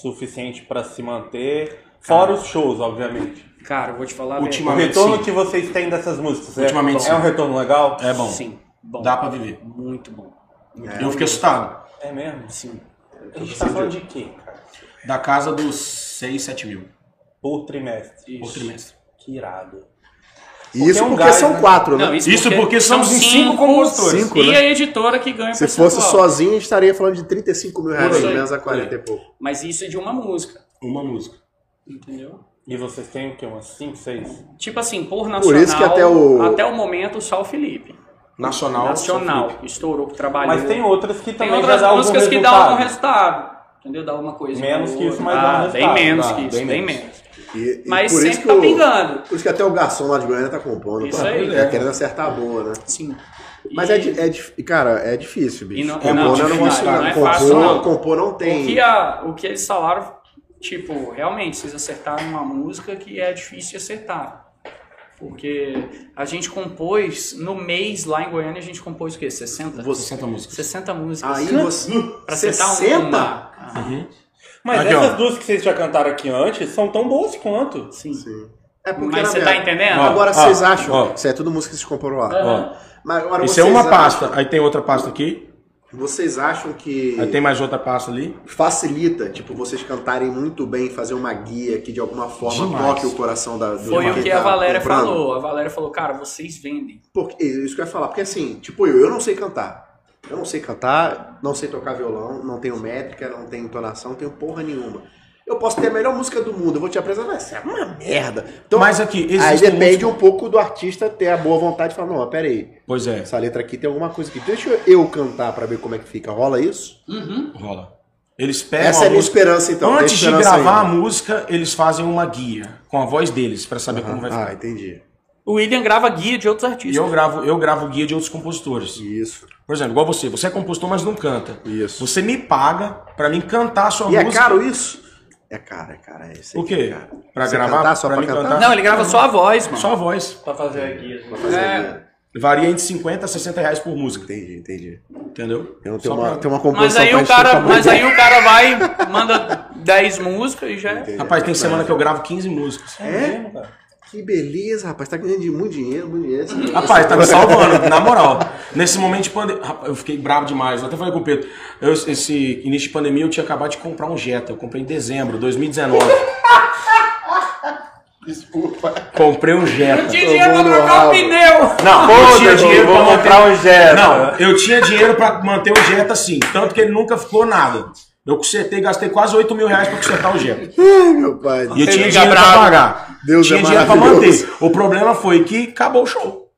suficiente pra se manter? Fora os shows, obviamente.
Cara, eu vou te falar. a
O
Ultimamente,
retorno
sim.
que vocês têm dessas músicas é-
Ultimamente,
é,
sim.
um retorno legal?
É
verdade.
bom.
Sim, bom.
Dá pra viver.
Muito bom.
Eu fiquei assustado.
É mesmo?
Sim.
A gente tá falando de quê, cara?
Da casa dos 6, 7 mil
Por trimestre.
por trimestre.
Que irado.
E isso
é um
porque
gás,
são
né?
quatro, né?
Isso porque somos em cinco compositores.
Cinco,
e
né?
a editora que ganha o
Se fosse
percentual.
sozinho, a gente estaria falando de 35 mil reais,
Por aí,
mais ou menos a
por
40 e pouco.
Mas isso é de uma música,
Uma música.
entendeu?
E vocês têm o quê? Umas 5, 6?
Tipo assim, por nacional,
Por isso que até o-
até o momento só o Felipe.
Nacional.
Nacional, que estourou, que trabalhou.
Mas tem outras que
Tem
também
outras
já dá algum
músicas que dão
resultado.
algum resultado. Entendeu? Dá uma coisa.
Menos
uma
que isso, mas
outra.
dá um
Ah,
resultado.
Bem menos
Dá,
que isso,
bem
bem,
menos.
menos.
E- e
Mas
por
sempre
isso que
tá
o-
pingando.
Por isso que até o garçom lá de Goiânia tá compondo.
Isso
pô.
aí.
Tá querendo acertar a boa, né?
Sim.
Mas
E-
é, di- é dif- cara, é difícil, bicho.
E não-
compor
não,
não, é um
difícil,
negócio
cara,
não
não
é
é
fácil,
compor,
não.
compor não tem.
O que, a- o que eles falaram, tipo, realmente, vocês acertaram uma música que é difícil de acertar. Porque a gente compôs, no mês lá em Goiânia, a gente compôs o quê? 60?
Você-
60 músicas.
60 músicas.
Aí você.
Pra acertar
60?
uma. Ah,
Mas
Aqui, ó.
essas duas que vocês já cantaram aqui antes são tão boas quanto.
sim.
Sim. É
Mas
na
você
verdade-
tá entendendo?
Agora
Ó,
vocês
ó,
acham.
ó.
Isso é tudo música que se comporou lá.
Aham.
Mas agora
Isso é
vocês
uma
acham-
pasta. Aí tem outra pasta aqui.
Vocês acham que
Aí tem mais outra pasta ali.
facilita, tipo, vocês cantarem muito bem, fazer uma guia que de alguma forma
Demais.
toque o coração da do
Foi
de
o
quem
que
tá
a Valéria
comprando?
falou. A Valéria falou, cara, vocês vendem.
Porque, isso que eu ia falar, porque assim, tipo eu, eu não sei cantar. Eu não sei cantar, não sei tocar violão, não tenho métrica, não tenho entonação, não tenho porra nenhuma. Eu posso ter a melhor música do mundo, eu vou te apresentar, mas isso é uma merda. Então,
Mas aqui,
aí
existem
depende um pouco do artista ter a boa vontade de falar, não, mas pera aí,
Pois é.
essa letra aqui tem alguma coisa aqui, deixa eu cantar pra ver como é que fica, rola isso?
Uhum.
Rola. Eles pegam
Essa é
a
a minha
música.
esperança, então. tem
Antes de
esperança
gravar a
ainda.
música, eles fazem uma guia com a voz deles pra saber como vai
Ah,
ficar.
entendi.
O William grava guia de outros
E
artistas.
eu gravo, eu gravo guia de outros compositores.
Isso,
Por exemplo, igual você, você é compositor, mas não canta.
isso.
Você me paga pra mim cantar a sua
E é
música.
caro isso? É caro, é caro. É, isso aí
O
que
quê?
É caro.
Pra
Você
gravar,
cantar só
pra
pra
mim
cantar?
cantar?
Não, ele grava só a voz, mano.
Só a voz.
Pra fazer aqui.
Pra fazer
É.
guia.
Varia entre 50 a 60 reais por música,
Entendi, entendi.
entendeu?
Eu não tenho
Só
uma,
pra-
tenho uma
Mas
composição
aí
pra
o cara,
estudar
mas aí o cara vai, manda 10 músicas e já é.
Entendi.
Rapaz, tem semana que eu gravo 15 músicas.
É? Que beleza, rapaz. Tá ganhando de muito dinheiro, muito dinheiro. Esse-
Rapaz, tá me salvando, na moral. Nesse momento de pandemia. Eu fiquei bravo demais. Eu até falei com o Pedro. Eu, esse início de pandemia eu tinha acabado de comprar um Jetta. Eu comprei em dezembro de 2019.
<laughs> Desculpa.
Comprei um Jetta.
Tinha dinheiro pra trocar o pneu!
Não,
Eu tinha
foda-se,
dinheiro
vou
pra manter-
comprar um Jetta.
Não, eu tinha dinheiro pra manter o Jetta assim. Tanto que ele nunca ficou nada. Eu consertei, gastei quase 8 mil reais pra consertar o Jetta.
Ai, meu pai.
E eu
Você
tinha
fica
dinheiro pra
bravo.
pagar.
Deus
tinha
é
dinheiro pra
maravilhoso.
manter. O problema foi que acabou o show.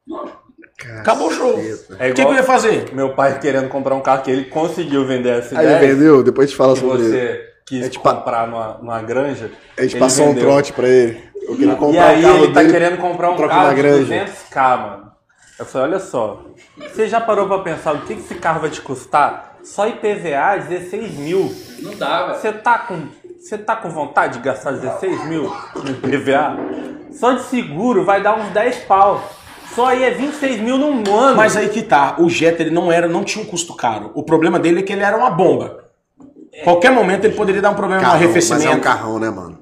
Caceta.
Acabou o show.
É
O que, que eu
igual
ia fazer?
Meu pai querendo comprar um carro que ele conseguiu vender essa
Aí,
ideia.
entendeu? Depois te fala
que
sobre ele.
você quis
É tipo-
comprar numa, numa granja.
A gente
ele
passou um
vendeu.
trote pra ele. Eu queria
E
comprar
aí
o carro
ele tá
dele.
querendo comprar um
troca
carro
na
de
granja.
200k, mano. Eu falei, olha só, você já parou pra pensar o que que esse carro vai te custar? Só IPVA, 16 mil.
Não dá, velho.
Você tá com. Você tá com vontade de gastar 16 mil no IPVA? Só de seguro vai dar uns 10 pau. Só aí é 26 mil num ano.
Mas aí que tá, o Jetta ele não era, não tinha um custo caro. O problema dele é que ele era uma bomba. Qualquer momento ele poderia dar um problema no
Carrão, mas
arrefecimento.
é um carrão, né, mano?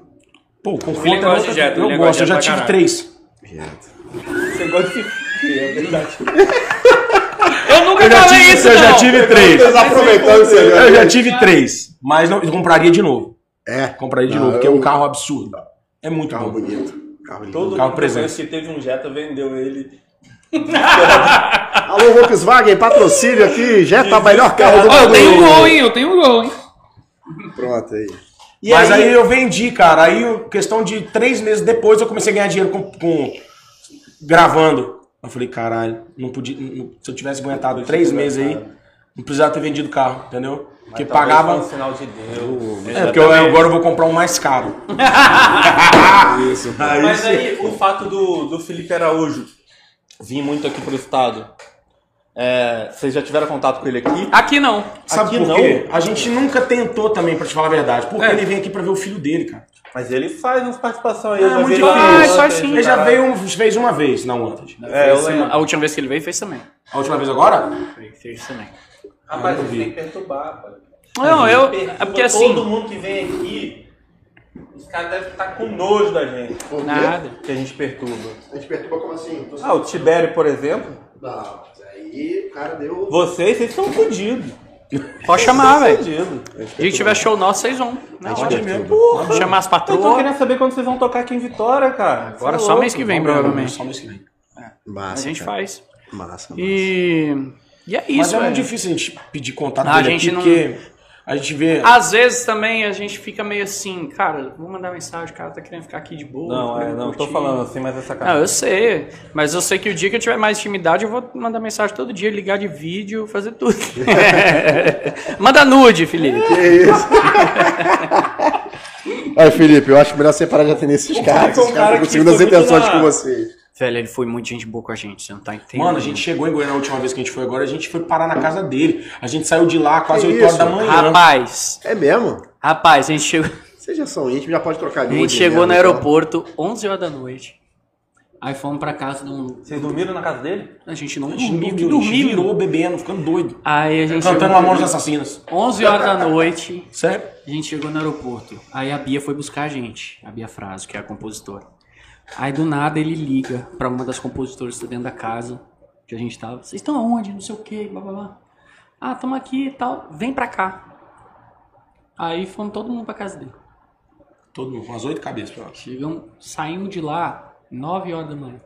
Pô, conforto
Ele
é
gosta
outra-
de Jetta, ele
Eu
gosta
gosto,
de
eu
Jetta
já
pra
tive
caralho.
três.
Gente.
você gosta de. É verdade.
Eu nunca
Eu já
falei
tive,
isso,
eu já
não.
tive três.
Desaproveitando isso aí,
Eu já tive três. Mas não, eu compraria de novo.
É,
Compraria de
Não,
novo, porque é
eu-
um carro absurdo. É muito
carro
bom.
bonito. Carro lindo.
Todo
Carro
mundo
presente.
conhece que teve um Jetta, vendeu ele.
Alô, Volkswagen, patrocínio aqui. Jetta,
É
melhor carro do
Ó, eu
mundo.
tenho um gol, hein? Eu tenho um gol, hein?
Pronto, aí.
E
Mas aí... eu vendi, cara. Aí, questão de três meses depois, eu comecei a ganhar dinheiro com, com- gravando. Eu falei, caralho, não podia. não- se eu tivesse aguentado três meses aí, não precisava ter vendido o carro, entendeu? Porque
um
pagava.
sinal de Deus.
É, porque eu- agora eu vou comprar um mais caro.
Mas aí, o fato do, do Felipe Araújo vir muito aqui pro estado. é, vocês já tiveram contato com ele aqui?
Aqui não.
Sabe
Aqui
por quê? A gente nunca tentou também, pra te falar a verdade. Porque
É.
ele vem aqui pra ver o filho dele, cara.
Mas ele faz umas participações aí.
É,
eu já
muito
vi ele
difícil.
ontem,
Ah, faz sim.
ele
Ele já
caralho.
veio um- fez uma vez na Wanted.
É, eu
Fez
lembro.
também. A última vez que ele veio, fez também.
A última vez agora?
Fez, fez também.
Rapaz, você Ah, tem que perturbar, pai.
Não, eu. É
Perturba
porque assim.
Todo mundo que vem aqui, os caras devem estar com nojo da gente.
Nada.
Que a gente perturba.
A gente perturba como assim?
Ah, o Tibério, por exemplo.
Não, mas aí o cara deu.
Vocês, vocês são fodidos.
Pode
Ah,
chamar, velho.
Fodidos.
A gente tiver show nosso, vocês vão. Na hora. Vamos chamar as
Então, Eu tô
patroas.
querendo saber quando vocês vão tocar aqui em Vitória, cara.
Agora
Você é
só
louco.
mês que vem, provavelmente.
Só mês que vem. Ah,
A
Massa.
gente
cara.
faz.
Massa.
E. E é
tá. Mas
isso,
é muito
velho.
difícil a gente pedir contato
Ah, a
dele
gente
aqui,
não- Ah,
porque a gente vê...
Às vezes também a gente fica meio assim, cara, vou mandar mensagem, o cara tá querendo ficar aqui de boa.
Não,
tá
é,
querendo
não, tô
curtir.
falando assim, mas essa cara.
Não, eu sei, mas eu sei que o dia que eu tiver mais intimidade, eu vou mandar mensagem todo dia, ligar de vídeo, fazer tudo.
<laughs>
<laughs> Manda nude, Felipe.
Que isso? Aí, Felipe, eu acho melhor você parar de atender esses caras.
foi um
Esses caras
cara
com
que
segundas
foi muito
intenções
na-
com vocês.
Velho, ele foi muito gente boa com a gente, você não tá entendendo.
Mano, a gente chegou em Goiânia a última vez que a gente foi agora, a gente foi parar na casa dele. A gente saiu de lá quase
Que
8 horas
isso?
da manhã.
Rapaz,
É mesmo?
rapaz, a gente chegou,
Vocês já são íntimos, já pode trocar
a
de
gente
nude
chegou
mesmo,
no
tá
então.
aeroporto 11 horas da noite. Aí fomos pra casa do...
Vocês dormiram na casa dele?
A gente não
A gente
dormiu, que
dormiu, a gente
dormiu.
virou bebendo, ficando doido.
Aí a gente
Cantando
chegou...
Mamonas Assassinas.
11 horas da noite,
Sério?
A gente chegou no aeroporto. Aí a Bia foi buscar a gente, a Bia Fraso, que é a compositora. Aí do nada ele liga pra uma das compositoras que tá dentro da casa que a gente tava. Vocês estão aonde? Não sei o que, blá blá blá. Ah, tamo aqui e tal. Vem pra cá. Aí fomos todo mundo pra casa dele.
Todo mundo, com as oito cabeças. pra lá.
Chegamos, saímos de lá 9 horas da manhã.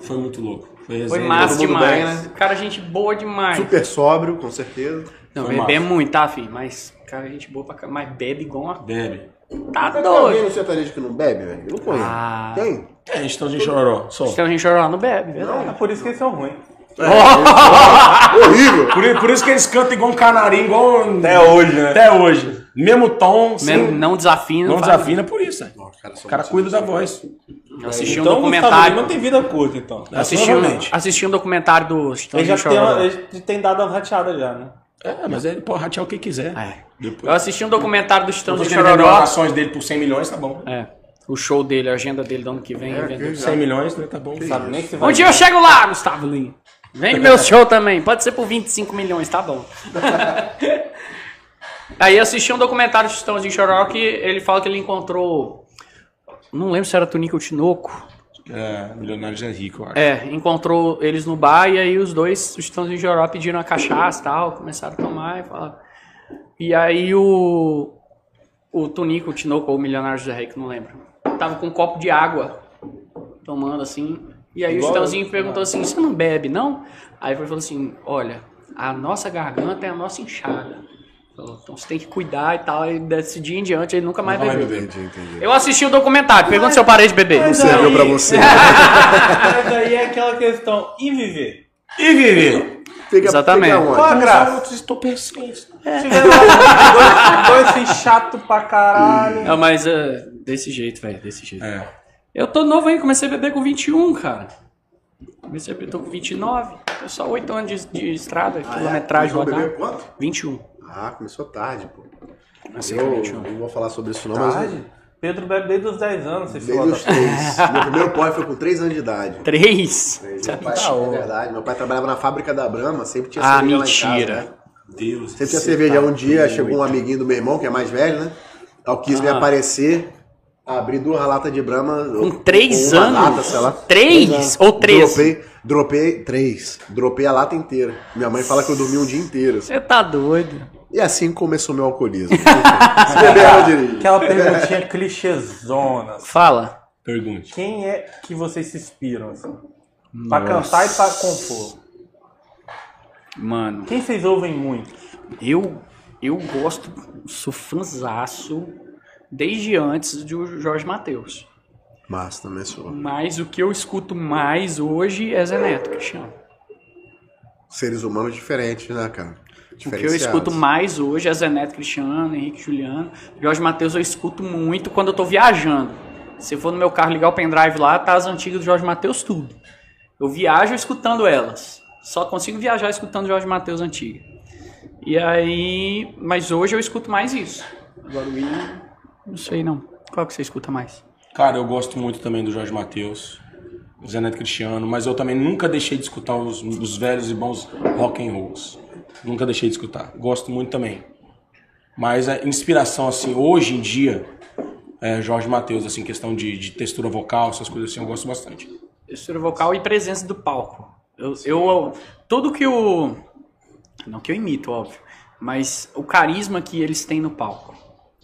Foi muito louco. Foi,
Foi
resenha.
massa
todo mundo
demais.
bem,
Cara, gente boa demais.
Super sóbrio, com certeza.
Não,
Foi
bebemos muito, tá, filho? Mas, cara, gente boa pra cá. Mas bebe igual uma.
Bebe.
Tá
Mas tem alguém
doido.
no sertanejo que não bebe, velho? Eu não conheço.
Ah.
Tem?
É, Estãozinho Chororó, só.
Então a gente chorou lá, não bebe, verdade.
É por isso que eles são ruins.
Horrível!
Por, por isso que eles cantam igual um canarinho, igual...
Até hoje, né?
Até hoje. Mesmo tom, sem-
Mesmo não desafina.
não
faz-
desafina por isso. né? O cara cuida da voz.
Eu assisti um
então o Gustavo
documentário.
Lima tem vida curta, então.
Assisti um, assisti um documentário do
Ele
Estranho
já tem, uma-
Chororó.
ele tem dado uma rateada já, né?
É, mas ele pode ratear o que quiser.
É.
Depois.
Eu assisti um documentário do Estranho
Depois que ele vendeu as
Chororó.
ações dele por 100 milhões, tá bom.
É. O show dele, a agenda dele do ano que vem. vendeu.
100 milhões, né? Tá bom.
Sabe nem se vai.
Um dia eu chego lá, Gustavo Lima. Vende meu show também. Pode ser por 25 milhões, tá bom. Aí eu assisti um documentário de Chitãozinho Chororó que ele fala que ele encontrou. Não lembro se era Tunico ou Tinoco.
É, milionários é rico, eu acho.
É, encontrou eles no bar e aí os dois, os Titãozinho Joró, pediram a cachaça e tal, começaram a tomar e falaram. E aí o. O Tunico, o Tinoco ou o Milionário Zé Rico, não lembro. Tava com um copo de água tomando assim. E aí o Titãozinho perguntou assim: Você não bebe, não? Aí ele falou assim: Olha, a nossa garganta é a nossa enxada. Falou, então você tem que cuidar e tal. E desse dia em diante ele nunca mais bebeu.
entendi, entendi.
Eu assisti o documentário, pergunta se eu parei de beber.
Serviu pra você.
<laughs> Mas aí é aquela questão. E viver?
E viver?
Fica,
Exatamente.
fica onde?
Qual a graça? É.
Estou pensando.
Tiver lá dois, dois assim, chato pra caralho.
Não, mas é, desse jeito, velho, desse jeito.
É.
Eu tô novo aí, comecei a beber com 21, cara. Comecei a beber, tô com 29. Tô só 8 anos de, de
Ah,
estrada,
é?
quilometragem
Começou a
rodada.
beber quanto?
21.
Ah, começou tarde, pô.
Comecei com
Eu
21.
não vou falar sobre isso não, mas
Pedro bebe desde os 10 anos, você
desde
falou.
os três. <laughs> Meu primeiro pó foi com três anos de idade.
3.
Meu pai, é verdade. Meu pai trabalhava na fábrica da Brahma, sempre tinha
Ah,
cerveja lá em casa.
mentira.
Né? Deus. Sempre tinha cerveja.
tá
Um dia chegou um amiguinho do meu irmão, que é mais velho, né? Ao quis me
Ah.
aparecer, abri duas latas de Brahma.
Com 3
uma
anos?
Lata, sei lá. Dois
3 ou 13?
Dropei, dropei três. Dropei a lata inteira. Minha mãe fala que eu dormi um dia inteiro.
Você tá doido.
E assim começou meu
<laughs>
alcoolismo. Se beber, eu dirijo.
Aquela perguntinha clichêzona. assim.
Fala.
Pergunte.
Quem é que vocês se inspiram? Assim? Pra cantar e pra compor.
Mano,
Quem vocês ouvem muito?
eu, eu gosto, sou fanzaço desde antes do Jorge Matheus.
Mas também sou.
Mas o que eu escuto mais hoje é Zé Neto, Cristiano.
Seres humanos diferentes, né, cara?
O que eu escuto mais hoje é Zé Neto Cristiano, Henrique Juliano. Jorge Matheus eu escuto muito quando eu tô viajando. Se eu for no meu carro ligar o pendrive lá, tá as antigas do Jorge Matheus tudo. Eu viajo escutando elas. Só consigo viajar escutando Jorge Matheus antiga. E aí. Mas hoje eu escuto mais isso. Agora o William. Não sei não. Qual que você escuta mais?
Cara, eu gosto muito também do Jorge Matheus, do Zé Neto Cristiano, mas eu também nunca deixei de escutar os, os velhos e bons rock and rolls. Nunca deixei de escutar. Gosto muito também. Mas a inspiração, assim, hoje em dia, é Jorge Matheus, assim, questão de, de textura vocal, essas coisas assim, eu gosto bastante.
Textura vocal e presença do palco. Eu, eu- tudo que o não que eu imito, óbvio, mas o carisma que eles têm no palco.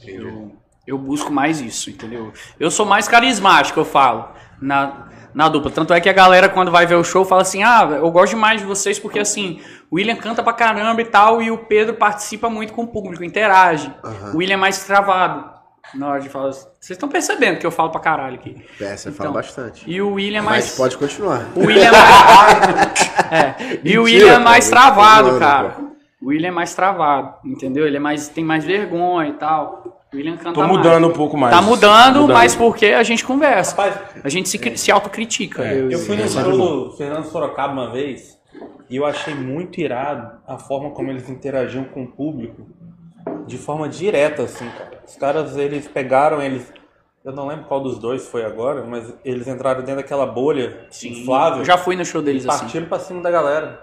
Eu, eu busco mais isso, entendeu? Eu sou mais carismático, eu falo na na dupla. Tanto é que a galera quando vai ver o show fala assim: "Ah, eu gosto demais de vocês porque assim, o William canta pra caramba e tal e o Pedro participa muito com o público, interage.
Aham.
O William é mais travado." Na hora de falar, vocês estão percebendo que eu falo pra caralho aqui.
Peça, fala
Então,
bastante.
E o William é mais
Mas pode continuar.
o William é mais... <laughs> É, E
Mentira,
o William é mais
cara, eu tô
travado,
zoando,
cara.
pô.
O William é mais travado, entendeu? Ele é mais, tem mais vergonha e tal. O William
Tá
canta
Tô
mais.
mudando um pouco mais.
Tá mudando, mas porque a gente conversa.
Rapaz,
A gente se, cri- se autocritica.
É.
Eu
Eu-
fui no show do Fernando Sorocaba uma vez e eu achei muito irado a forma como eles interagiam com o público de forma direta, assim, cara. Os caras, eles pegaram, eles... Eu não lembro qual dos dois foi agora, mas eles entraram dentro daquela bolha inflável
eu já fui no show
e
deles assim.
partiram pra cima da galera.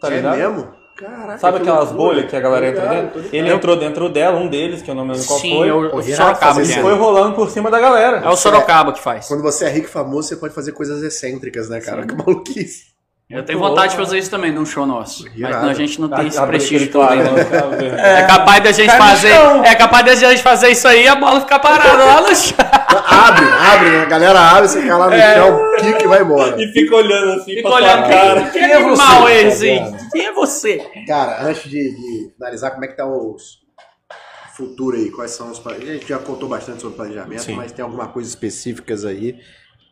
Tá
é
ligado?
mesmo? Caraca.
Sabe
que
aquelas
loucura.
bolhas que a galera entra
Tô ligado,
dentro?
tô ligado.
Ele entrou dentro dela, um deles, que eu não lembro qual
Sim,
foi,
eu, o
Renato
Sorocaba.
fazia
que
isso
é.
foi rolando por cima da galera.
É o Sorocaba que faz.
Quando você é rico e famoso, você pode fazer coisas excêntricas, né, cara? Que maluquice.
Eu tenho
Muito
vontade de
louco,
fazer isso também num show nosso. Mas
Irado.
a gente não tem esse
Abre aquele
prestígio que eu
claro,
tenho.
né?
É capaz da gente fazer. É capaz da gente fazer isso aí e a bola ficar parada lá no chão.
Abre, abre, né? A galera abre, você cai lá no chão, kick e vai embora.
E fica olhando assim
Fica
pra sua
olhando,
cara.
cara. Quem é animal é esse aí? Quem é você?
Cara, antes de, de finalizar, como é que tá o futuro aí? Quais são os plane- A gente já contou bastante sobre planejamento,
Sim.
mas tem alguma coisa específicas aí?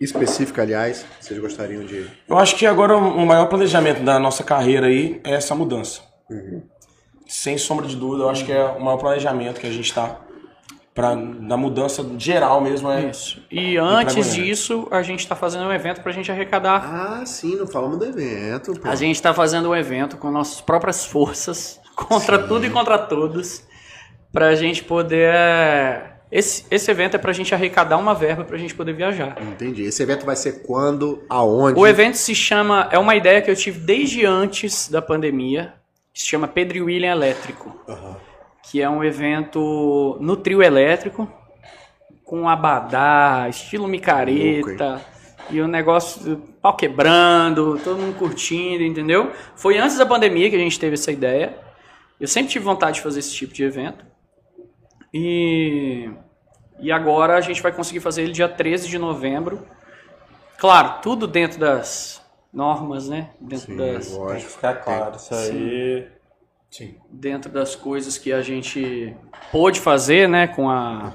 Específica, aliás, que vocês gostariam de.
Eu acho que agora o maior planejamento da nossa carreira aí é essa mudança. Sem sombra de dúvida, eu acho que é o maior planejamento que a gente tá pra, na mudança geral mesmo. É,
Isso. E antes
Goiânia.
disso, a gente tá fazendo um evento pra gente arrecadar.
Ah, sim, não falamos do evento. Pô.
A gente tá fazendo um evento com nossas próprias <laughs> forças, contra tudo e contra todos, pra gente poder eh, Esse, esse evento é pra gente arrecadar uma verba pra gente poder viajar.
Entendi. Esse evento vai ser quando, aonde?
O evento se chama. É uma ideia que eu tive desde antes da pandemia, que se chama Pedro e William Elétrico. Que é um evento no trio elétrico, com abadá, estilo micareta. e o negócio do pau quebrando, todo mundo curtindo, entendeu? Foi antes da pandemia que a gente teve essa ideia. Eu sempre tive vontade de fazer esse tipo de evento. E, e agora a gente vai conseguir fazer ele dia 13 de novembro. Claro, tudo dentro das normas, né? Dentro, das,
Tem que ficar claro isso aí.
dentro das coisas que a gente pôde fazer, né? Com a,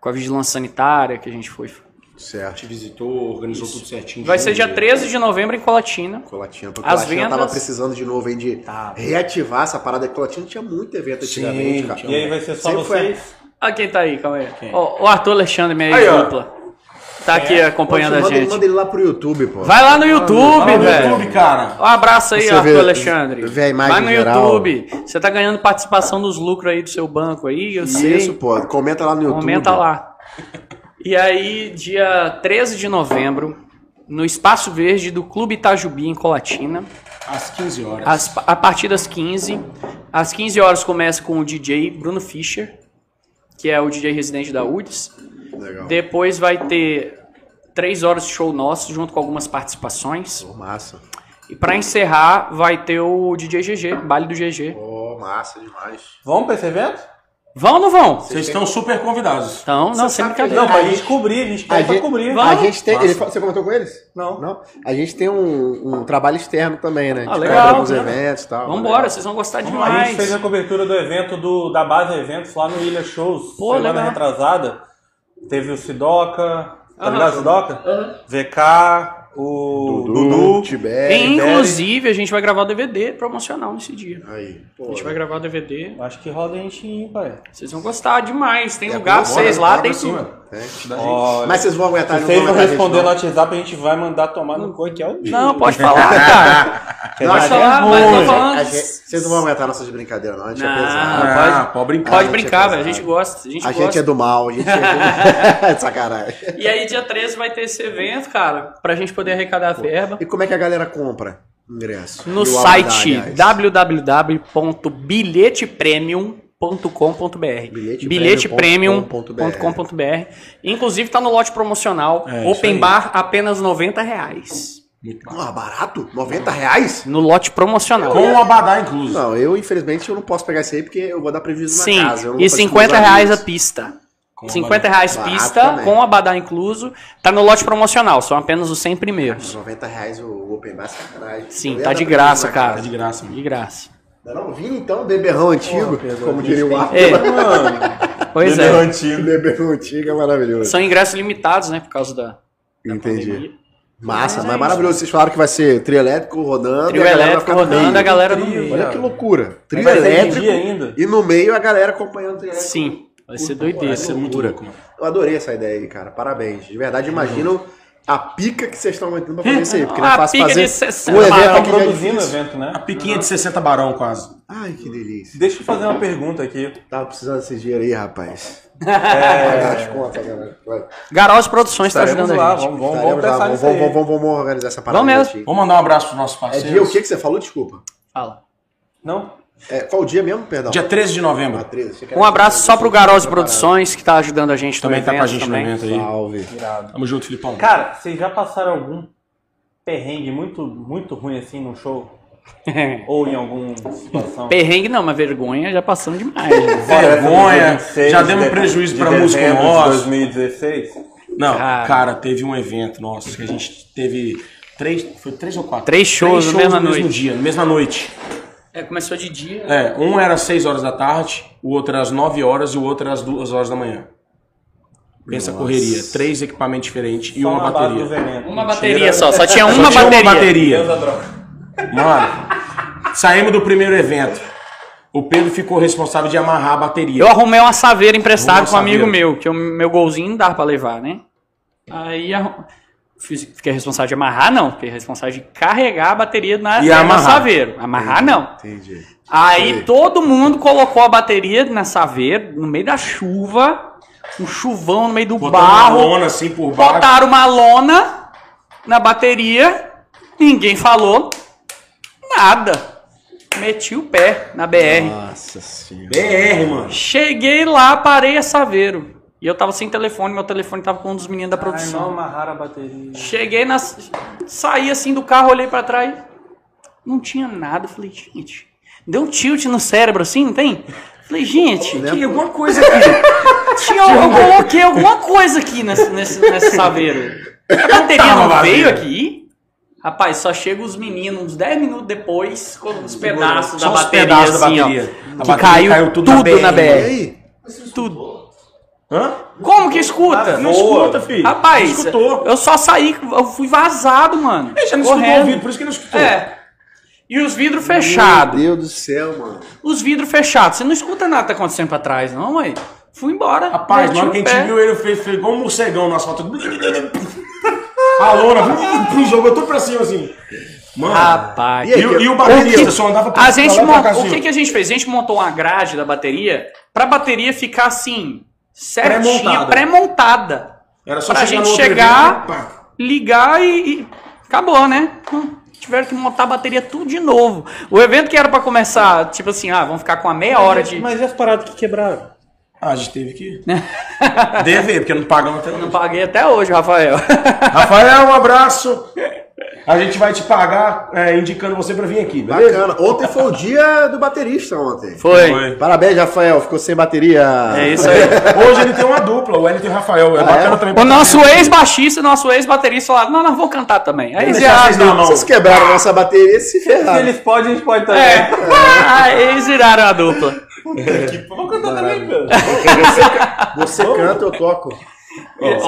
com a vigilância sanitária que a gente foi.
Certo.
Te visitou, organizou tudo certinho.
Vai ser dia 13 de novembro em Colatina.
Colatina, porque
As
Colatina tava
vendas- Tá.
precisando de novo hein, de reativar essa parada. Colatina tinha muito evento antigamente, cara.
E aí vai ser só
Sempre foi-
vocês.
Ah, quem tá aí, calma aí. Ó, o Arthur Alexandre, minha
Aí, ó.
dupla. Tá aqui acompanhando
Poxa,
a
manda,
gente.
manda ele lá pro YouTube, pô.
Vai lá no YouTube,
Fala no
velho.
YouTube, cara.
Um abraço aí,
Você
Arthur
vê-
Alexandre.
vê a imagem
Vai no
geral.
YouTube. Você tá ganhando participação dos lucros aí do seu banco aí, eu sei.
Isso, pô. Comenta lá no YouTube.
Comenta lá. E aí, dia 13 de novembro, no Espaço Verde do Clube Itajubi, em Colatina,
Às 15 horas.
às- a partir das 15. Às 15 horas começa com o DJ Bruno Fischer, que é o DJ residente da UDS.
Legal.
Depois vai ter 3 horas de show nosso, junto com algumas participações.
Ô, massa.
E pra encerrar, vai ter o DJ GG, baile do GG.
Ô, massa demais.
Vamos pra esse evento?
Vão ou não vão?
Vocês estão super convidados.
Então, não,
sabe
sempre
que
que
Não, pra
A
gente
gente-
cobrir, a gente
A
quer pra
gente,
cobrir.
a gente tem. ele fa- você comentou com eles?
Não.
Não. A gente tem um, um trabalho externo também, né? A gente
Ah, legal,
cobre alguns
legal.
eventos e tal.
Vambora, vocês vão gostar
né? A gente
demais.
fez a cobertura do evento do, da base Eventos lá no Ilha Shows,
Pô,
semana
legal.
retrasada. Teve o Sidoca, tá
Aham.
ligado o Sidoca? VK, o
Dudu,
Dudu.
Tibério.
Inclusive, a gente vai gravar o DVD promocional nesse dia.
Aí.
A gente vai gravar o DVD.
Acho que roda a gente ir, pai.
Vocês vão gostar demais. Tem
É,
lugar pra
vambora,
vocês lá,
vambora
tem
pra
tudo.
Ó,
Mas vocês vão aguentar
se
não
vocês
vão aguentar a
não
gente,
responder no
não?
WhatsApp, a gente vai mandar tomar no cu que é o
Não, pode
<laughs>
falar, cara. Pode falar, mas tô falando.
A gente- Vocês não vão aguentar nossas brincadeiras, não. A gente é pesado.
Ah, pode, brincar.
A
Pode
gente
brincar,
é
velho. A
pesado.
gente gosta. A gente
A
gosta.
gente é do mal, a gente
<laughs>
é do... <laughs> Sacanagem.
E aí, dia 13 vai ter esse evento, cara, pra gente poder arrecadar a verba.
E como é que a galera compra ingresso?
No
E o abadá,
site
aliás.
www.bilhetepremium.com.br
bilhetepremium.com.br.
bilhetepremium.com.br Inclusive tá no lote promocional
É, isso
Open
aí.
Bar apenas 90 reais
Muito bom.
Ah, barato? 90 reais?
no lote promocional
Com o Abadá, incluso.
Não, eu infelizmente eu não posso pegar isso aí porque eu vou dar prejuízo
Sim,
na casa. eu não
e
posso
50
usar
reais a
isso.
pista
Com o
50 reais
Barato
pista,
também.
com abadá incluso. Tá no lote promocional, são apenas os 100 primeiros.
90 reais o Open Bar, sacanagem.
Sim,
Eu ia
tá
dar
de
prejuízo
graça,
na
cara.
Abadá. Tá de graça, mano.
De graça.
Não, é não Vini então, beberrão antigo, como diria o Arthur.
É, pois é.
Beberrão antigo é maravilhoso.
São ingressos limitados, né, por causa da
Entendi.
pandemia.
Massa, mas,
Mas é isso.
maravilhoso. Vocês falaram que vai ser trio elétrico rodando. e
Trio
a galera vai
elétrico
ficar no meio.
um
rodando, a galera no meio.
Olha que loucura. Trio
Vai ser de
elétrico
dia ainda.
e no meio a galera acompanhando o trio elétrico.
Sim, vai ser
Vai
doideira.
ser
Isso é muito
Loucura.
louco, mano.
Eu adorei essa ideia aí, cara. Parabéns. De verdade, imagino a pica que vocês estão aguentando pra fazer isso aí. Porque não é
<laughs> A
fácil
pica
fazer
de 60
um
Mas
evento
estão
aqui já é
produzindo o
difícil.
evento, né?
A piquinha de 60 barão, quase.
Ai, que delícia.
Deixa eu fazer uma pergunta aqui.
Tava precisando desse dinheiro aí,
<laughs>
rapaz.
É.
Pagar as contas, galera. Vai.
Garos Produções tá
Estaremos
ajudando
lá,
a gente.
vamos, vamos, vamos
Estaremos lá.
pensar
Vamos,
nisso aí.
vamos, vamos, vamos organizar essa parada.
Vamos mesmo.
direitinho.
Vamos mandar um abraço pros nossos
É dia o
parceiros.
que que você falou? Desculpa.
Fala.
Não?
É, qual o dia mesmo, perdão?
Dia 13 de novembro.
Ah, 13. Achei que era
Um abraço só pro Garos
Preparado.
Produções, que tá ajudando a gente
Também
no
tá
evento
com a gente
também.
no evento aí.
Salve.
Tamo junto, Filipão.
Cara, vocês já passaram algum perrengue muito, muito ruim assim num show?
<laughs>
Ou em alguma situação?
Perrengue não, mas vergonha já passamos demais. né?
Vergonha, já
deu
demos prejuízo pra músico nosso.
2016.
Não,
Cara.
cara, teve um evento nosso que a gente teve três, foi três ou quatro?
Três shows na mesma
no mesmo
noite.
dia, na mesma noite.
<laughs> É, começou de dia.
É, um era às 6 horas da tarde, o outro era às 9 horas e o outro era às 2 horas da manhã. Pensa a correria, três equipamentos diferentes e
Só
uma
na base do
bateria.
veneno.
Uma bateria só, só tinha
É, <laughs> Só
uma
tinha
bateria.
uma bateria.
Deus da droga.
Mano, saímos do primeiro evento. O Pedro ficou responsável de amarrar a bateria.
Eu arrumei uma saveira emprestada
Arrumou
com um
uma
amigo
saveira.
meu, que o meu golzinho não dava pra levar, né? Aí arru- fiz- fiquei responsável de amarrar, não. Fiquei responsável de carregar a bateria na, né,
E
na
amarrar.
saveira. Amarrar, não.
Entendi.
Aí todo mundo colocou a bateria na saveira, no meio da chuva. um chuvão no meio do
Botaram
barro.
uma lona assim por baixo.
Botaram uma lona na bateria, ninguém falou nada. Meti o pé na BR.
Nossa senhora.
BR, mano.
Cheguei lá, parei a Saveiro. E eu tava sem telefone, meu telefone tava com um dos
Ah,
meninos da
não
produção.
amarraram a bateria.
Cheguei na. Saí assim do carro, olhei pra trás. Não tinha nada. Falei, gente. Deu um tilt no cérebro assim, não tem? Falei, gente.
Lembra?
alguma coisa aqui.
Tinha, eu coloquei alguma coisa aqui nesse, nesse, nesse saveiro. A bateria
Tava
não
vazio.
veio aqui? Rapaz, só chega os meninos uns 10 minutos depois, com os pedaços da
Só os
bateria,
pedaços da
assim, ó.
bateria.
Tá
A
que
bateria
caiu,
caiu tudo
tudo,
na
na
BR.
E
BR.
aí?
Tudo.
Hã?
Como que escuta?
Ah, Não escuta, filho.
Rapaz,
Não escutou.
eu só saí, eu fui vazado, mano.
Ele já não escutou o
Correndo.
ouvido, por isso que não escutou.
É. E os vidros fechados.
Meu Deus do céu, mano.
Os vidros fechados. Você não escuta nada que tá acontecendo pra trás, não, mãe. Fui igual
Rapaz, na hora que a gente viu ele, fez, fez igual um morcegão no asfalto. A lona jogou tudo pra cima assim. Mano.
Rapaz.
E, o- e o baterista só andava pra
A gente
pra lá e pra cá,
montou, o
assim,
que, que a gente fez? A gente montou uma grade da bateria pra bateria ficar assim, certinha,
Pré-montada.
pré-montada.
Era só
pra
chegar
gente
no outro
chegar-
evento, pá.
Ligar e, e acabou, né? Hum, Tiveram que montar a bateria tudo de novo. O evento que era pra começar, tipo assim, ah, vamos ficar com a meia hora de.
Mas e as paradas que quebraram?
Ah, a gente teve que. Dever, porque não pagamos até
Não paguei até hoje, Rafael. <laughs>
Rafael, um abraço. A gente vai te pagar é, indicando você pra vir aqui, beleza?
Bacana. Ontem foi o dia do baterista ontem.
Foi.
Parabéns, Rafael. Ficou sem bateria.
É isso aí.
Hoje ele tem uma dupla, o Wellington e o Rafael. É bacana também.
O nosso ex-baixista e nosso ex-baterista falaram: não, não, vou cantar também. Aí eles
Vamos deixar vocês na mão.
Vocês quebraram nossa bateria e se
Se
ferraram.
eles podem, a gente pode também.
É. <laughs> Aí eles viraram a dupla.
Vamos cantar também, cara.
Você canta, eu toco.
Você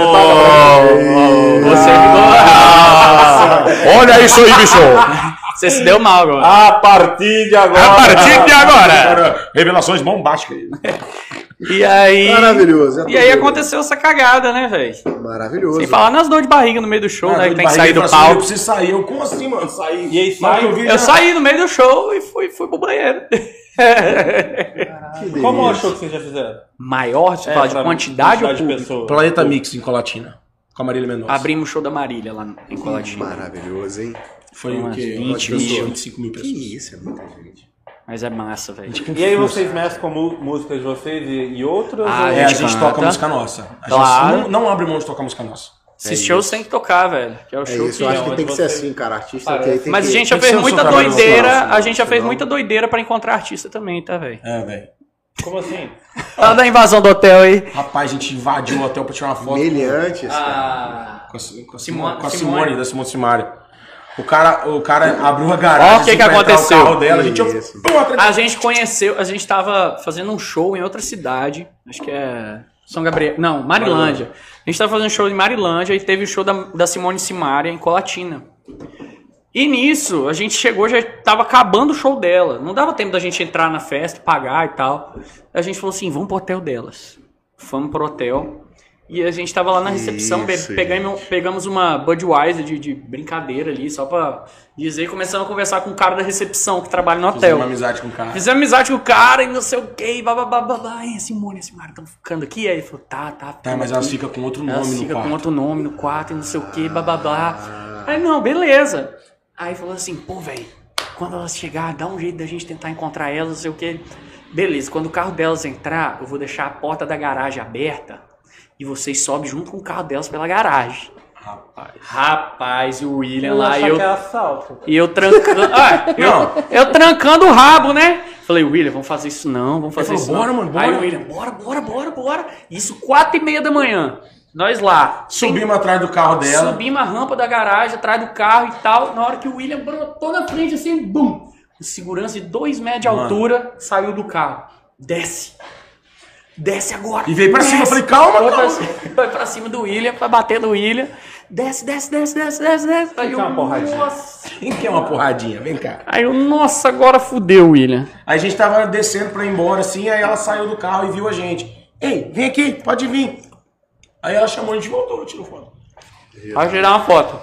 Você
Ah.
ficou.
Olha isso aí, bicho!
Você se deu mal agora.
A partir de agora.
A partir de agora!
Agora, Revelações bombásticas.
E aí.
Maravilhoso. é
E aí
tudo.
aconteceu essa cagada, né, velho?
Maravilhoso.
Sem falar nas dores de barriga no meio do show,
Ah,
né?
de
Que tem que
barriga,
sair
ele
do
falou assim, Eu
palco.
preciso sair. Eu, como assim, mano? Sair.
E aí,
Na hora que eu
sai?
vi, já-
Eu saí no meio do show e fui, fui pro banheiro. <laughs>
Que delícia.
Qual o maior show que vocês já fizeram?
Maior,
É,
se falar de
pra
quantidade ou
de
público.
pessoas.
Planeta Mix em Colatina. Com a Marília Mendonça.
Abrimos o show da Marília lá em Colatina.
Maravilhoso, hein?
Foi o
umas
quê?
20
Umas
mil.
25 mil pessoas.
Que isso, é muita gente.
Mas é massa, velho.
E aí vocês mesclam mu- músicas de vocês e, e outras?
Ah,
ou-
É, a gente
Canta.
toca música nossa. A gente
Claro.
não, não abre mão de tocar música nossa.
Esses shows tem que tocar, velho. Que é o
É
show
isso,
que
eu acho
não,
que tem que
mas
ser
você-
assim, cara. Artista
Parece.
tem, tem
Mas a
que...
gente já
tem que
fez
ser o seu
muita
trabalho
doideira,
autoral,
a gente já fez
senão-
muita doideira pra encontrar artista também, tá, velho?
É, velho.
Como assim?
Tá da invasão do hotel aí.
Rapaz, a gente invadiu o hotel pra tirar uma foto.
Humilhantes, cara.
Ah,
Com a, Simone, com a
Simone-
Simone,
Simone.
da Simone Simari. O cara, o cara abriu a garagem assim
Ó, o que que
pra entrar
aconteceu?
o carro dela. A gente...
Isso.
Pum, atrás-
a gente conheceu, a gente tava fazendo um show em outra cidade, acho que é São Gabriel, não, Marilândia. A gente tava fazendo um show em Marilândia e teve o show da, da Simone Simaria em Colatina. E nisso, a gente chegou, já tava acabando o show dela. Não dava tempo da gente entrar na festa, pagar e tal. A gente falou assim, vamos pro hotel delas. Fomos pro hotel. E a gente tava lá na recepção, be-
Isso,
pegamos, pegamos uma Budweiser de, de brincadeira ali, só pra dizer. E começamos a conversar com o cara da recepção que trabalha no
Fizemos uma
hotel.
amizade com o cara.
Fizemos amizade com o cara e não sei o que, bababá, babá. E a Simone, a Simara estão ficando aqui? E aí ele falou, tá, tá.
Tá, mas elas ficam com outro nome
Ela
no
fica com
quarto.
outro nome no quarto e não sei o que, blá blá blá. Aí não, beleza. Aí falou assim, pô, velho, quando elas chegar, dá um jeito da gente tentar encontrar elas, não sei o que. Beleza, quando o carro delas entrar, eu vou deixar a porta da garagem aberta e vocês sobem junto com o carro delas pela garagem.
Rapaz.
Rapaz, e o William
Ela
lá,
acha
e eu,
que é assalto.
e eu trancando. <laughs> Ah,
Não.
eu, eu trancando o rabo, né? Falei, William, vamos fazer isso não, vamos fazer
Ele
isso.
falou,
não.
bora, mano, bora.
Aí o William, bora, bora, bora, bora. Isso quatro e meia da manhã. Nós lá.
Subimos atrás do carro dela.
Subimos a rampa da garagem, atrás do carro e tal. Na hora que o William brotou na frente, assim, bum! O segurança de dois metros de
Mano.
altura saiu do carro. Desce. Desce agora.
E veio pra cima. Eu
Desce.
falei, calma,
Foi pra,
calma.
cima, foi pra cima do William, pra bater no William. Desce, desce, desce, desce, desce, desce. Aí eu,
uma porradinha.
nossa.
Quem quer uma porradinha? Vem cá.
Aí eu, nossa, agora fudeu, William.
Aí a gente tava descendo pra ir embora, assim, aí ela saiu do carro e viu a gente. Ei, vem aqui, pode vir. Aí ela chamou, a gente voltou, tirou foto.
Vai tirar uma foto.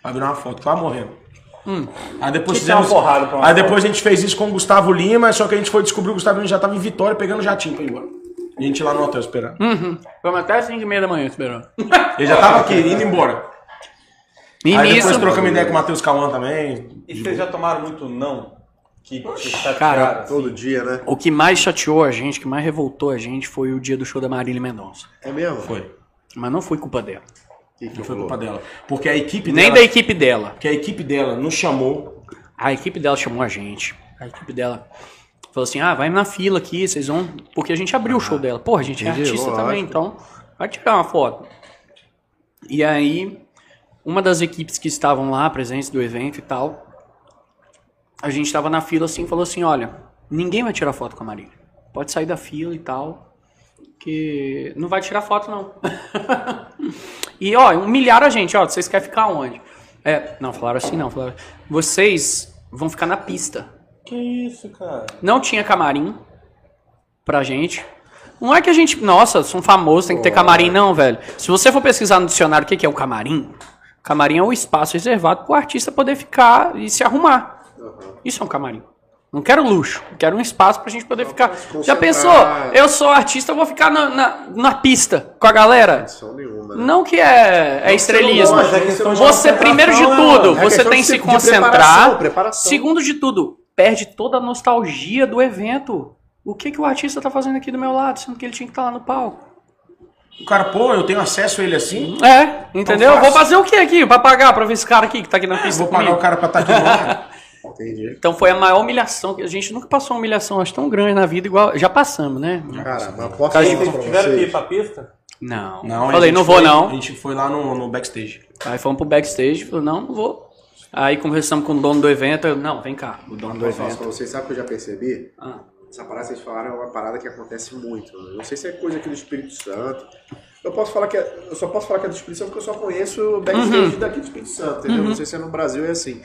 Pra virar uma foto, quase morrendo.
Hum.
Aí depois
Que que é uma
fizemos.
porrada pra uma
aí depois a gente fez isso com o Gustavo Lima, só que a gente foi descobrir que o Gustavo Lima já tava em Vitória pegando jatinho pra ir embora.
A gente lá no hotel esperando.
Uhum. Vamos até às 5 e meia da manhã esperando.
Ele já tava aqui, indo embora.
E
Aí
nisso,
depois trocamos ideia com o Matheus Cauã também.
E vocês já tomaram muito não? Que vocês
cara,
chatearam,
Todo
assim?
dia, né?
o que mais chateou a gente, o que mais revoltou a gente foi o dia do show da Marília Mendonça.
É mesmo?
Foi.
Mas não foi culpa dela.
Que que
Não foi
rolou?
culpa dela. Porque a equipe
Nem
dela.
da equipe dela.
Porque a equipe dela nos chamou.
A equipe dela chamou a gente. A equipe dela falou assim: ah, vai na fila aqui, vocês vão. Porque a gente abriu o show dela. Porra, a gente é
Ah. entendi,
artista
lógico.
também, então vai tirar uma foto. E aí, uma das equipes que estavam lá, presentes do evento e tal, a gente tava na fila assim falou assim: olha, ninguém vai tirar foto com a Marília. Pode sair da fila e tal. Que não vai tirar foto, não. <laughs> e ó, humilharam a gente, ó. Vocês querem ficar onde? É, não, falaram assim não. Falaram, vocês vão ficar na pista.
Que isso, cara?
Não tinha camarim pra gente. Não é que a gente. Nossa, são famosos, tem que ter camarim, não, velho. Se você for pesquisar no dicionário o que que é o camarim, camarim é o espaço reservado pro artista poder ficar e se arrumar. Isso é um camarim. Não quero luxo, quero um espaço pra gente poder ficar.
concentrar.
Já pensou? Eu sou artista, eu vou ficar na, na, na pista com a galera.
Condição nenhuma, né?
Não que é, é estrelismo.
mas é questão de
Você, primeiro de tudo,
É
você
questão
tem
de
que se
se- de preparação,
concentrar.
preparação.
Segundo de tudo, perde toda a nostalgia do evento. O que, que o artista tá fazendo aqui do meu lado, sendo que ele tinha que estar lá no palco?
O cara, pô, eu tenho acesso a ele assim.
É, entendeu?
fácil.
Vou fazer o que aqui? Pra pagar pra ver esse cara aqui que tá aqui na pista
Vou pagar
comigo?
o cara pra tá estar
<laughs>
aqui embora.
Entendi.
Então foi a maior humilhação que a gente nunca passou uma humilhação acho tão grande na vida igual já passamos, né?
Cara, mas posso
Vocês
falar pra
tiveram que ir
vocês?
pra pista?
Não.
Não, a
Falei,
gente
não vou
foi-
não.
A gente foi lá no, no backstage.
Aí fomos pro backstage, falou, não, não vou. Aí conversamos com o dono do evento, eu, não, vem cá, o dono do
Posso falar
evento.
pra vocês? Sabe o que eu já percebi?
Ah.
Essa parada que vocês falaram é uma parada que acontece muito. né? Eu Não sei se é coisa aqui do Espírito Santo. Eu posso falar que é- eu só posso falar que é do Espírito Santo porque eu só conheço o backstage
Uhum.
daqui do Espírito Santo, entendeu? Não sei se é no Brasil é assim.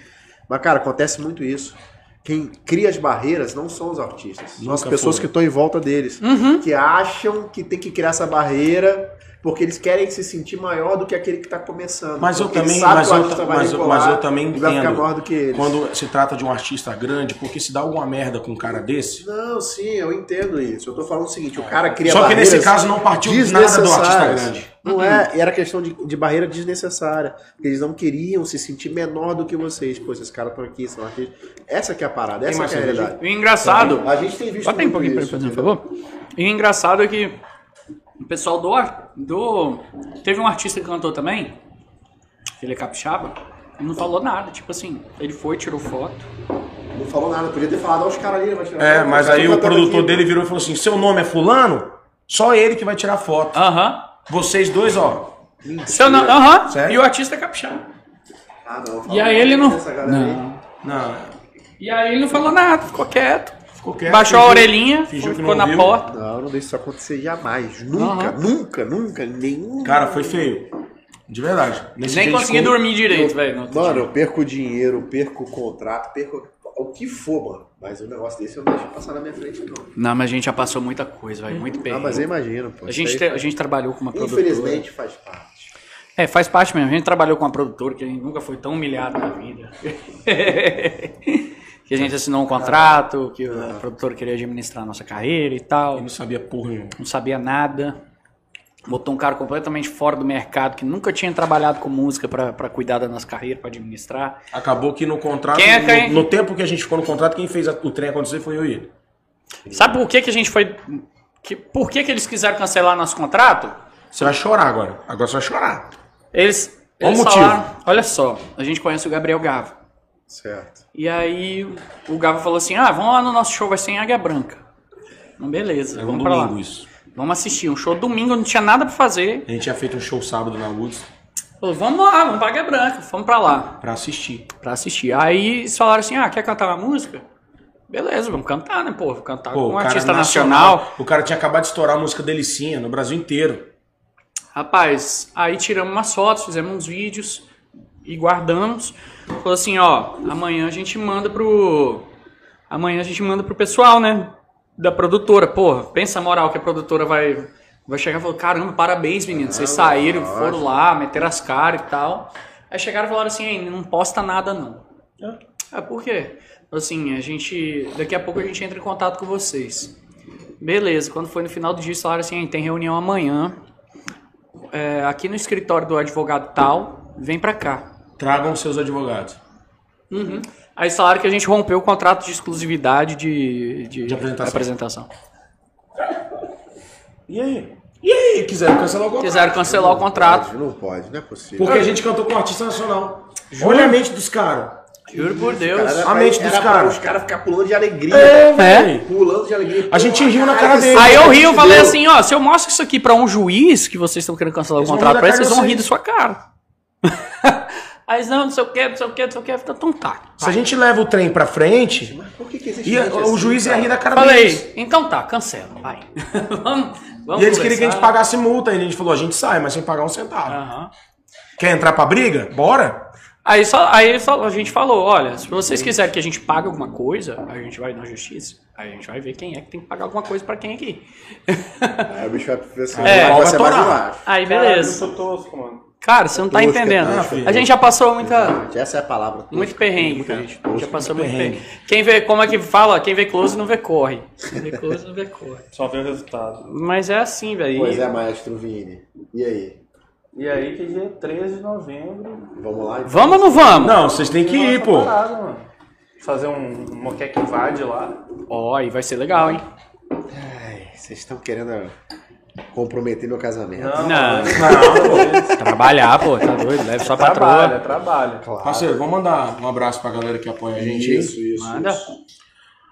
Mas, cara, acontece muito isso. Quem cria as barreiras não são os artistas, são as
Nunca Uhum.
pessoas
foram.
que estão em volta deles. Que acham que tem que criar essa barreira porque eles querem se sentir maior do que aquele que está começando.
Mas eu
Porque eles
também-
sabem
mas
que o
eu-
artista vai
mas eu-
decolar
mas eu também
e vai ficar
entendo.
maior do que eles.
Quando se trata de um artista grande, porque se dá alguma merda com um cara desse.
Não, sim, eu entendo isso. Eu tô falando o seguinte, o cara cria
É. Só que
barreiras
nesse caso não partiu nada do artista
desnecessárias.
grande. Uhum.
Não é, era questão de, de barreira desnecessária. Porque eles não queriam se sentir menor do que vocês. Pô, esses caras estão aqui, são artistas. Essa que é a parada, essa que é a realidade.
E o engraçado,
A gente tem visto
Bota aí
muito
um pouquinho pra mim,
isso,
fazendo, por
entendeu?
favor. E o engraçado é que o pessoal do, ar- do. Teve um artista que cantou também, que ele é capixaba, e não falou nada. Tipo assim, ele foi, tirou foto.
Não falou nada, podia ter falado, aos caras ali, vai tirar
É,
foto,
mas
cara,
aí
tô
o
cantando
produtor
aqui.
dele virou e falou assim: seu nome é Fulano? Só ele que vai tirar foto.
Aham.
Vocês dois, ó.
Se eu não- Aham.
Sério?
E o artista é capixaba.
Ah, não,
E
fala
aí ele não.
dessa galera aí.
não.
Não,
E aí ele não falou nada, ficou quieto.
ficou quieto.
baixou a
fingiu-
orelhinha,
fingiu que
ficou
não
na
ouviu.
porta.
Não, não deixa isso acontecer jamais. Nunca,
Aham.
nunca, nunca, nenhum.
Cara, foi feio. De verdade. Nesse
Nem
dia a gente
consegui
ficou-
dormir direito, velho. no outro
Mano,
dia.
eu perco o dinheiro, eu perco o contrato, perco o que for, mano. Mas um negócio desse eu não deixo passar na minha frente, não.
Não, mas a gente já passou muita coisa, velho. Muito bem.
Ah, mas eu imagino, pô.
a, gente
Isso aí,
te- a gente trabalhou com uma produtora.
Infelizmente faz parte.
É, faz parte mesmo. A gente trabalhou com uma produtora que a gente nunca foi tão humilhado na vida. <laughs> que a gente assinou um contrato, que o produtor queria administrar a nossa carreira e
Eu
tal.
não sabia porra nenhuma.
Não sabia nada. Botou um cara completamente fora do mercado, que nunca tinha trabalhado com música pra pra cuidar da nossa carreira, pra administrar.
Acabou que no contrato,
Quem é
no-
quem?
no, tempo que a gente ficou no contrato, quem fez a- o trem acontecer foi eu e ele.
Sabe por que, que a gente foi. que- por que, que eles quiseram cancelar nosso contrato?
Você vai chorar agora. Agora você vai chorar.
Eles,
Qual
eles
o motivo?
falaram. Olha só, a gente conhece o Gabriel Gava.
Certo.
E aí o Gava falou assim: ah, vamos lá no nosso show, vai ser em Águia Branca. Então, beleza,
Era um
vamos pra lá.
domingo isso.
Vamos assistir um show domingo, não tinha nada pra fazer.
A gente tinha feito um show sábado na Woods
Falou, vamos lá, vamos pra Águia Branca, vamos pra lá
pra assistir.
pra assistir. Aí eles falaram assim: ah, quer cantar uma música? Beleza, vamos cantar, né, pô? Vou cantar
Pô,
com
o
um
cara
artista nacional.
O cara tinha acabado de estourar a música Delicinha no Brasil inteiro.
Rapaz, aí tiramos umas fotos, fizemos uns vídeos e guardamos. Falou assim, ó, amanhã a gente manda pro. Amanhã a gente manda pro pessoal, né? Da produtora. Porra, pensa a moral que a produtora vai, vai chegar e falar, caramba, parabéns, meninos. Vocês saíram, foram lá, meteram as caras e tal. Aí chegaram e falaram assim, "Ei, não posta nada, não. Ah, por quê? Falou Assim, a gente. Daqui a pouco a gente entra em contato com vocês. Beleza, quando foi no final do dia, eles falaram assim, "Ei, tem reunião amanhã, é, aqui no escritório do advogado tal, vem pra cá.
Tragam seus advogados.
Aí eles falaram que a gente rompeu o contrato de exclusividade de, de,
De apresentação.
apresentação.
E aí?
E aí, quiseram cancelar o contrato.
Quiseram cancelar o contrato.
Pode, não pode, não é possível.
Porque a gente cantou com um artista nacional. Olha a mente dos caras.
Juro por Deus.
Cara, era
a
pra-
mente dos
era pra
caras.
Os caras ficar pulando de alegria.
É.
Pulando de alegria.
A gente riu na cara dele.
Aí eu ri, eu falei
Entendeu?
assim, ó, se eu mostro isso aqui pra um juiz que vocês estão querendo cancelar o
vão
contrato
rir da
pra eles,
cara
vocês
de
vão rir da
vocês.
sua cara. <laughs> Aí eles, não, não sei o que, não sei o que, não sei o que, então tá.
Se a gente leva o trem pra frente,
Mas por que, que existe
e
gente assim,
o juiz ia
cara?
rir da cara deles.
Falei, então tá, cancela, vai. <laughs> vamos, vamos
E eles queriam que a gente
conversar. Ah.
pagasse multa. E a gente falou, a gente sai, mas sem pagar um centavo.
Aham.
Quer entrar pra briga? Bora.
Aí, só, aí só- a gente falou, olha, se vocês quiserem que a gente pague alguma coisa, a gente vai na justiça, aí a gente vai ver quem é que tem que pagar alguma coisa pra quem aqui. <laughs>
Aí o bicho vai pensar,
É,
vai ser mais
atorar.
embaixo.
aí
Caralho,
beleza.
eu tô é tosco, mano.
Cara, você não tá
Tosca,
entendendo.
Ah,
tosca,
a gente já passou muita...
Essa é a palavra.
Muito perrengue, cara. Já passou muito
perrengue.
perrengue. Quem vê, como é que fala? Quem vê close não vê corre. Quem vê close não vê corre.
Só vê o resultado.
Mas é assim, velho.
Pois é, maestro Vini. E aí?
E aí, que dia 13 de novembro.
Vamos lá? então?
Vamos ou não vamos?
Não, vocês têm que ir, pô.
Parada, mano. Fazer um um moqueque invade lá.
Ó, e vai ser legal, hein?
Ai, Vocês estão querendo comprometer meu casamento.
Não.
não pô.
Trabalhar, pô, tá doido? Leve sua patroa.
trabalha, trabalha.
Parceiro, vamos mandar um abraço pra galera que apoia a gente. aí.
isso.
Manda.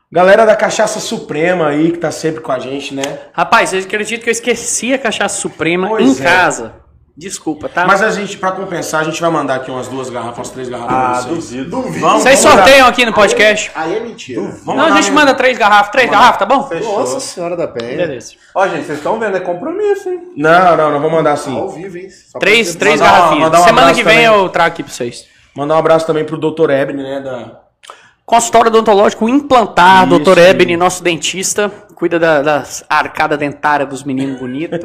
Galera da Cachaça Suprema aí, que tá sempre com a gente, né?
Rapaz, vocês acreditam que eu esqueci a cachaça suprema
Pois
em
é.
casa? Desculpa, tá?
Mas a gente, pra compensar, a gente vai mandar aqui umas duas garrafas, umas três garrafas
Ah,
pra vocês.
Ah, duvido.
Vamos,
Vocês
vamos
sorteiam aqui no podcast?
Aí é mentira.
dar- vamos
Não, a
dar
gente
um-
manda três garrafas, três garrafas, tá bom?
Fechou.
Nossa senhora da penha.
Beleza.
tá
Ó, gente, vocês estão vendo, é compromisso, hein?
Não, não, não vou mandar assim.
Ao vivo, hein? Só pra
Três,
dizer-
três
Mandar uma-
garrafinhas.
mandar um
Semana
abraço
que vem
também.
eu trago aqui pra vocês.
Mandar um abraço também pro Dr. Ebner, né? Da...
Consultório odontológico implantar,
Isso.
doutor Ebene, nosso dentista, cuida da, das arcadas dentárias dos meninos
<laughs>
bonitos,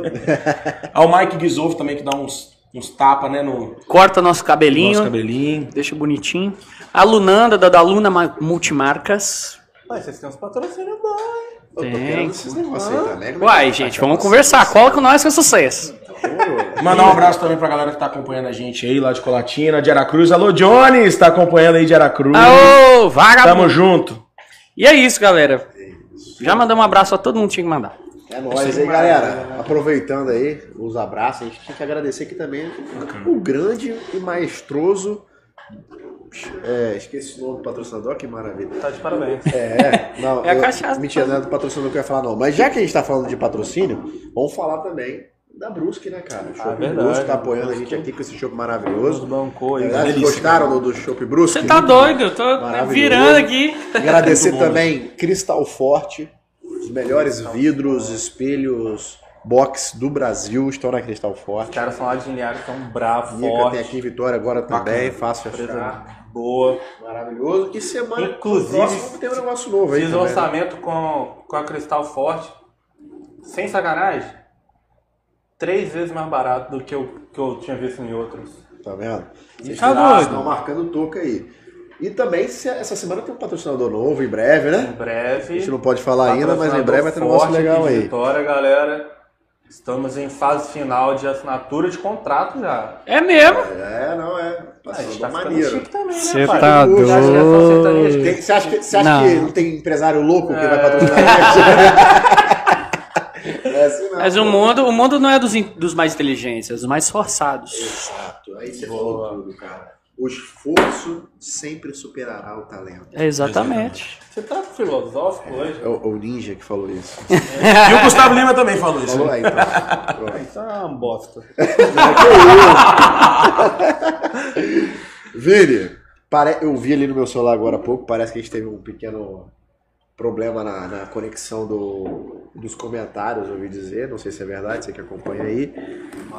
Ao Mike Guizov também, que dá uns, uns tapas, né? No
corta nosso cabelinho,
nosso cabelinho.
deixa bonitinho. A Lunanda, da, da Luna Ma- Multimarcas.
Mas vocês têm uns patrocínios bons, hein?
Eu tô
Tem.
querendo esses negócios aí, tá, né?
Uai, gente, vamos conversar. Cola com nós que é sucesso.
Mandar um abraço também pra galera que tá acompanhando a gente aí lá de Colatina, de Aracruz. Alô, Jones, tá acompanhando aí de Aracruz.
Aô,
Tamo
vagabundo. <laughs>
junto.
E é isso, galera. Já mandamos um abraço a todo mundo que tinha que mandar.
É nóis aí, galera. Aproveitando aí os abraços, a gente tem que agradecer aqui também o grande e maestroso. É, esqueci o nome do patrocinador, que maravilha.
Tá de parabéns.
É, não,
É a
eu-
cachaça.
Mentira, não é do patrocinador que eu ia falar, não. Mas já que a gente tá falando de patrocínio, vamos falar também da Brusque, né, cara? O Shopping
verdade. um-
Brusque tá apoiando a gente aqui com esse shopping maravilhoso.
bancou
Na
É.
verdade, gostaram do, do Shopping Brusque?
Você tá doido? Eu tô
Maravilhoso.
virando aqui.
<laughs> Agradecer também Cristal Forte, os melhores vidros, espelhos, box do Brasil estão na Cristal
Os
Forte.
caras são lá de Linhares, são bravos,
Nica tem
fortes.
aqui em Vitória agora também, é fácil de achar.
Tá.
Empresa boa.
Maravilhoso. E semana
Inclusive,
próxima tem um negócio novo aí
Fiz o
também. né?
orçamento com, com a Cristal Forte. Sem sacanagem. Três vezes mais barato do que eu, que eu tinha visto em outros.
Tá vendo? Vocês
né? Tá
estão-
doido.
estão marcando toca aí. E também, se- essa semana tem um patrocinador novo, em breve,
Em
né?
breve.
A gente não pode falar ainda, mas em
patrocinador
breve vai ter um negócio
forte
legal
aqui de
aí.
Vitória, galera. Estamos em fase final de assinatura de contrato já.
É mesmo.
É, não, é.
A gente
Patrocinador
tá ficando
maneiro.
chique também, né,
Cê
pai?
tá
Você acha que é só sertanejo?
Tem- você acha, que, você acha
Não. É.
que não tem empresário louco que vai
<laughs>
patrocinar a gente? É assim não.
Mas o mundo, o mundo não é dos, in- dos mais inteligentes, é dos mais forçados.
Exato. Aí você falou tudo, cara. O esforço sempre superará o talento.
É exatamente.
Você tá filosófico hoje?
É o, o ninja que falou isso.
E o Gustavo Lima também falou isso.
Falou aí, então.
Isso é uma bosta.
Vini, pare- eu vi ali no meu celular agora há pouco, parece que a gente teve um pequeno problema na, na conexão do- dos comentários, ouvi dizer, não sei se é verdade, você que acompanha aí.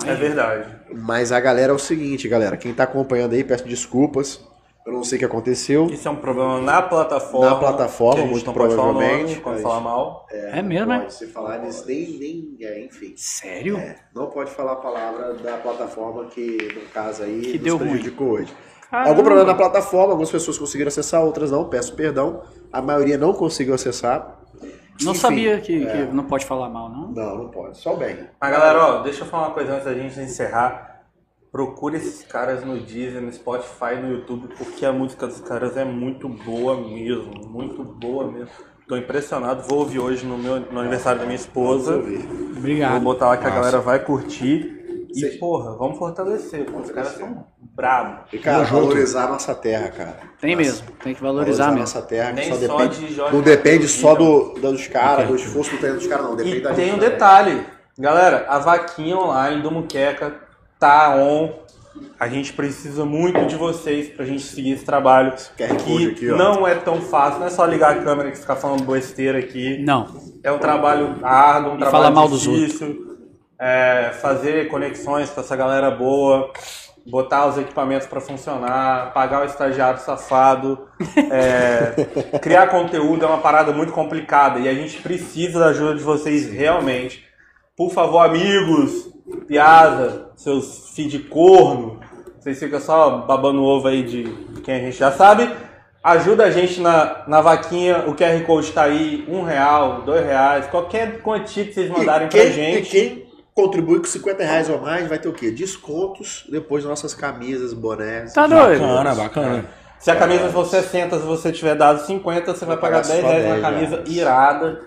É verdade.
Mas a galera é o seguinte, galera, quem tá acompanhando aí, peço desculpas, eu não sei o que aconteceu
Isso é um problema na plataforma.
Na plataforma,
que a gente
muito
não pode falar o nome
provavelmente,
Quando
mas-
falar mal.
É mesmo,
Não
né?
pode se falar nisso, nem, nem, é, enfim.
Sério?
Não pode falar a palavra da plataforma que, no caso aí, nos
deu ruim.
prejudicou hoje.
Ah,
Caramba.
Algum problema na plataforma, algumas pessoas conseguiram acessar, outras não, peço perdão. A maioria não conseguiu acessar.
Não
Enfim,
sabia que,
é.
que não pode falar mal, não.
Não, não pode. Só o bem.
Mas galera, ó, deixa eu falar uma coisa antes da gente encerrar. Procure esses caras no Deezer, no Spotify, no YouTube, porque a música dos caras é muito boa mesmo. Muito boa mesmo. Tô impressionado, vou ouvir hoje no, meu, no aniversário da minha esposa.
Vamos ouvir.
Vou
Obrigado.
botar lá que a galera vai curtir. E,
Sim.
porra, vamos fortalecer. pô, Os caras são bravos.
E, cara,
Tamo junto.
valorizar a nossa terra, cara.
Tem
Nossa,
mesmo, tem que valorizar
a
mesmo.
nossa terra, que
Nem
só
só
depende.
de Jorge
não depende
Mateus,
só
então.
do, da- dos caras, do esforço do treino dos caras, não. Depende
E
da né? gente.
tem um
também.
detalhe, galera, a vaquinha online do Muqueca tá on. A gente precisa muito de vocês pra gente seguir esse trabalho.
QR Code aqui, ó.
não é tão fácil, não é só ligar a câmera e ficar falando besteira aqui.
Não.
É um trabalho árduo, um
E
trabalho
falar mal dos
difícil. É, fazer conexões com essa galera boa, botar os equipamentos pra funcionar, pagar o estagiário safado, é, <laughs> criar conteúdo é uma parada muito complicada e a gente precisa da ajuda de vocês realmente. Por favor, amigos, piada, seus filhos de corno, vocês ficam só babando ovo aí de quem a gente já sabe. Ajuda a gente na, na vaquinha, o QR Code tá aí, um real, dois reais, qualquer quantia que vocês mandarem
e quem,
pra gente.
E quem contribui com 50 reais ou mais vai ter o quê? Descontos depois das nossas camisas, bonés.
Tá doido?
Bacana, bacana.
Se a camisa for 60, se você tiver dado 50, você vai pagar é.
pagar
10
só
reais na
10
camisa
reais.
irada.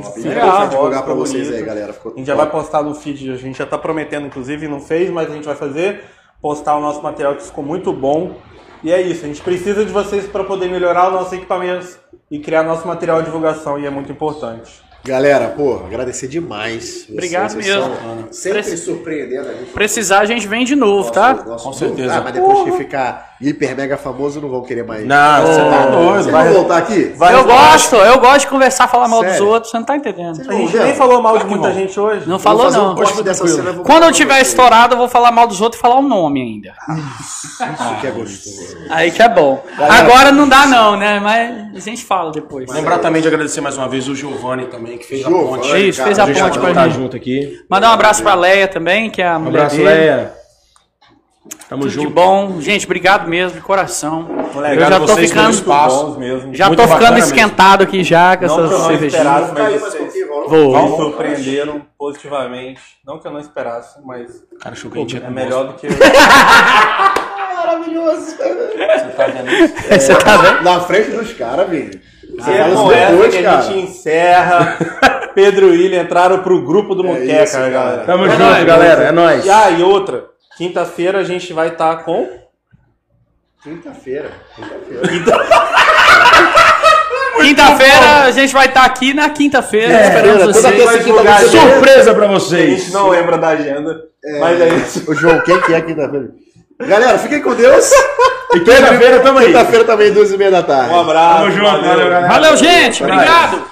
Ó, a gente
fica
vai
essa
Né? divulgar
foto,
pra vocês
bonita.
aí, galera. Ficou
tá A gente já vai postar no feed, a gente já tá prometendo, inclusive, não fez, mas a gente vai fazer, postar o nosso material que ficou muito bom. E é isso, a gente precisa de vocês para poder melhorar os nossos equipamentos e criar nosso material de divulgação, e é muito importante.
Galera, pô, agradecer demais. vocês,
Obrigado
vocês
mesmo.
são Sempre
Preci-
surpreendendo a gente.
Precisar, a gente vem de novo,
Nosso-
tá?
nosso-
Com certeza.
Ah, mas depois que ficar hiper mega famoso, não vão querer mais.
Não, você
É.
tá
Vocês
doido.
vão
Vai...
voltar aqui?
Vai-
eu gosto, eu gosto de conversar, falar mal dos
Sério?
outros, você não tá entendendo.
Vocês
A gente
Vamos ver.
nem falou mal de
Claro que
muita
vão.
gente hoje.
Tá Não falou,
Vou fazer
não.
um corte dessa cena, eu vou
Quando
mandar
eu
pra
tiver
vocês.
estourado, eu vou falar mal dos outros e falar o nome ainda.
Isso que é gostoso.
Aí que é bom. Agora não dá, não, né? Mas a gente fala depois.
Lembrar também de agradecer mais uma vez o Giovanni também, que fez
Giovanni,
a ponte.
Isso,
cara,
fez a
gente
ponte
vai
pra
estar
mim.
junto aqui.
Mandar um abraço pra Leia também, que é a
Um
mulher
abraço,
dele.
Leia. Tamo
Tudo de
junto.
bom. Gente, obrigado mesmo, de coração.
Moleque,
eu já tô
vocês
ficando-
muito bons mesmo.
Já
Muito
tô ficando
bacana mesmo.
esquentado aqui já com
Não que eu
essas
não
cervejinhas.
esperasse,
Tá aí,
mas
mas
vocês
pouquinho, vamos.
Vou.
me surpreenderam positivamente. Não que eu não esperasse, mas
Cara, show quente
é melhor do
<laughs>
que...
Maravilhoso.
Você tá vendo isso?
<laughs> Você tá vendo?
Na frente dos caras, velho. Você
E é
fala
com
isso
essa
depois,
que a
cara.
gente encerra. <laughs> É Pedro e William entraram pro grupo do Muqueca,
isso, cara.
galera.
Tamo
É
junto,
nóis,
galera. É nóis.
E ah, e outra, quinta-feira a gente vai estar com.
Quinta-feira. Quinta-feira.
Quinta-feira a gente vai estar aqui na quinta-feira
É,
esperando
toda
vocês.
terça e quinta-feira.
divulgar, né?
Surpresa pra
A gente
vocês.
não lembra da agenda, mas é isso.
O João, quem que é quinta-feira? Galera, fiquem com Deus.
E quinta-feira tamo aí.
Quinta-feira também, duas e meia da tarde.
Um abraço.
Tamo junto, valeu, galera.
Valeu, gente.
Vai.
Obrigado.